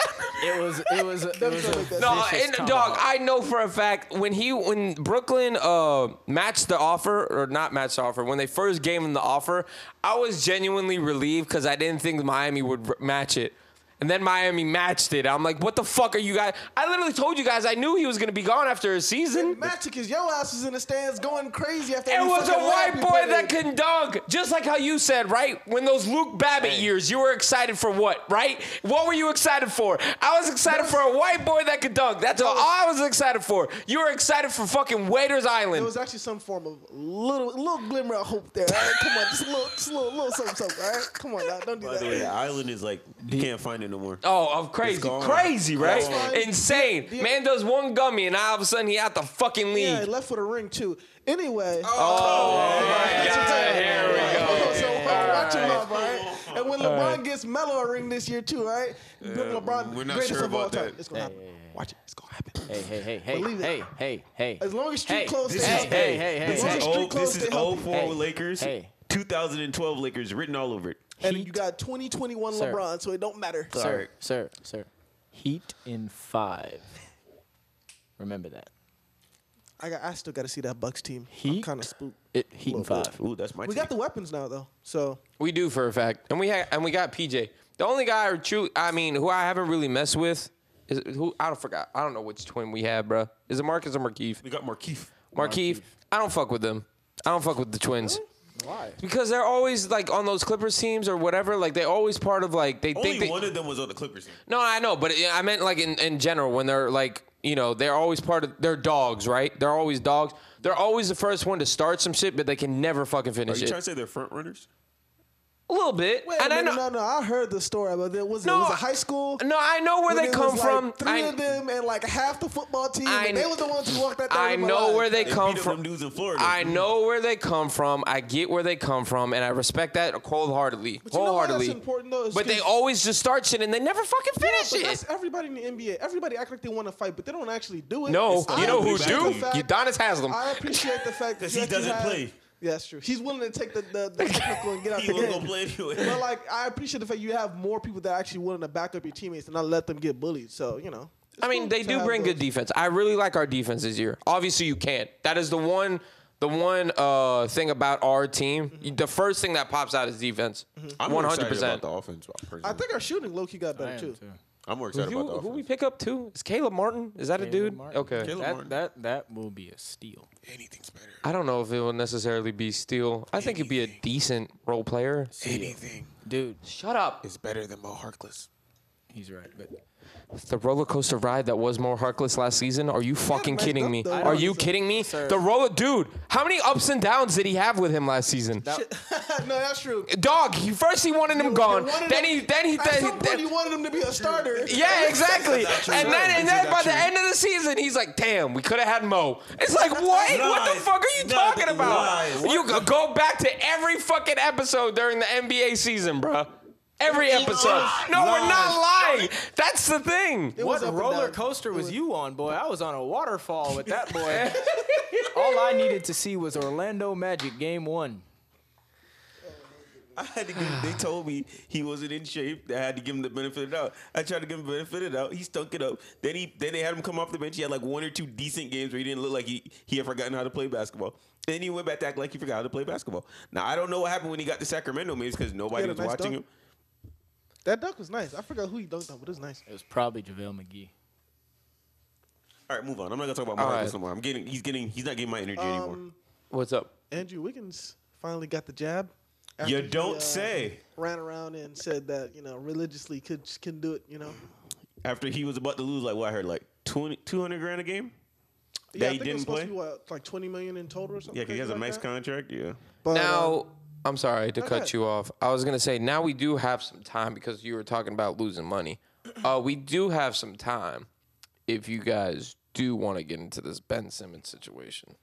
[SPEAKER 6] It was. It was. It was a
[SPEAKER 5] No,
[SPEAKER 6] vicious
[SPEAKER 5] and dog,
[SPEAKER 6] tomahawk.
[SPEAKER 5] I know for a fact when he when Brooklyn uh matched the offer or not matched the offer when they first gave him the offer, I was genuinely relieved because I didn't think Miami would r- match it. And then Miami matched it. I'm like, what the fuck are you guys? I literally told you guys I knew he was gonna be gone after a season.
[SPEAKER 2] Magic is your ass was in the stands going crazy after
[SPEAKER 5] It
[SPEAKER 2] every
[SPEAKER 5] was a
[SPEAKER 2] fucking
[SPEAKER 5] white
[SPEAKER 2] layup he
[SPEAKER 5] boy
[SPEAKER 2] put
[SPEAKER 5] that
[SPEAKER 2] in.
[SPEAKER 5] can dunk, just like how you said, right? When those Luke Babbitt years, you were excited for what, right? What were you excited for? I was excited for a white boy that could dunk. That's all I was excited for. You were excited for fucking Waiters
[SPEAKER 2] There
[SPEAKER 5] Island.
[SPEAKER 2] was actually some form of little little glimmer of hope there. All right? Come on, just a little, just a little, little something, something. All right, come on, now, don't do
[SPEAKER 4] By the way, the
[SPEAKER 2] that.
[SPEAKER 4] island is like you can't find it no more.
[SPEAKER 5] Oh, I'm crazy,
[SPEAKER 4] It's gone.
[SPEAKER 5] crazy, right?
[SPEAKER 4] It's
[SPEAKER 2] gone.
[SPEAKER 5] Insane.
[SPEAKER 2] Yeah.
[SPEAKER 5] Man does one gummy, and all of a sudden he out the fucking league.
[SPEAKER 2] Yeah, he left with a ring too. Anyway.
[SPEAKER 5] Oh, God, here we go.
[SPEAKER 2] So oh, watch him up, all right? And when LeBron gets Melo a ring this year too, all right? LeBron,
[SPEAKER 4] we're not
[SPEAKER 2] greatest
[SPEAKER 4] sure
[SPEAKER 2] of all
[SPEAKER 4] about
[SPEAKER 2] time.
[SPEAKER 4] that.
[SPEAKER 2] It's gonna happen. Watch it. It's gonna happen.
[SPEAKER 6] Hey, hey, hey, hey,
[SPEAKER 2] Believe it.
[SPEAKER 6] hey, hey, hey.
[SPEAKER 2] As long as street
[SPEAKER 6] Hey,
[SPEAKER 2] clothes
[SPEAKER 4] This
[SPEAKER 2] stay
[SPEAKER 4] is
[SPEAKER 2] healthy.
[SPEAKER 6] hey, hey, hey,
[SPEAKER 4] this
[SPEAKER 6] hey.
[SPEAKER 4] is
[SPEAKER 2] Street
[SPEAKER 4] old.
[SPEAKER 2] clothes
[SPEAKER 4] This is
[SPEAKER 2] stay healthy.
[SPEAKER 4] 04
[SPEAKER 6] Hey,
[SPEAKER 4] Lakers,
[SPEAKER 6] hey.
[SPEAKER 4] 2012 Lakers, written all over it.
[SPEAKER 2] And you got 2021
[SPEAKER 6] Sir.
[SPEAKER 2] LeBron, so it don't matter.
[SPEAKER 6] sir, sir, sir. Heat in five. Remember that.
[SPEAKER 2] I, got, I still got to see that Bucks team. I'm
[SPEAKER 6] Heat.
[SPEAKER 2] kind of spooked.
[SPEAKER 6] It, heat in
[SPEAKER 2] Little bit.
[SPEAKER 6] five.
[SPEAKER 4] Ooh, that's my.
[SPEAKER 2] We
[SPEAKER 4] team.
[SPEAKER 2] got the weapons now though, so
[SPEAKER 5] We do for a fact, and we ha- and we got PJ. The only guy I true, I mean, who I haven't really messed with is who I don't forgot. I don't know which twin we have, bro. Is it Marcus or Markeith?
[SPEAKER 4] we got Markeith.
[SPEAKER 5] Markeith. I don't fuck with them. I don't fuck with the twins.
[SPEAKER 2] Why?
[SPEAKER 5] Because they're always like on those Clippers teams or whatever. Like they always part of like they
[SPEAKER 4] Only
[SPEAKER 5] think they.
[SPEAKER 4] one of them was on the Clippers. team.
[SPEAKER 5] No, I know, but I meant like in, in general when they're like, you know, they're always part of they're dogs, right? They're always dogs. They're always the first one to start some shit, but they can never fucking
[SPEAKER 4] Are
[SPEAKER 5] finish
[SPEAKER 4] you
[SPEAKER 5] it.
[SPEAKER 4] trying to say they're front runners?
[SPEAKER 5] a little bit,
[SPEAKER 2] Wait,
[SPEAKER 5] and
[SPEAKER 2] no,
[SPEAKER 5] I
[SPEAKER 2] no,
[SPEAKER 5] know.
[SPEAKER 2] no, no, I heard the story, but there was
[SPEAKER 5] No,
[SPEAKER 2] it was
[SPEAKER 5] I-
[SPEAKER 2] a high school.
[SPEAKER 5] No, I know where
[SPEAKER 2] when
[SPEAKER 5] they
[SPEAKER 2] it
[SPEAKER 5] come
[SPEAKER 2] was, like,
[SPEAKER 5] from.
[SPEAKER 2] three
[SPEAKER 5] I,
[SPEAKER 2] of them and like half the football team.
[SPEAKER 5] I-
[SPEAKER 2] and they were the ones who walked that. thing
[SPEAKER 5] I
[SPEAKER 2] with my
[SPEAKER 5] know
[SPEAKER 2] life.
[SPEAKER 5] where they
[SPEAKER 4] They
[SPEAKER 5] come
[SPEAKER 4] beat up
[SPEAKER 5] from.
[SPEAKER 4] them dudes in Florida.
[SPEAKER 5] I know where they come from. I get where they come from, and I respect that wholeheartedly.
[SPEAKER 2] But you know why that's
[SPEAKER 5] wholeheartedly.
[SPEAKER 2] important, though, is
[SPEAKER 5] but they
[SPEAKER 2] 'cause-
[SPEAKER 5] always just start shit and they never fucking
[SPEAKER 2] Yeah,
[SPEAKER 5] finish
[SPEAKER 2] but
[SPEAKER 5] it.
[SPEAKER 2] that's everybody in the NBA. Everybody act like they want to fight, but they don't actually do it.
[SPEAKER 5] No,
[SPEAKER 4] It's
[SPEAKER 5] you
[SPEAKER 4] not
[SPEAKER 5] know who
[SPEAKER 4] exactly
[SPEAKER 5] do?
[SPEAKER 4] fact.
[SPEAKER 5] Udonis Haslam.
[SPEAKER 2] I appreciate the fact that
[SPEAKER 4] 'Cause he
[SPEAKER 2] actually
[SPEAKER 4] doesn't
[SPEAKER 2] have-
[SPEAKER 4] play.
[SPEAKER 2] Yeah, that's true. He's willing to take the the, the technical and get out
[SPEAKER 4] He
[SPEAKER 2] the
[SPEAKER 4] wasn't
[SPEAKER 2] game.
[SPEAKER 4] gonna play anyway.
[SPEAKER 2] But like, I appreciate the fact you have more people that are actually willing to back up your teammates and not let them get bullied. So you know. it's
[SPEAKER 5] I mean,
[SPEAKER 2] cool
[SPEAKER 5] they
[SPEAKER 2] to
[SPEAKER 5] do
[SPEAKER 2] have
[SPEAKER 5] bring
[SPEAKER 2] those.
[SPEAKER 5] good defense. I really like our defense this year. Obviously, you can't. That is the one, the one uh, thing about our team.
[SPEAKER 2] Mm-hmm.
[SPEAKER 5] The first thing that pops out is defense.
[SPEAKER 4] I'm more
[SPEAKER 5] One hundred
[SPEAKER 4] excited
[SPEAKER 5] percent.
[SPEAKER 4] about the offense.
[SPEAKER 2] I
[SPEAKER 4] personally.
[SPEAKER 2] think our shooting low key got
[SPEAKER 6] I
[SPEAKER 2] better
[SPEAKER 6] am
[SPEAKER 2] too.
[SPEAKER 6] too.
[SPEAKER 4] I'm more excited about the
[SPEAKER 5] Who, who
[SPEAKER 4] offense.
[SPEAKER 5] we pick up too? Is Caleb Martin? Is that a
[SPEAKER 6] Caleb
[SPEAKER 5] dude?
[SPEAKER 6] Martin.
[SPEAKER 5] Okay.
[SPEAKER 4] Caleb Martin.
[SPEAKER 6] That, that that will be a steal.
[SPEAKER 4] Anything's better.
[SPEAKER 5] I don't know if it will necessarily be Steele. I think he'd be a decent role player.
[SPEAKER 4] Anything
[SPEAKER 6] Dude,
[SPEAKER 5] Shut up.
[SPEAKER 4] is better than Mo Harkless.
[SPEAKER 6] he's right. But
[SPEAKER 5] The roller coaster ride that was more Harkless last season? Are you fucking
[SPEAKER 2] man,
[SPEAKER 5] kidding
[SPEAKER 2] that-
[SPEAKER 5] me?
[SPEAKER 2] that
[SPEAKER 5] Are
[SPEAKER 2] was
[SPEAKER 5] you
[SPEAKER 2] a-
[SPEAKER 5] kidding me?
[SPEAKER 6] sir.
[SPEAKER 5] The roller, dude. How many ups and downs did he have with him last season?
[SPEAKER 2] no, that's true.
[SPEAKER 5] Dog, he first he wanted him
[SPEAKER 2] You- you
[SPEAKER 5] gone.
[SPEAKER 2] wanted
[SPEAKER 5] Then
[SPEAKER 2] him-
[SPEAKER 5] he then he
[SPEAKER 2] At
[SPEAKER 5] then,
[SPEAKER 2] some point,
[SPEAKER 5] then
[SPEAKER 2] you wanted him to be a starter.
[SPEAKER 5] yeah, exactly. and then and then by the end of the season, he's like, "Damn, we could have had Mo." It's like, what? What the
[SPEAKER 4] Lies.
[SPEAKER 5] fuck are you
[SPEAKER 4] Nah,
[SPEAKER 5] talking
[SPEAKER 4] but
[SPEAKER 5] about?
[SPEAKER 4] lies. What
[SPEAKER 5] You go- go back to every fucking episode during the NBA season, bruh. Every
[SPEAKER 7] Lies.
[SPEAKER 5] episode. No, we're not
[SPEAKER 7] Lies.
[SPEAKER 5] lying. That's the thing.
[SPEAKER 2] It was
[SPEAKER 6] what
[SPEAKER 2] up and
[SPEAKER 6] roller
[SPEAKER 2] down.
[SPEAKER 6] coaster was you on, boy? I was on a waterfall with that boy. All I needed to see was Orlando Magic game one.
[SPEAKER 4] I had to give. They told me he wasn't in shape. I had to give him the benefit of the doubt. I tried to give him the benefit of the doubt. He stunk it up. Then he then they had him come off the bench. He had like one or two decent games where he didn't look like he he had forgotten how to play basketball. Then he went back to act like he forgot how to play basketball. Now I don't know what happened when he got to Sacramento. Maybe it's because nobody
[SPEAKER 2] had a
[SPEAKER 4] was
[SPEAKER 2] nice
[SPEAKER 4] watching
[SPEAKER 2] dunk.
[SPEAKER 4] him.
[SPEAKER 2] That dunk was nice. I forgot who he dunked on, but it was nice.
[SPEAKER 6] It was probably JaVale McGee.
[SPEAKER 4] All right, move on. I'm not gonna talk about
[SPEAKER 5] All
[SPEAKER 4] Marcus no
[SPEAKER 5] right.
[SPEAKER 4] more. I'm getting he's getting he's not getting my
[SPEAKER 2] Um,
[SPEAKER 4] energy anymore.
[SPEAKER 5] What's up?
[SPEAKER 2] Andrew Wiggins finally got the jab. after
[SPEAKER 4] You
[SPEAKER 2] he,
[SPEAKER 4] don't
[SPEAKER 2] uh,
[SPEAKER 4] say.
[SPEAKER 2] Ran around and said that you know religiously could can do it. You know.
[SPEAKER 4] After he was about to lose, like what I heard, like 20, 200 grand a game. That he
[SPEAKER 2] I think it
[SPEAKER 4] didn't
[SPEAKER 2] was supposed
[SPEAKER 4] play.
[SPEAKER 2] to be, what, like twenty million in total or something.
[SPEAKER 4] Yeah, 'cause he
[SPEAKER 2] crazy
[SPEAKER 4] has a
[SPEAKER 2] like
[SPEAKER 4] max
[SPEAKER 2] that.
[SPEAKER 4] contract. Yeah.
[SPEAKER 2] But, um,
[SPEAKER 5] Now, I'm sorry to
[SPEAKER 2] ahead.
[SPEAKER 5] cut you off. I was gonna say now we do have some time because you were talking about losing money. Uh, we do have some time if you guys do want to get into this Ben Simmons situation.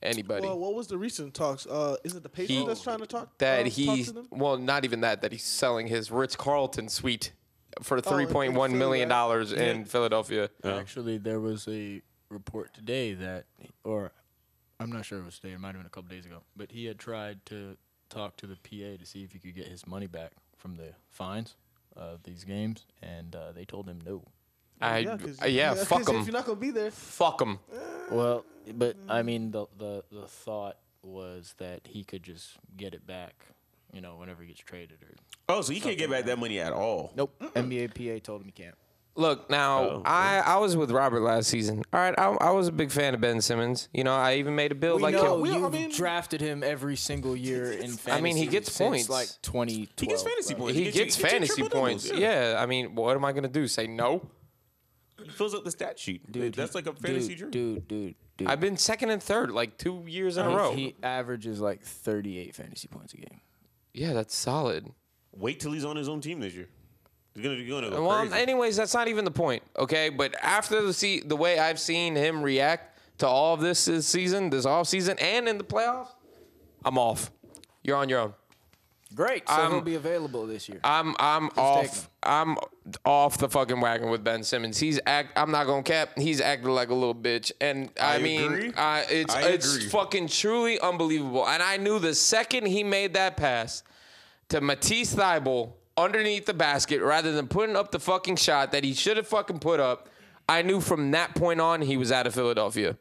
[SPEAKER 5] Anybody
[SPEAKER 2] well, what was the recent talks? Uh, is it the Patriots
[SPEAKER 5] He-
[SPEAKER 2] that's trying to talk?
[SPEAKER 5] that
[SPEAKER 2] uh, talk
[SPEAKER 5] he
[SPEAKER 2] to them?
[SPEAKER 5] well, not even that that he's selling his Ritz Carlton suite for
[SPEAKER 2] Philly,
[SPEAKER 5] three point one million dollars in Philadelphia.
[SPEAKER 6] Actually, there was a report today that, or I'm not sure it was today. It might have been a couple days ago. But he had tried to talk to the PA to see if he could get his money back from the fines of these games, and uh, they told him no.
[SPEAKER 5] I
[SPEAKER 2] Yeah,
[SPEAKER 5] uh, yeah,
[SPEAKER 2] 'cause-
[SPEAKER 5] fuck
[SPEAKER 2] 'cause If
[SPEAKER 5] him,
[SPEAKER 2] you're not gonna be there,
[SPEAKER 5] fuck him.
[SPEAKER 6] Well, but I mean, the the the thought was that he could just get it back, you know, whenever he gets traded or.
[SPEAKER 4] Oh, so he can't get back that money at all.
[SPEAKER 6] Nope. NBA PA told him he can't.
[SPEAKER 5] Look, now
[SPEAKER 6] Oh,
[SPEAKER 5] I, I was with Robert last season. All right, I, I was a big fan of Ben Simmons. You know, I even made a bill
[SPEAKER 6] We
[SPEAKER 5] like
[SPEAKER 6] know
[SPEAKER 5] him.
[SPEAKER 2] we- I
[SPEAKER 6] you've
[SPEAKER 2] mean-
[SPEAKER 6] drafted him every single year in fantasy.
[SPEAKER 5] I mean, he gets points.
[SPEAKER 6] since, like 2012.
[SPEAKER 4] He gets fantasy
[SPEAKER 6] bro.
[SPEAKER 4] points.
[SPEAKER 5] He gets
[SPEAKER 4] you- you
[SPEAKER 5] fantasy
[SPEAKER 4] triple doubles,
[SPEAKER 5] points. Yeah. I mean, what am I gonna do? Say no?
[SPEAKER 4] He fills up the stat sheet.
[SPEAKER 6] Dude,
[SPEAKER 4] that's
[SPEAKER 6] he-
[SPEAKER 4] like a fantasy
[SPEAKER 6] dude,
[SPEAKER 4] dream.
[SPEAKER 6] dude, dude, dude.
[SPEAKER 5] I've been second and third like two years in a row.
[SPEAKER 6] He averages like 38 fantasy points a game.
[SPEAKER 5] yeah, that's solid.
[SPEAKER 4] Wait till he's on his own team this year. He's gonna, he's gonna go
[SPEAKER 5] Well,
[SPEAKER 4] crazy.
[SPEAKER 5] anyways, that's not even the point. Okay, but after the see the way I've seen him react to all of this this season, this off season, and in the playoffs, I'm off. You're on your own.
[SPEAKER 6] Great. So
[SPEAKER 5] I'm-
[SPEAKER 4] Um,
[SPEAKER 6] he'll be available this year.
[SPEAKER 5] I'm I'm
[SPEAKER 6] take
[SPEAKER 5] off.
[SPEAKER 6] him.
[SPEAKER 5] I'm off the fucking wagon with Ben Simmons. He's act. I'm not gonna cap. He's acting like a little bitch, and I,
[SPEAKER 4] I
[SPEAKER 5] mean,
[SPEAKER 4] agree.
[SPEAKER 5] I, it's
[SPEAKER 4] I
[SPEAKER 5] it's
[SPEAKER 4] agree.
[SPEAKER 5] fucking truly unbelievable. And I knew the second he made that pass to Matisse Thybul underneath the basket, rather than putting up the fucking shot that he should have fucking put up, I knew from that point on he was out of Philadelphia,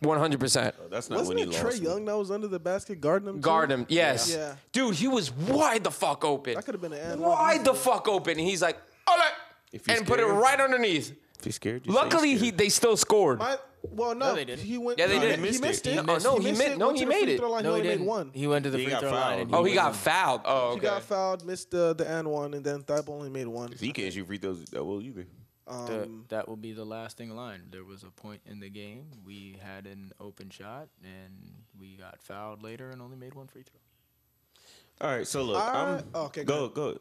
[SPEAKER 5] 100. percent
[SPEAKER 4] that's not
[SPEAKER 2] wasn't
[SPEAKER 4] when he
[SPEAKER 2] it Trey
[SPEAKER 4] lost.
[SPEAKER 2] Young that was under the basket guarding him? too?
[SPEAKER 5] Guard him, yes.
[SPEAKER 2] Yeah.
[SPEAKER 5] Dude, he was wide the fuck open.
[SPEAKER 2] That could have been an and.
[SPEAKER 5] wide the fuck open. And he's like, all right.
[SPEAKER 4] If he's
[SPEAKER 5] And put it
[SPEAKER 4] scared.
[SPEAKER 5] right underneath.
[SPEAKER 4] If you're scared, just say you're
[SPEAKER 5] Luckily, he
[SPEAKER 4] scared.
[SPEAKER 5] they still scored.
[SPEAKER 2] My, well, no,
[SPEAKER 6] they didn't.
[SPEAKER 2] he went.
[SPEAKER 5] Yeah, they
[SPEAKER 2] no,
[SPEAKER 5] did.
[SPEAKER 2] He
[SPEAKER 4] Missed
[SPEAKER 2] missed
[SPEAKER 4] it.
[SPEAKER 2] it.
[SPEAKER 5] No, no, he meant- no,
[SPEAKER 2] went
[SPEAKER 5] he
[SPEAKER 2] to the free
[SPEAKER 5] made it.
[SPEAKER 2] throw line,
[SPEAKER 6] No, he
[SPEAKER 2] only made
[SPEAKER 6] didn't.
[SPEAKER 2] one.
[SPEAKER 6] He went to the
[SPEAKER 4] He
[SPEAKER 6] free
[SPEAKER 4] got
[SPEAKER 6] throw line. And
[SPEAKER 4] fouled.
[SPEAKER 5] oh, he got
[SPEAKER 6] wasn't-
[SPEAKER 5] fouled. Oh,
[SPEAKER 2] He
[SPEAKER 5] okay.
[SPEAKER 2] got fouled, missed the the and one, and then Thibault only made one.
[SPEAKER 4] He can't shoot free throws that well either.
[SPEAKER 6] The-
[SPEAKER 2] Um,
[SPEAKER 6] that will be the lasting line. There was a point in the game we had an open shot and we got fouled later and only made one free throw.
[SPEAKER 4] All right, so look,
[SPEAKER 2] I-
[SPEAKER 4] I'm
[SPEAKER 2] okay,
[SPEAKER 4] go
[SPEAKER 2] go
[SPEAKER 4] go.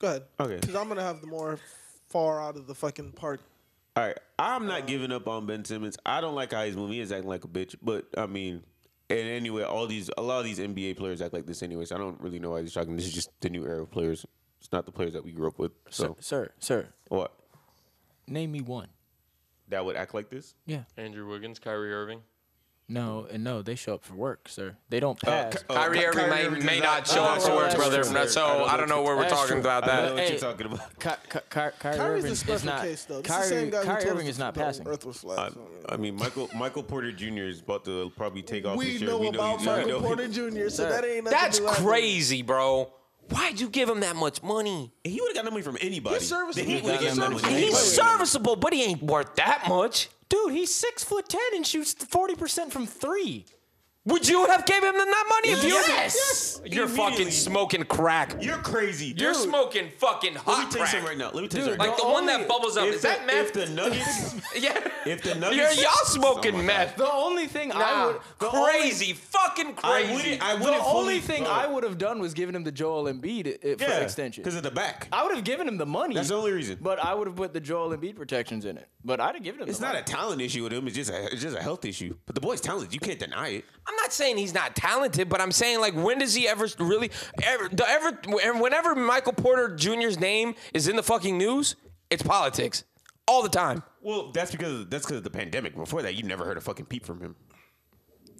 [SPEAKER 2] go ahead.
[SPEAKER 4] Okay.
[SPEAKER 2] Because I'm gonna have the more far out of the fucking park.
[SPEAKER 4] All right, I'm
[SPEAKER 5] Uh,
[SPEAKER 4] not giving up on Ben Simmons. I don't like how he's moving. He is acting like a bitch, but I mean, and anyway, all these a lot of these NBA players act like this anyway. So I don't really know why he's talking. This is just the new era of players. It's not the players that we grew up with. So
[SPEAKER 6] Sir, sir,
[SPEAKER 4] what
[SPEAKER 6] name me one.
[SPEAKER 4] that would act like this?
[SPEAKER 6] Yeah.
[SPEAKER 5] Andrew Wiggins, Kyrie Irving.
[SPEAKER 6] No, and no, they show up for work, sir. They don't pass.
[SPEAKER 4] Ky- Oh,
[SPEAKER 5] Kyrie
[SPEAKER 4] Ky-
[SPEAKER 5] Irving
[SPEAKER 4] Kyrie
[SPEAKER 5] may,
[SPEAKER 4] Irving
[SPEAKER 5] may
[SPEAKER 4] does
[SPEAKER 5] not
[SPEAKER 4] not-
[SPEAKER 5] show up
[SPEAKER 6] Oh,
[SPEAKER 5] for work,
[SPEAKER 6] that's
[SPEAKER 5] brother.
[SPEAKER 6] true.
[SPEAKER 5] Not- So I don't know where we're
[SPEAKER 6] That's
[SPEAKER 5] talking
[SPEAKER 6] true.
[SPEAKER 5] about
[SPEAKER 4] I know
[SPEAKER 5] that.
[SPEAKER 4] what you're
[SPEAKER 6] Hey.
[SPEAKER 4] talking about.
[SPEAKER 6] Ky- Ky- Ky- Kyrie
[SPEAKER 2] Kyrie's
[SPEAKER 6] Irving
[SPEAKER 2] a
[SPEAKER 6] is
[SPEAKER 2] special
[SPEAKER 6] not.
[SPEAKER 2] case though. It's the same
[SPEAKER 6] Kyrie,
[SPEAKER 2] guy who
[SPEAKER 6] Kyrie
[SPEAKER 2] told
[SPEAKER 6] Irving
[SPEAKER 2] us
[SPEAKER 6] is not
[SPEAKER 2] about
[SPEAKER 6] passing.
[SPEAKER 2] Earth was flat.
[SPEAKER 4] I,
[SPEAKER 2] so, yeah.
[SPEAKER 4] I mean, Michael Michael Porter Jr. is about to probably take off.
[SPEAKER 2] we
[SPEAKER 4] this year.
[SPEAKER 2] know
[SPEAKER 4] he's-
[SPEAKER 2] about
[SPEAKER 4] we
[SPEAKER 2] Michael
[SPEAKER 4] know-
[SPEAKER 2] Porter Jr. So that ain't nothing
[SPEAKER 5] That's
[SPEAKER 2] to laugh at.
[SPEAKER 5] crazy, bro. Why'd you give him that much money?
[SPEAKER 4] He would have got no money from anybody.
[SPEAKER 2] He's serviceable.
[SPEAKER 4] The Heat would've
[SPEAKER 2] He's
[SPEAKER 4] got no money.
[SPEAKER 2] serviceable.
[SPEAKER 5] He's
[SPEAKER 2] Wait, wait, wait.
[SPEAKER 5] serviceable, but he ain't worth that much.
[SPEAKER 6] Dude, he's six foot ten and shoots forty percent from three.
[SPEAKER 5] Would you have gave him that money if you?
[SPEAKER 6] Yes!
[SPEAKER 5] You're fucking
[SPEAKER 4] Immediately.
[SPEAKER 5] smoking crack.
[SPEAKER 4] You're crazy.
[SPEAKER 5] You're
[SPEAKER 4] Dude,
[SPEAKER 5] smoking fucking
[SPEAKER 4] Let me
[SPEAKER 5] hot
[SPEAKER 4] tell you
[SPEAKER 5] crack.
[SPEAKER 4] something right now. Let me tell you something.
[SPEAKER 5] like
[SPEAKER 4] right
[SPEAKER 5] the
[SPEAKER 4] now.
[SPEAKER 5] one that bubbles up.
[SPEAKER 4] If
[SPEAKER 5] Is that
[SPEAKER 4] the- If
[SPEAKER 5] meth?
[SPEAKER 4] the Nuggets,
[SPEAKER 5] Yeah.
[SPEAKER 4] if the
[SPEAKER 5] You're,
[SPEAKER 4] Nuggets,
[SPEAKER 5] y'all smoking
[SPEAKER 4] Oh my
[SPEAKER 5] meth.
[SPEAKER 6] The only thing I
[SPEAKER 5] Nah,
[SPEAKER 6] would, the
[SPEAKER 5] crazy, fucking
[SPEAKER 4] I
[SPEAKER 5] crazy.
[SPEAKER 4] wouldn't. I
[SPEAKER 6] Only,
[SPEAKER 4] wouldn't.
[SPEAKER 6] the
[SPEAKER 4] fully-
[SPEAKER 6] only thing
[SPEAKER 4] Oh.
[SPEAKER 6] I would have done was given him the Joel Embiid i- i- for
[SPEAKER 4] yeah,
[SPEAKER 6] extension.
[SPEAKER 4] because of the back.
[SPEAKER 6] I would have given him the money.
[SPEAKER 4] That's the only reason.
[SPEAKER 6] But I would have put the Joel Embiid protections in it. But I'd have given him.
[SPEAKER 4] It's
[SPEAKER 6] the
[SPEAKER 4] not a
[SPEAKER 6] money.
[SPEAKER 4] talent issue with him. It's just a, it's just a health issue. But the boy's talented. You can't deny it.
[SPEAKER 5] I'm not saying he's not talented, but I'm saying like when does he ever really ever the ever whenever Michael Porter Jr.'s name is in the fucking news, it's politics all the time.
[SPEAKER 4] Well, that's because of, that's because of the pandemic. Before that, you never heard a fucking peep from him.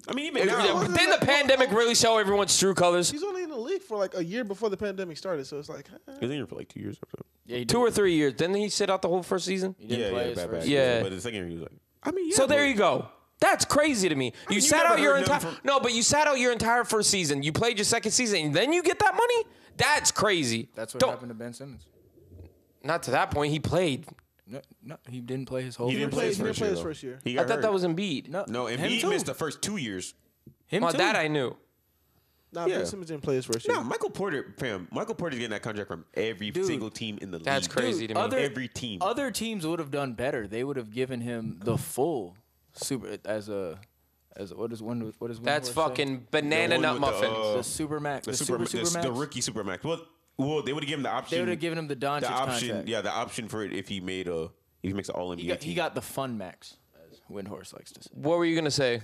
[SPEAKER 4] I mean, even now,
[SPEAKER 5] Didn't the pandemic really show everyone's true colors?
[SPEAKER 2] He's only in the league for like a year before the pandemic started, so it's like eh.
[SPEAKER 4] He's in here for like two years or so.
[SPEAKER 6] Yeah, he
[SPEAKER 5] Two or three years. Didn't he sit out the whole first season?
[SPEAKER 6] didn't play his
[SPEAKER 4] bad,
[SPEAKER 6] first
[SPEAKER 4] bad.
[SPEAKER 5] Yeah.
[SPEAKER 4] But the second year, he was like, I mean, yeah,
[SPEAKER 5] so there
[SPEAKER 4] but-
[SPEAKER 5] you go. That's crazy to me. You
[SPEAKER 4] mean, you
[SPEAKER 5] sat
[SPEAKER 4] never
[SPEAKER 5] out your
[SPEAKER 4] heard
[SPEAKER 5] entire
[SPEAKER 4] nothing from-
[SPEAKER 5] no, but you sat out your entire first season. You played your second season, and then you get that money. That's crazy.
[SPEAKER 6] That's what
[SPEAKER 5] Don't-
[SPEAKER 6] happened to Ben Simmons.
[SPEAKER 5] Not to that point. He played.
[SPEAKER 6] No, no, he didn't play his whole.
[SPEAKER 4] He didn't
[SPEAKER 6] year.
[SPEAKER 4] play his
[SPEAKER 2] He didn't
[SPEAKER 4] first
[SPEAKER 2] play
[SPEAKER 4] year.
[SPEAKER 2] his
[SPEAKER 4] though.
[SPEAKER 2] first year.
[SPEAKER 4] He
[SPEAKER 5] I
[SPEAKER 4] got
[SPEAKER 5] thought
[SPEAKER 4] hurt.
[SPEAKER 5] that was Embiid.
[SPEAKER 6] No,
[SPEAKER 4] no.
[SPEAKER 6] uh, him
[SPEAKER 4] Embiid
[SPEAKER 6] too.
[SPEAKER 4] missed the first two years.
[SPEAKER 6] Him
[SPEAKER 5] well,
[SPEAKER 6] too.
[SPEAKER 5] that I knew.
[SPEAKER 2] Nah,
[SPEAKER 4] Yeah.
[SPEAKER 2] Ben Simmons didn't play his first year.
[SPEAKER 4] No, Michael Porter, fam. Michael Porter's getting that contract from every
[SPEAKER 6] Dude.
[SPEAKER 4] single team in the league.
[SPEAKER 5] That's crazy to me.
[SPEAKER 6] other-
[SPEAKER 4] Every team.
[SPEAKER 6] Other teams would have done better. They would have given him the full super as a as a, what is one what is one
[SPEAKER 5] That's
[SPEAKER 6] word say?
[SPEAKER 5] fucking banana
[SPEAKER 4] one
[SPEAKER 5] nut
[SPEAKER 4] with the,
[SPEAKER 5] muffin.
[SPEAKER 4] uh,
[SPEAKER 6] the super max
[SPEAKER 4] the,
[SPEAKER 6] the,
[SPEAKER 4] super,
[SPEAKER 6] super,
[SPEAKER 4] the,
[SPEAKER 6] supermax.
[SPEAKER 4] the rookie supermax. Well, well, they would have given him the option.
[SPEAKER 6] They would have given him the Doncic
[SPEAKER 4] the option.
[SPEAKER 6] contract.
[SPEAKER 4] Yeah, the option for it if he made a if he makes an All NBA
[SPEAKER 6] He got,
[SPEAKER 4] team.
[SPEAKER 6] he
[SPEAKER 2] E.
[SPEAKER 6] got the fun max, as Windhorse likes to say.
[SPEAKER 5] what were you gonna say?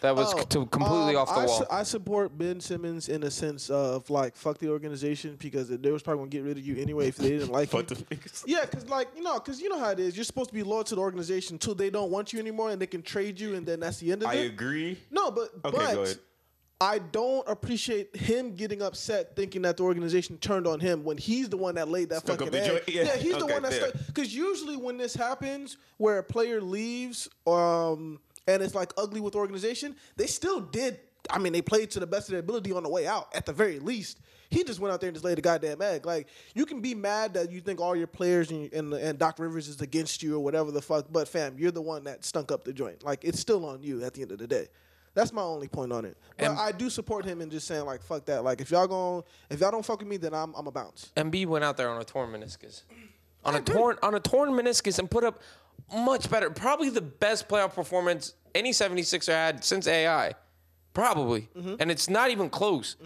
[SPEAKER 5] That was
[SPEAKER 2] Oh,
[SPEAKER 5] c- to completely
[SPEAKER 2] um,
[SPEAKER 5] off the
[SPEAKER 2] I
[SPEAKER 5] wall.
[SPEAKER 2] su- I support Ben Simmons in a sense of like fuck the organization because they was probably gonna get rid of you anyway if they didn't like you.
[SPEAKER 4] Fuck the Lakers.
[SPEAKER 2] Yeah, cause like you know, cause you know how it is. You're supposed to be loyal to the organization until they don't want you anymore, and they can trade you, and then that's the end of
[SPEAKER 4] I
[SPEAKER 2] it.
[SPEAKER 4] agree.
[SPEAKER 2] No, but
[SPEAKER 4] Okay, go
[SPEAKER 2] but
[SPEAKER 4] ahead.
[SPEAKER 2] I don't appreciate him getting upset thinking that the organization turned on him when he's the one that laid that
[SPEAKER 4] Stuck up
[SPEAKER 2] fucking
[SPEAKER 4] the
[SPEAKER 2] egg.
[SPEAKER 4] joint? Yeah,
[SPEAKER 2] he's the
[SPEAKER 4] okay,
[SPEAKER 2] one that
[SPEAKER 4] fair.
[SPEAKER 2] stuck. Because usually when this happens, where a player leaves, um, and it's like ugly with the organization, they still did. I mean, they played to the best of their ability on the way out, at the very least. He just went out there and just laid a goddamn egg. Like you can be mad that you think all your players and and, and Doc Rivers is against you or whatever the fuck, but fam, you're the one that stunk up the joint. Like it's still on you at the end of the day. That's my only point on it. But I do support him in just saying like fuck that. Like if y'all going if y'all don't fuck with me, then I'm I'm a bounce.
[SPEAKER 5] Embiid went out there on a torn meniscus, on a torn on a torn meniscus, and put up much better, probably the best playoff performance any 76er had since AI, probably,
[SPEAKER 2] Mm-hmm.
[SPEAKER 5] and it's not even close.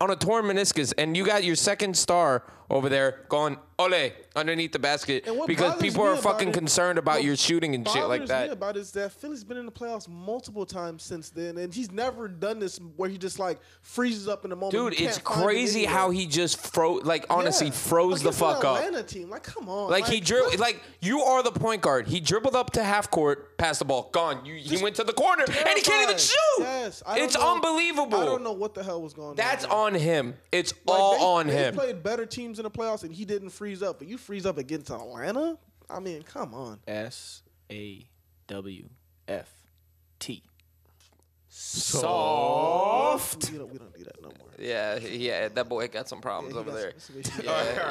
[SPEAKER 5] On a torn meniscus, and you got your second star over there going ole underneath the basket
[SPEAKER 2] And what
[SPEAKER 5] because
[SPEAKER 2] bothers
[SPEAKER 5] people
[SPEAKER 2] me
[SPEAKER 5] are
[SPEAKER 2] about
[SPEAKER 5] fucking
[SPEAKER 2] it-
[SPEAKER 5] concerned about
[SPEAKER 2] what
[SPEAKER 5] your shooting and shit like
[SPEAKER 2] bothers
[SPEAKER 5] that.
[SPEAKER 2] Me about is that Philly's been in the playoffs multiple times since then, and he's never done this where he just like freezes up in the moment.
[SPEAKER 5] Dude,
[SPEAKER 2] You
[SPEAKER 5] it's
[SPEAKER 2] can't find him
[SPEAKER 5] crazy
[SPEAKER 2] anywhere.
[SPEAKER 5] how he just froze. Like honestly,
[SPEAKER 2] Yeah.
[SPEAKER 5] froze
[SPEAKER 2] Like,
[SPEAKER 5] the
[SPEAKER 2] it's an
[SPEAKER 5] fuck up.
[SPEAKER 2] Atlanta team, like come on,
[SPEAKER 5] Like he drew, like you are the point guard. He dribbled up to half court, passed the ball, gone. You, he went to the corner, and he can't even
[SPEAKER 2] terrified.
[SPEAKER 5] shoot.
[SPEAKER 2] Yes, I don't
[SPEAKER 5] it's
[SPEAKER 2] know-
[SPEAKER 5] unbelievable.
[SPEAKER 2] I don't know what the hell was going on.
[SPEAKER 5] That's
[SPEAKER 2] there.
[SPEAKER 5] on him. It's
[SPEAKER 2] Like,
[SPEAKER 5] all
[SPEAKER 2] they-
[SPEAKER 5] on
[SPEAKER 2] they
[SPEAKER 5] him.
[SPEAKER 2] played better teams in the playoffs, and he didn't freeze up. But you freeze up against Atlanta. I mean, come on.
[SPEAKER 6] S A W F T.
[SPEAKER 2] We don't, we don't do that no more.
[SPEAKER 5] Yeah, yeah, that boy got some problems
[SPEAKER 2] he
[SPEAKER 5] over
[SPEAKER 2] got
[SPEAKER 5] there.
[SPEAKER 2] some- some issues.
[SPEAKER 5] Yeah, you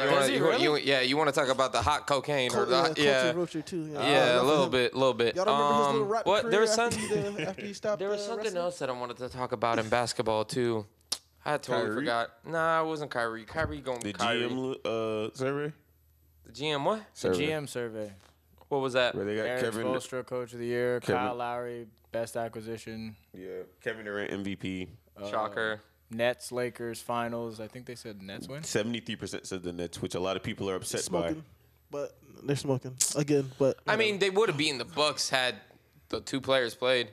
[SPEAKER 5] wanna-
[SPEAKER 6] Does he
[SPEAKER 5] you wanna-
[SPEAKER 6] really?
[SPEAKER 5] you- yeah, you want to talk about the hot cocaine or
[SPEAKER 2] Col-
[SPEAKER 5] the
[SPEAKER 2] uh,
[SPEAKER 5] hot,
[SPEAKER 2] Culture
[SPEAKER 5] yeah,
[SPEAKER 2] Roacher, too. Yeah, I
[SPEAKER 5] yeah, a
[SPEAKER 2] love
[SPEAKER 5] little
[SPEAKER 2] him.
[SPEAKER 5] bit, a little bit.
[SPEAKER 2] Y'all don't remember his little
[SPEAKER 5] Um,
[SPEAKER 2] rap
[SPEAKER 5] what?
[SPEAKER 2] career
[SPEAKER 5] There was
[SPEAKER 2] after,
[SPEAKER 5] something.
[SPEAKER 2] he, uh, after he stopped
[SPEAKER 5] There was
[SPEAKER 2] uh,
[SPEAKER 5] something
[SPEAKER 2] wrestling?
[SPEAKER 5] else that I wanted to talk about in basketball too. I totally
[SPEAKER 4] Kyrie?
[SPEAKER 5] forgot. Nah, it wasn't Kyrie. Kyrie going
[SPEAKER 4] The
[SPEAKER 5] Kyrie.
[SPEAKER 4] GM uh, survey
[SPEAKER 5] The GM what?
[SPEAKER 6] The GM survey.
[SPEAKER 5] What was that?
[SPEAKER 4] where they got
[SPEAKER 6] Eric
[SPEAKER 4] Kevin.
[SPEAKER 6] Spoelstra, coach of the year.
[SPEAKER 4] Kevin-
[SPEAKER 6] Kyle Lowry, best acquisition.
[SPEAKER 4] Yeah, Kevin Durant MVP.
[SPEAKER 5] Shocker.
[SPEAKER 6] Nets, Lakers, finals. I think they said Nets win.
[SPEAKER 4] Seventy-three percent said the Nets, which a lot of people are upset by.
[SPEAKER 2] Smoking, but they're smoking again. But
[SPEAKER 4] Uh,
[SPEAKER 5] I mean, they would have beaten the Bucks had the two players played.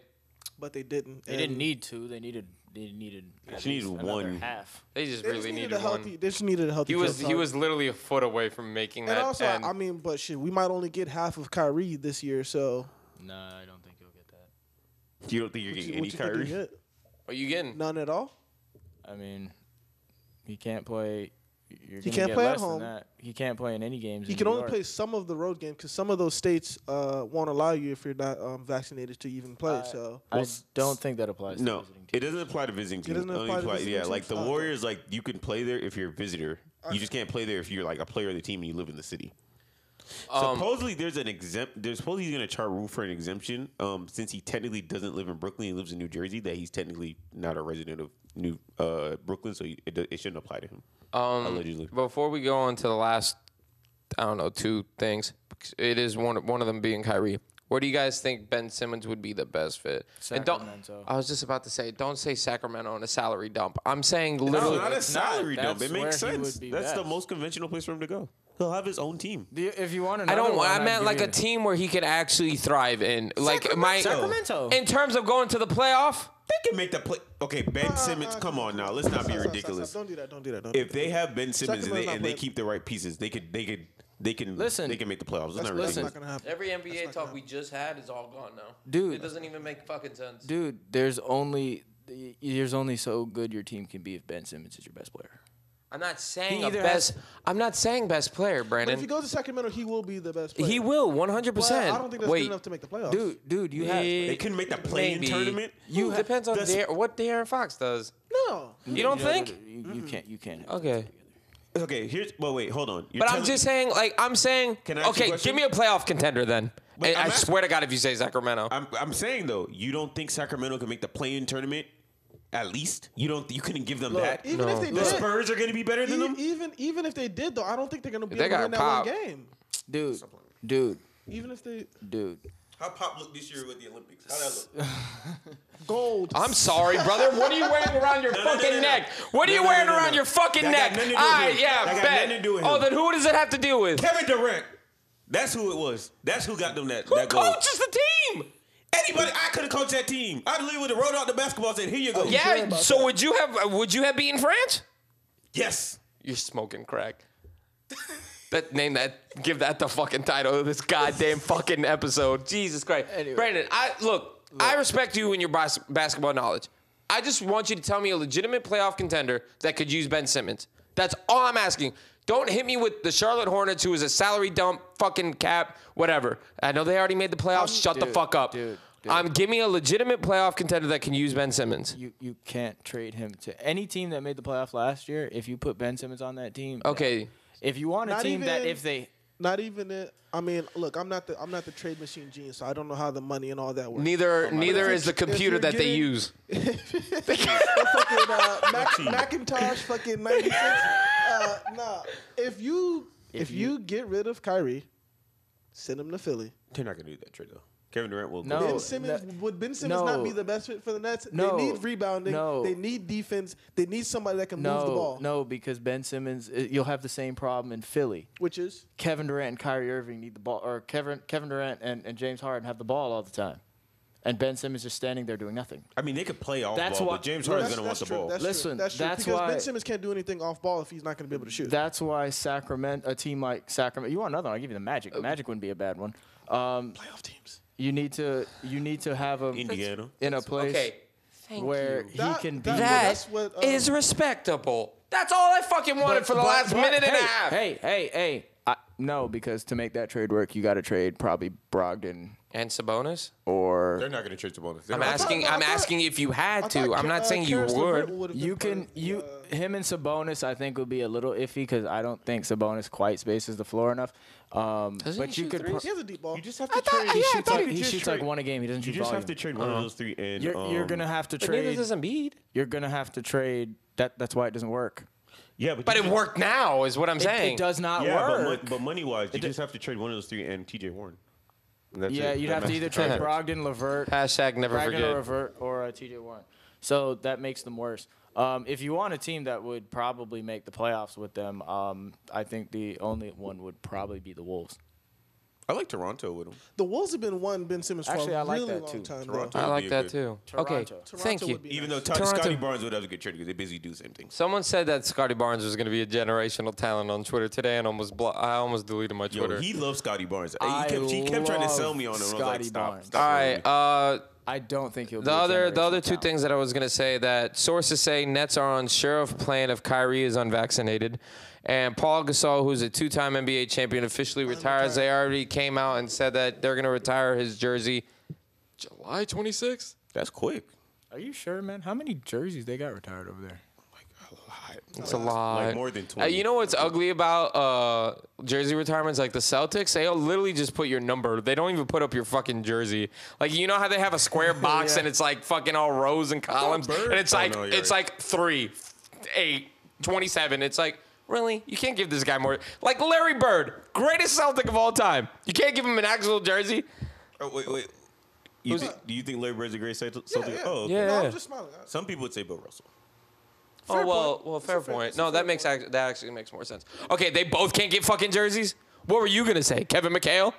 [SPEAKER 2] but they didn't.
[SPEAKER 6] They didn't need two. They needed. They needed. at
[SPEAKER 4] She needed
[SPEAKER 6] least another
[SPEAKER 4] one.
[SPEAKER 6] half.
[SPEAKER 5] They just
[SPEAKER 2] They just
[SPEAKER 5] really
[SPEAKER 2] needed,
[SPEAKER 5] needed,
[SPEAKER 2] a
[SPEAKER 5] one.
[SPEAKER 2] healthy. They just needed a healthy.
[SPEAKER 5] He was
[SPEAKER 2] Chris
[SPEAKER 5] he
[SPEAKER 2] Paul.
[SPEAKER 5] was literally a foot away from making
[SPEAKER 2] And
[SPEAKER 5] that.
[SPEAKER 2] also,
[SPEAKER 5] and
[SPEAKER 2] I mean, but shit, we might only get half of Kyrie this year, so
[SPEAKER 6] No, I don't think you'll get that.
[SPEAKER 4] You don't think you're
[SPEAKER 2] what
[SPEAKER 4] getting
[SPEAKER 2] you,
[SPEAKER 4] any
[SPEAKER 2] what you think you
[SPEAKER 4] Kyrie?
[SPEAKER 2] get?
[SPEAKER 5] what you getting?
[SPEAKER 2] None at all.
[SPEAKER 6] I mean, he can't play. You're
[SPEAKER 2] He
[SPEAKER 6] gonna
[SPEAKER 2] can't
[SPEAKER 6] get
[SPEAKER 2] play at
[SPEAKER 6] less than
[SPEAKER 2] home.
[SPEAKER 6] that. He can't play in any games.
[SPEAKER 2] He
[SPEAKER 6] in
[SPEAKER 2] can
[SPEAKER 6] New
[SPEAKER 2] only
[SPEAKER 6] York.
[SPEAKER 2] play some of the road games because some of those states uh, won't allow you if you're not um, vaccinated to even play. so
[SPEAKER 6] I don't think that applies. To
[SPEAKER 4] No,
[SPEAKER 6] visiting teams.
[SPEAKER 4] it doesn't apply to visiting teams.
[SPEAKER 2] doesn't
[SPEAKER 4] Only
[SPEAKER 2] apply to visiting
[SPEAKER 4] yeah,
[SPEAKER 2] teams?
[SPEAKER 4] like the
[SPEAKER 2] Oh, okay.
[SPEAKER 4] Warriors, like you can play there if you're a visitor. You just can't play there if you're like a player of the team and you live in the city.
[SPEAKER 6] Um,
[SPEAKER 4] supposedly, there's an exempt. There's supposedly he's gonna try to rule for an exemption. Um, since he technically doesn't live in Brooklyn, he lives in New Jersey. That he's technically not a resident of New uh, Brooklyn, so he, it, do- it shouldn't apply to him.
[SPEAKER 5] Um,
[SPEAKER 4] allegedly.
[SPEAKER 5] Before we go on to the last, I don't know, two things. It is one one of them being Kyrie. Where do you guys think Ben Simmons would be the best fit? And don't-
[SPEAKER 6] Sacramento.
[SPEAKER 5] I was just about to say, don't say Sacramento in a salary dump. I'm saying
[SPEAKER 4] No,
[SPEAKER 5] literally.
[SPEAKER 4] not a
[SPEAKER 6] it's not.
[SPEAKER 4] salary dump. It
[SPEAKER 6] That's
[SPEAKER 4] makes
[SPEAKER 6] where he
[SPEAKER 4] sense.
[SPEAKER 6] would be
[SPEAKER 4] That's the
[SPEAKER 6] best.
[SPEAKER 4] most conventional place for him to go. He'll have his own team.
[SPEAKER 6] Do you- If you want to,
[SPEAKER 5] I don't. I meant like a team where he could actually thrive in, like my
[SPEAKER 6] Sacramento.
[SPEAKER 5] In terms of going to the playoff,
[SPEAKER 4] They can make the play. Okay,
[SPEAKER 2] Ah,
[SPEAKER 4] Ben Simmons. Come on now. Let's not be
[SPEAKER 2] Stop, stop, stop,
[SPEAKER 4] ridiculous.
[SPEAKER 2] stop. Don't do that. Don't do that. Don't do
[SPEAKER 4] If they have Ben Simmons and
[SPEAKER 2] Sacramento's
[SPEAKER 4] they,
[SPEAKER 2] not
[SPEAKER 4] and they
[SPEAKER 2] playing.
[SPEAKER 4] keep the right pieces, they could. They could. They can.
[SPEAKER 6] Listen.
[SPEAKER 4] They can make the playoffs. It's not
[SPEAKER 2] that. That's
[SPEAKER 4] ridiculous.
[SPEAKER 2] not gonna happen.
[SPEAKER 5] every NBA talk we just had is all gone now.
[SPEAKER 6] Dude.
[SPEAKER 5] it doesn't even make fucking sense.
[SPEAKER 6] dude. There's only there's only so good your team can be if Ben Simmons is your best player.
[SPEAKER 5] I'm not saying
[SPEAKER 6] He
[SPEAKER 5] a
[SPEAKER 6] either
[SPEAKER 5] best. I'm not saying best player,
[SPEAKER 2] But if
[SPEAKER 5] Brandon.
[SPEAKER 2] he goes to Sacramento, he will be the best. Player.
[SPEAKER 5] He will 100.
[SPEAKER 2] But
[SPEAKER 5] percent
[SPEAKER 2] I don't think that's
[SPEAKER 5] Wait,
[SPEAKER 2] good enough to make the playoffs.
[SPEAKER 6] Dude, dude, you have
[SPEAKER 4] They can make the play-in
[SPEAKER 5] Maybe.
[SPEAKER 4] tournament.
[SPEAKER 5] You
[SPEAKER 6] ha-
[SPEAKER 5] depends on
[SPEAKER 4] that's-
[SPEAKER 5] Dar- what Darren Fox does.
[SPEAKER 2] no.
[SPEAKER 5] You don't think?
[SPEAKER 6] You, you can't. You can't.
[SPEAKER 5] Okay,
[SPEAKER 4] Okay, here's. Well, wait, hold on. You're
[SPEAKER 5] but I'm
[SPEAKER 4] telling-
[SPEAKER 5] just saying. Like I'm saying.
[SPEAKER 4] Can I ask you a
[SPEAKER 5] okay,
[SPEAKER 4] question?
[SPEAKER 5] give me a playoff contender then.
[SPEAKER 4] But
[SPEAKER 5] I, I
[SPEAKER 4] I'm ask-
[SPEAKER 5] swear to God, if you say Sacramento,
[SPEAKER 4] I'm, I'm saying though, you don't think Sacramento can make the play-in tournament? At least you don't. You couldn't give them that.
[SPEAKER 2] Even if they
[SPEAKER 4] the
[SPEAKER 2] did,
[SPEAKER 4] Spurs are going to be better than
[SPEAKER 2] e-
[SPEAKER 4] them.
[SPEAKER 2] even even if they did though, I don't think they're gonna be
[SPEAKER 5] They
[SPEAKER 2] able to
[SPEAKER 5] got
[SPEAKER 2] win that
[SPEAKER 5] pop.
[SPEAKER 2] one game.
[SPEAKER 6] dude, dude,
[SPEAKER 2] Even if they
[SPEAKER 6] dude.
[SPEAKER 4] How pop looked this year with the Olympics? How that look?
[SPEAKER 2] gold,
[SPEAKER 5] I'm sorry, brother. What are you wearing around your
[SPEAKER 4] no, no,
[SPEAKER 5] fucking
[SPEAKER 4] no.
[SPEAKER 5] neck? What are
[SPEAKER 4] No,
[SPEAKER 5] you
[SPEAKER 4] no,
[SPEAKER 5] wearing
[SPEAKER 4] no, no,
[SPEAKER 5] around
[SPEAKER 4] no.
[SPEAKER 5] your fucking
[SPEAKER 4] That got nothing
[SPEAKER 5] neck?
[SPEAKER 4] to do with
[SPEAKER 5] All right,
[SPEAKER 4] him.
[SPEAKER 5] yeah,
[SPEAKER 4] That got
[SPEAKER 5] bet.
[SPEAKER 4] nothing to do with
[SPEAKER 5] Oh,
[SPEAKER 4] him.
[SPEAKER 5] then who does it have to deal with?
[SPEAKER 4] Kevin Durant. That's who it was. That's who got them that.
[SPEAKER 5] Who
[SPEAKER 4] that goal.
[SPEAKER 5] coaches the team?
[SPEAKER 4] Anybody, I could have coached that team. I'd leave with the rolled out the basketball and said, "Here you go."
[SPEAKER 5] Yeah. So would you have? Would you have beaten France?
[SPEAKER 4] Yes.
[SPEAKER 5] You're smoking crack. that name that give that the fucking title of this goddamn fucking episode. Jesus Christ,
[SPEAKER 6] Anyway.
[SPEAKER 5] Brandon. I look, I respect you and your bas- basketball knowledge. I just want you to tell me a legitimate playoff contender that could use Ben Simmons. That's all I'm asking. Don't hit me with the Charlotte Hornets, who is a salary dump, fucking cap, whatever. I know they already made the playoffs. Shut the
[SPEAKER 6] dude,
[SPEAKER 5] fuck up.
[SPEAKER 6] dude, dude.
[SPEAKER 5] Um, give me a legitimate playoff contender that can use Ben Simmons.
[SPEAKER 6] You you can't trade him to any team that made the playoff last year. If you put Ben Simmons on that team,
[SPEAKER 5] Okay.
[SPEAKER 6] If you want a
[SPEAKER 2] Not
[SPEAKER 6] team that
[SPEAKER 2] even-
[SPEAKER 6] if they
[SPEAKER 2] Not even it. I mean, look, I'm not the I'm not the trade machine genius, so I don't know how the money and all that works.
[SPEAKER 5] Neither
[SPEAKER 6] Oh
[SPEAKER 5] neither
[SPEAKER 2] If
[SPEAKER 5] is the
[SPEAKER 2] you're- if
[SPEAKER 5] computer
[SPEAKER 2] you're
[SPEAKER 5] that they
[SPEAKER 2] getting-
[SPEAKER 5] use.
[SPEAKER 2] The fucking uh, Mac, Macintosh, fucking ninety six. Uh, nah, if you if, you, get rid of Kyrie, send him to Philly.
[SPEAKER 4] They're not going to do that trade though. Kevin Durant will.
[SPEAKER 6] No.
[SPEAKER 2] Ben
[SPEAKER 6] Oh,
[SPEAKER 2] Simmons
[SPEAKER 6] that-
[SPEAKER 2] would Ben Simmons not
[SPEAKER 6] no.
[SPEAKER 2] be the best fit for the Nets?
[SPEAKER 6] No.
[SPEAKER 2] They need rebounding.
[SPEAKER 6] No.
[SPEAKER 2] They need defense. They need somebody that can
[SPEAKER 6] no
[SPEAKER 2] move the ball.
[SPEAKER 6] no because Ben Simmons, uh, you'll have the same problem in Philly.
[SPEAKER 2] Which is
[SPEAKER 6] Kevin Durant and Kyrie Irving need the ball, or Kevin Kevin Durant and, and James Harden have the ball all the time, and Ben Simmons just standing there doing nothing.
[SPEAKER 4] I mean, they could play off
[SPEAKER 6] That's
[SPEAKER 4] ball,
[SPEAKER 6] why-
[SPEAKER 4] but James Harden's
[SPEAKER 2] That's-
[SPEAKER 4] going to want
[SPEAKER 2] that's
[SPEAKER 4] the
[SPEAKER 2] true.
[SPEAKER 4] ball.
[SPEAKER 2] That's
[SPEAKER 6] Listen,
[SPEAKER 2] true. That's, true.
[SPEAKER 6] that's
[SPEAKER 2] because
[SPEAKER 6] why-
[SPEAKER 2] Ben Simmons can't do anything off ball if he's not going to be able to shoot.
[SPEAKER 6] That's why Sacramento, a team like Sacramento, you want another? one? I'll give you the Magic.
[SPEAKER 5] Uh,
[SPEAKER 6] Magic wouldn't be a bad one. Um,
[SPEAKER 2] playoff teams.
[SPEAKER 6] you need to you need to have him
[SPEAKER 4] Indiana.
[SPEAKER 6] in a place
[SPEAKER 5] Okay. Thank
[SPEAKER 6] where
[SPEAKER 5] you.
[SPEAKER 6] he
[SPEAKER 2] That-
[SPEAKER 6] can be.
[SPEAKER 2] that-
[SPEAKER 5] That
[SPEAKER 2] that's
[SPEAKER 5] uh,
[SPEAKER 2] what, um,
[SPEAKER 5] is respectable. That's all I fucking wanted
[SPEAKER 6] But-
[SPEAKER 5] for the
[SPEAKER 6] but-
[SPEAKER 5] last
[SPEAKER 6] but-
[SPEAKER 5] minute and
[SPEAKER 6] hey,
[SPEAKER 5] a half.
[SPEAKER 6] Hey, hey, hey! I, no, because to make that trade work, you got to trade probably Brogdon
[SPEAKER 5] And Sabonis?
[SPEAKER 6] or
[SPEAKER 8] They're not going to trade Sabonis. They're
[SPEAKER 5] I'm
[SPEAKER 8] not-
[SPEAKER 5] asking.
[SPEAKER 2] I
[SPEAKER 5] I'm
[SPEAKER 2] thought-
[SPEAKER 5] asking if you
[SPEAKER 2] I
[SPEAKER 5] had to.
[SPEAKER 2] thought
[SPEAKER 5] I'm
[SPEAKER 2] Ka-
[SPEAKER 5] not
[SPEAKER 2] uh,
[SPEAKER 5] saying you
[SPEAKER 2] Karis LeVert
[SPEAKER 5] would.
[SPEAKER 2] would've been
[SPEAKER 6] You
[SPEAKER 2] part
[SPEAKER 6] can
[SPEAKER 2] of the,
[SPEAKER 6] you
[SPEAKER 2] uh,
[SPEAKER 6] him and Sabonis I think would be a little iffy because I don't think Sabonis quite spaces the floor enough. Um,
[SPEAKER 5] Doesn't
[SPEAKER 6] but
[SPEAKER 5] he
[SPEAKER 6] you
[SPEAKER 5] shoot
[SPEAKER 6] could
[SPEAKER 5] threes?
[SPEAKER 6] pro-
[SPEAKER 2] He has a deep ball.
[SPEAKER 4] You just have to trade.
[SPEAKER 6] he
[SPEAKER 4] you
[SPEAKER 6] shoots, like,
[SPEAKER 4] could
[SPEAKER 6] he
[SPEAKER 4] just
[SPEAKER 6] shoots
[SPEAKER 4] trade-
[SPEAKER 6] like one a game. He doesn't
[SPEAKER 4] You
[SPEAKER 6] shoot
[SPEAKER 4] just
[SPEAKER 6] volume. Uh-huh.
[SPEAKER 4] have to trade one of those three, and
[SPEAKER 6] you're you're
[SPEAKER 4] um,
[SPEAKER 6] gonna have to
[SPEAKER 5] But neither
[SPEAKER 6] trade.
[SPEAKER 5] does Embiid.
[SPEAKER 6] You're gonna have to trade. That that's why it doesn't work.
[SPEAKER 4] yeah, but,
[SPEAKER 5] But
[SPEAKER 4] you
[SPEAKER 5] it
[SPEAKER 4] just-
[SPEAKER 5] worked now, is what I'm
[SPEAKER 6] It,
[SPEAKER 5] saying.
[SPEAKER 6] it does not
[SPEAKER 4] Yeah, but,
[SPEAKER 6] work.
[SPEAKER 4] mon- but money wise, you just have to trade one of those three and T.J. Warren. And that's
[SPEAKER 6] yeah,
[SPEAKER 4] it.
[SPEAKER 6] you'd
[SPEAKER 4] That
[SPEAKER 6] have to
[SPEAKER 4] matches
[SPEAKER 6] either
[SPEAKER 4] the
[SPEAKER 6] trade
[SPEAKER 4] contract.
[SPEAKER 6] Brogdon, Levert,
[SPEAKER 5] Hashtag never
[SPEAKER 6] Brogdon
[SPEAKER 5] forget.
[SPEAKER 6] or Levert, or uh, TJ Warren. So that makes them worse. Um, if you want a team that would probably make the playoffs with them, um, I think the only one would probably be the Wolves.
[SPEAKER 8] I like Toronto with him.
[SPEAKER 2] The Wolves have been one Ben Simmons for
[SPEAKER 6] Actually, I
[SPEAKER 2] a
[SPEAKER 6] like
[SPEAKER 2] really
[SPEAKER 6] that
[SPEAKER 2] long
[SPEAKER 6] too.
[SPEAKER 2] time.
[SPEAKER 8] Toronto.
[SPEAKER 2] though.
[SPEAKER 5] I
[SPEAKER 8] would
[SPEAKER 5] like
[SPEAKER 8] be a
[SPEAKER 5] that
[SPEAKER 8] good-
[SPEAKER 5] too.
[SPEAKER 6] Toronto.
[SPEAKER 5] Okay,
[SPEAKER 6] Toronto
[SPEAKER 5] thank
[SPEAKER 2] would
[SPEAKER 5] you.
[SPEAKER 2] be-
[SPEAKER 8] Even though Todd,
[SPEAKER 5] Toronto-
[SPEAKER 8] Scotty Barnes would have a good trade because they busy do the same things.
[SPEAKER 5] Someone said that Scotty Barnes was going to be a generational talent on Twitter today, and almost blo- I almost deleted my
[SPEAKER 8] Yo,
[SPEAKER 5] Twitter.
[SPEAKER 8] he loves Scotty Barnes.
[SPEAKER 6] I
[SPEAKER 8] he kept, he kept trying to
[SPEAKER 6] love
[SPEAKER 8] sell me on him. I was like,
[SPEAKER 6] Scotty
[SPEAKER 8] stop.
[SPEAKER 6] Barnes.
[SPEAKER 8] stop
[SPEAKER 5] All
[SPEAKER 8] selling
[SPEAKER 5] right.
[SPEAKER 8] me.
[SPEAKER 5] Uh,
[SPEAKER 6] I don't think he'll.
[SPEAKER 5] the
[SPEAKER 6] be a
[SPEAKER 5] other the
[SPEAKER 6] generational
[SPEAKER 5] other two
[SPEAKER 6] talent.
[SPEAKER 5] things that I was going to say that sources say Nets are on sheriff plan if Kyrie is unvaccinated, and Paul Gasol, who's a two-time NBA champion, officially retires. They already came out and said that they're going to retire his jersey. July 26th.
[SPEAKER 8] That's quick.
[SPEAKER 6] Are you sure, man? How many jerseys they got retired over there?
[SPEAKER 5] It's a lot.
[SPEAKER 8] more than
[SPEAKER 5] Uh,
[SPEAKER 8] 20.
[SPEAKER 5] you know what's ugly about uh, jersey retirements? Like the Celtics, they literally just put your number. They don't even put up your fucking jersey. Like you know how they have a square box and it's like fucking all rows and columns,
[SPEAKER 8] Bird-
[SPEAKER 5] and it's
[SPEAKER 8] Oh,
[SPEAKER 5] like
[SPEAKER 8] no, you're
[SPEAKER 5] it's
[SPEAKER 8] right.
[SPEAKER 5] like three, eight, 27. It's like really, you can't give this guy more. Like Larry Bird, greatest Celtic of all time. You can't give him an actual jersey.
[SPEAKER 8] Oh, wait, wait. You thi- do you think Larry Bird's a great Celtic?
[SPEAKER 2] Yeah,
[SPEAKER 8] Celtic?
[SPEAKER 2] yeah.
[SPEAKER 8] Oh, okay.
[SPEAKER 5] Yeah.
[SPEAKER 2] No, I'm just smiling.
[SPEAKER 8] Some people would say Bill Russell.
[SPEAKER 5] oh well, well,
[SPEAKER 2] It's a
[SPEAKER 5] fair
[SPEAKER 2] fair-
[SPEAKER 5] point.
[SPEAKER 2] it's a
[SPEAKER 5] No,
[SPEAKER 2] fair
[SPEAKER 5] that makes act- that actually makes more sense. Okay, they both can't get fucking jerseys. What were you gonna say, Kevin McHale?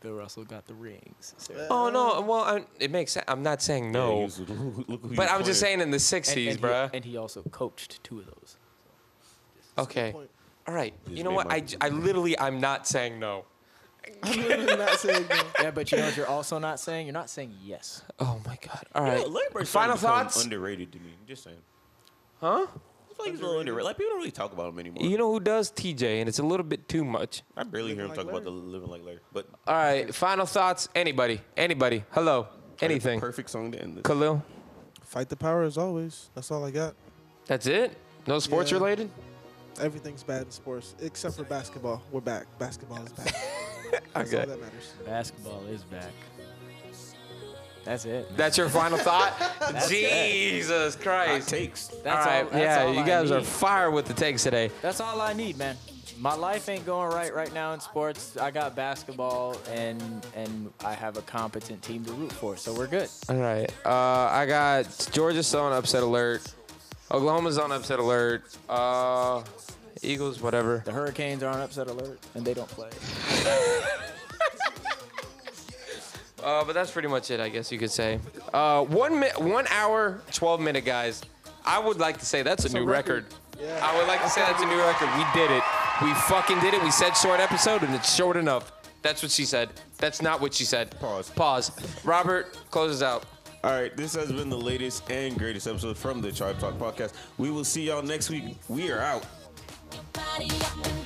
[SPEAKER 6] Bill Russell got the rings.
[SPEAKER 5] Oh no! Well, i it makes sense. I'm not saying
[SPEAKER 4] Yeah, he
[SPEAKER 5] no,
[SPEAKER 4] was- look who he was
[SPEAKER 5] but I'm just
[SPEAKER 4] playing.
[SPEAKER 5] saying in the '60s, bruh.
[SPEAKER 6] and he also coached two of those.
[SPEAKER 5] okay,
[SPEAKER 2] point.
[SPEAKER 5] all right. You
[SPEAKER 4] Just
[SPEAKER 5] know
[SPEAKER 4] made
[SPEAKER 5] what?
[SPEAKER 4] my-
[SPEAKER 5] I, j- I literally I'm not saying no.
[SPEAKER 2] I'm literally not saying no.
[SPEAKER 6] Yeah, but you know what you're also not saying? You're not saying yes.
[SPEAKER 5] Oh my god! All
[SPEAKER 4] You know,
[SPEAKER 5] right.
[SPEAKER 4] Larry Bird's
[SPEAKER 5] Final
[SPEAKER 4] starting to become
[SPEAKER 5] thoughts.
[SPEAKER 4] Underrated to me. I'm just saying.
[SPEAKER 5] huh?
[SPEAKER 8] I feel like he's a little underrated. Like people don't really talk about him anymore.
[SPEAKER 5] You know who does TJ, and it's a little bit too much.
[SPEAKER 8] I barely hear him
[SPEAKER 2] Living
[SPEAKER 8] talk
[SPEAKER 2] like
[SPEAKER 8] about the living like Larry. But
[SPEAKER 5] All right. Final thoughts. Anybody? Anybody? Hello. Anything?
[SPEAKER 8] Perfect song to end this.
[SPEAKER 5] Khalil.
[SPEAKER 2] Fight the power as always. That's all I got.
[SPEAKER 5] That's it. No sports
[SPEAKER 2] Yeah.
[SPEAKER 5] related.
[SPEAKER 2] Everything's bad in sports except for basketball. We're back. Basketball is back. That's all
[SPEAKER 5] Okay.
[SPEAKER 2] that matters.
[SPEAKER 6] Basketball is back. That's it.
[SPEAKER 5] That's your final thought. Jesus Christ.
[SPEAKER 8] Takes.
[SPEAKER 6] That's
[SPEAKER 5] all right.
[SPEAKER 6] all. That's
[SPEAKER 5] yeah,
[SPEAKER 6] all
[SPEAKER 5] you
[SPEAKER 6] I
[SPEAKER 5] guys are
[SPEAKER 6] need.
[SPEAKER 5] fire with the takes today.
[SPEAKER 6] That's all I need, man. My life ain't going right right now in sports. I got basketball and and I have a competent team to root for, so we're good.
[SPEAKER 5] All right. Uh, I got Georgia still on upset alert. Oklahoma's on upset alert. Uh, Eagles, whatever.
[SPEAKER 6] The Hurricanes are on upset alert and they don't play.
[SPEAKER 5] Uh, but that's pretty much it, I guess you could say. Uh, one mi- one hour, twelve minute, guys. I would like to say that's a new record.
[SPEAKER 2] Yeah.
[SPEAKER 5] I would like to say that's a new record. We did it. We fucking did it. We said short episode, and it's short enough. That's what she said. That's not what she said.
[SPEAKER 8] Pause.
[SPEAKER 5] Pause. Robert closes out.
[SPEAKER 8] All right, this has been the latest and greatest episode from the Tribe Talk Podcast. We will see y'all next week. We are out.
[SPEAKER 3] Body up and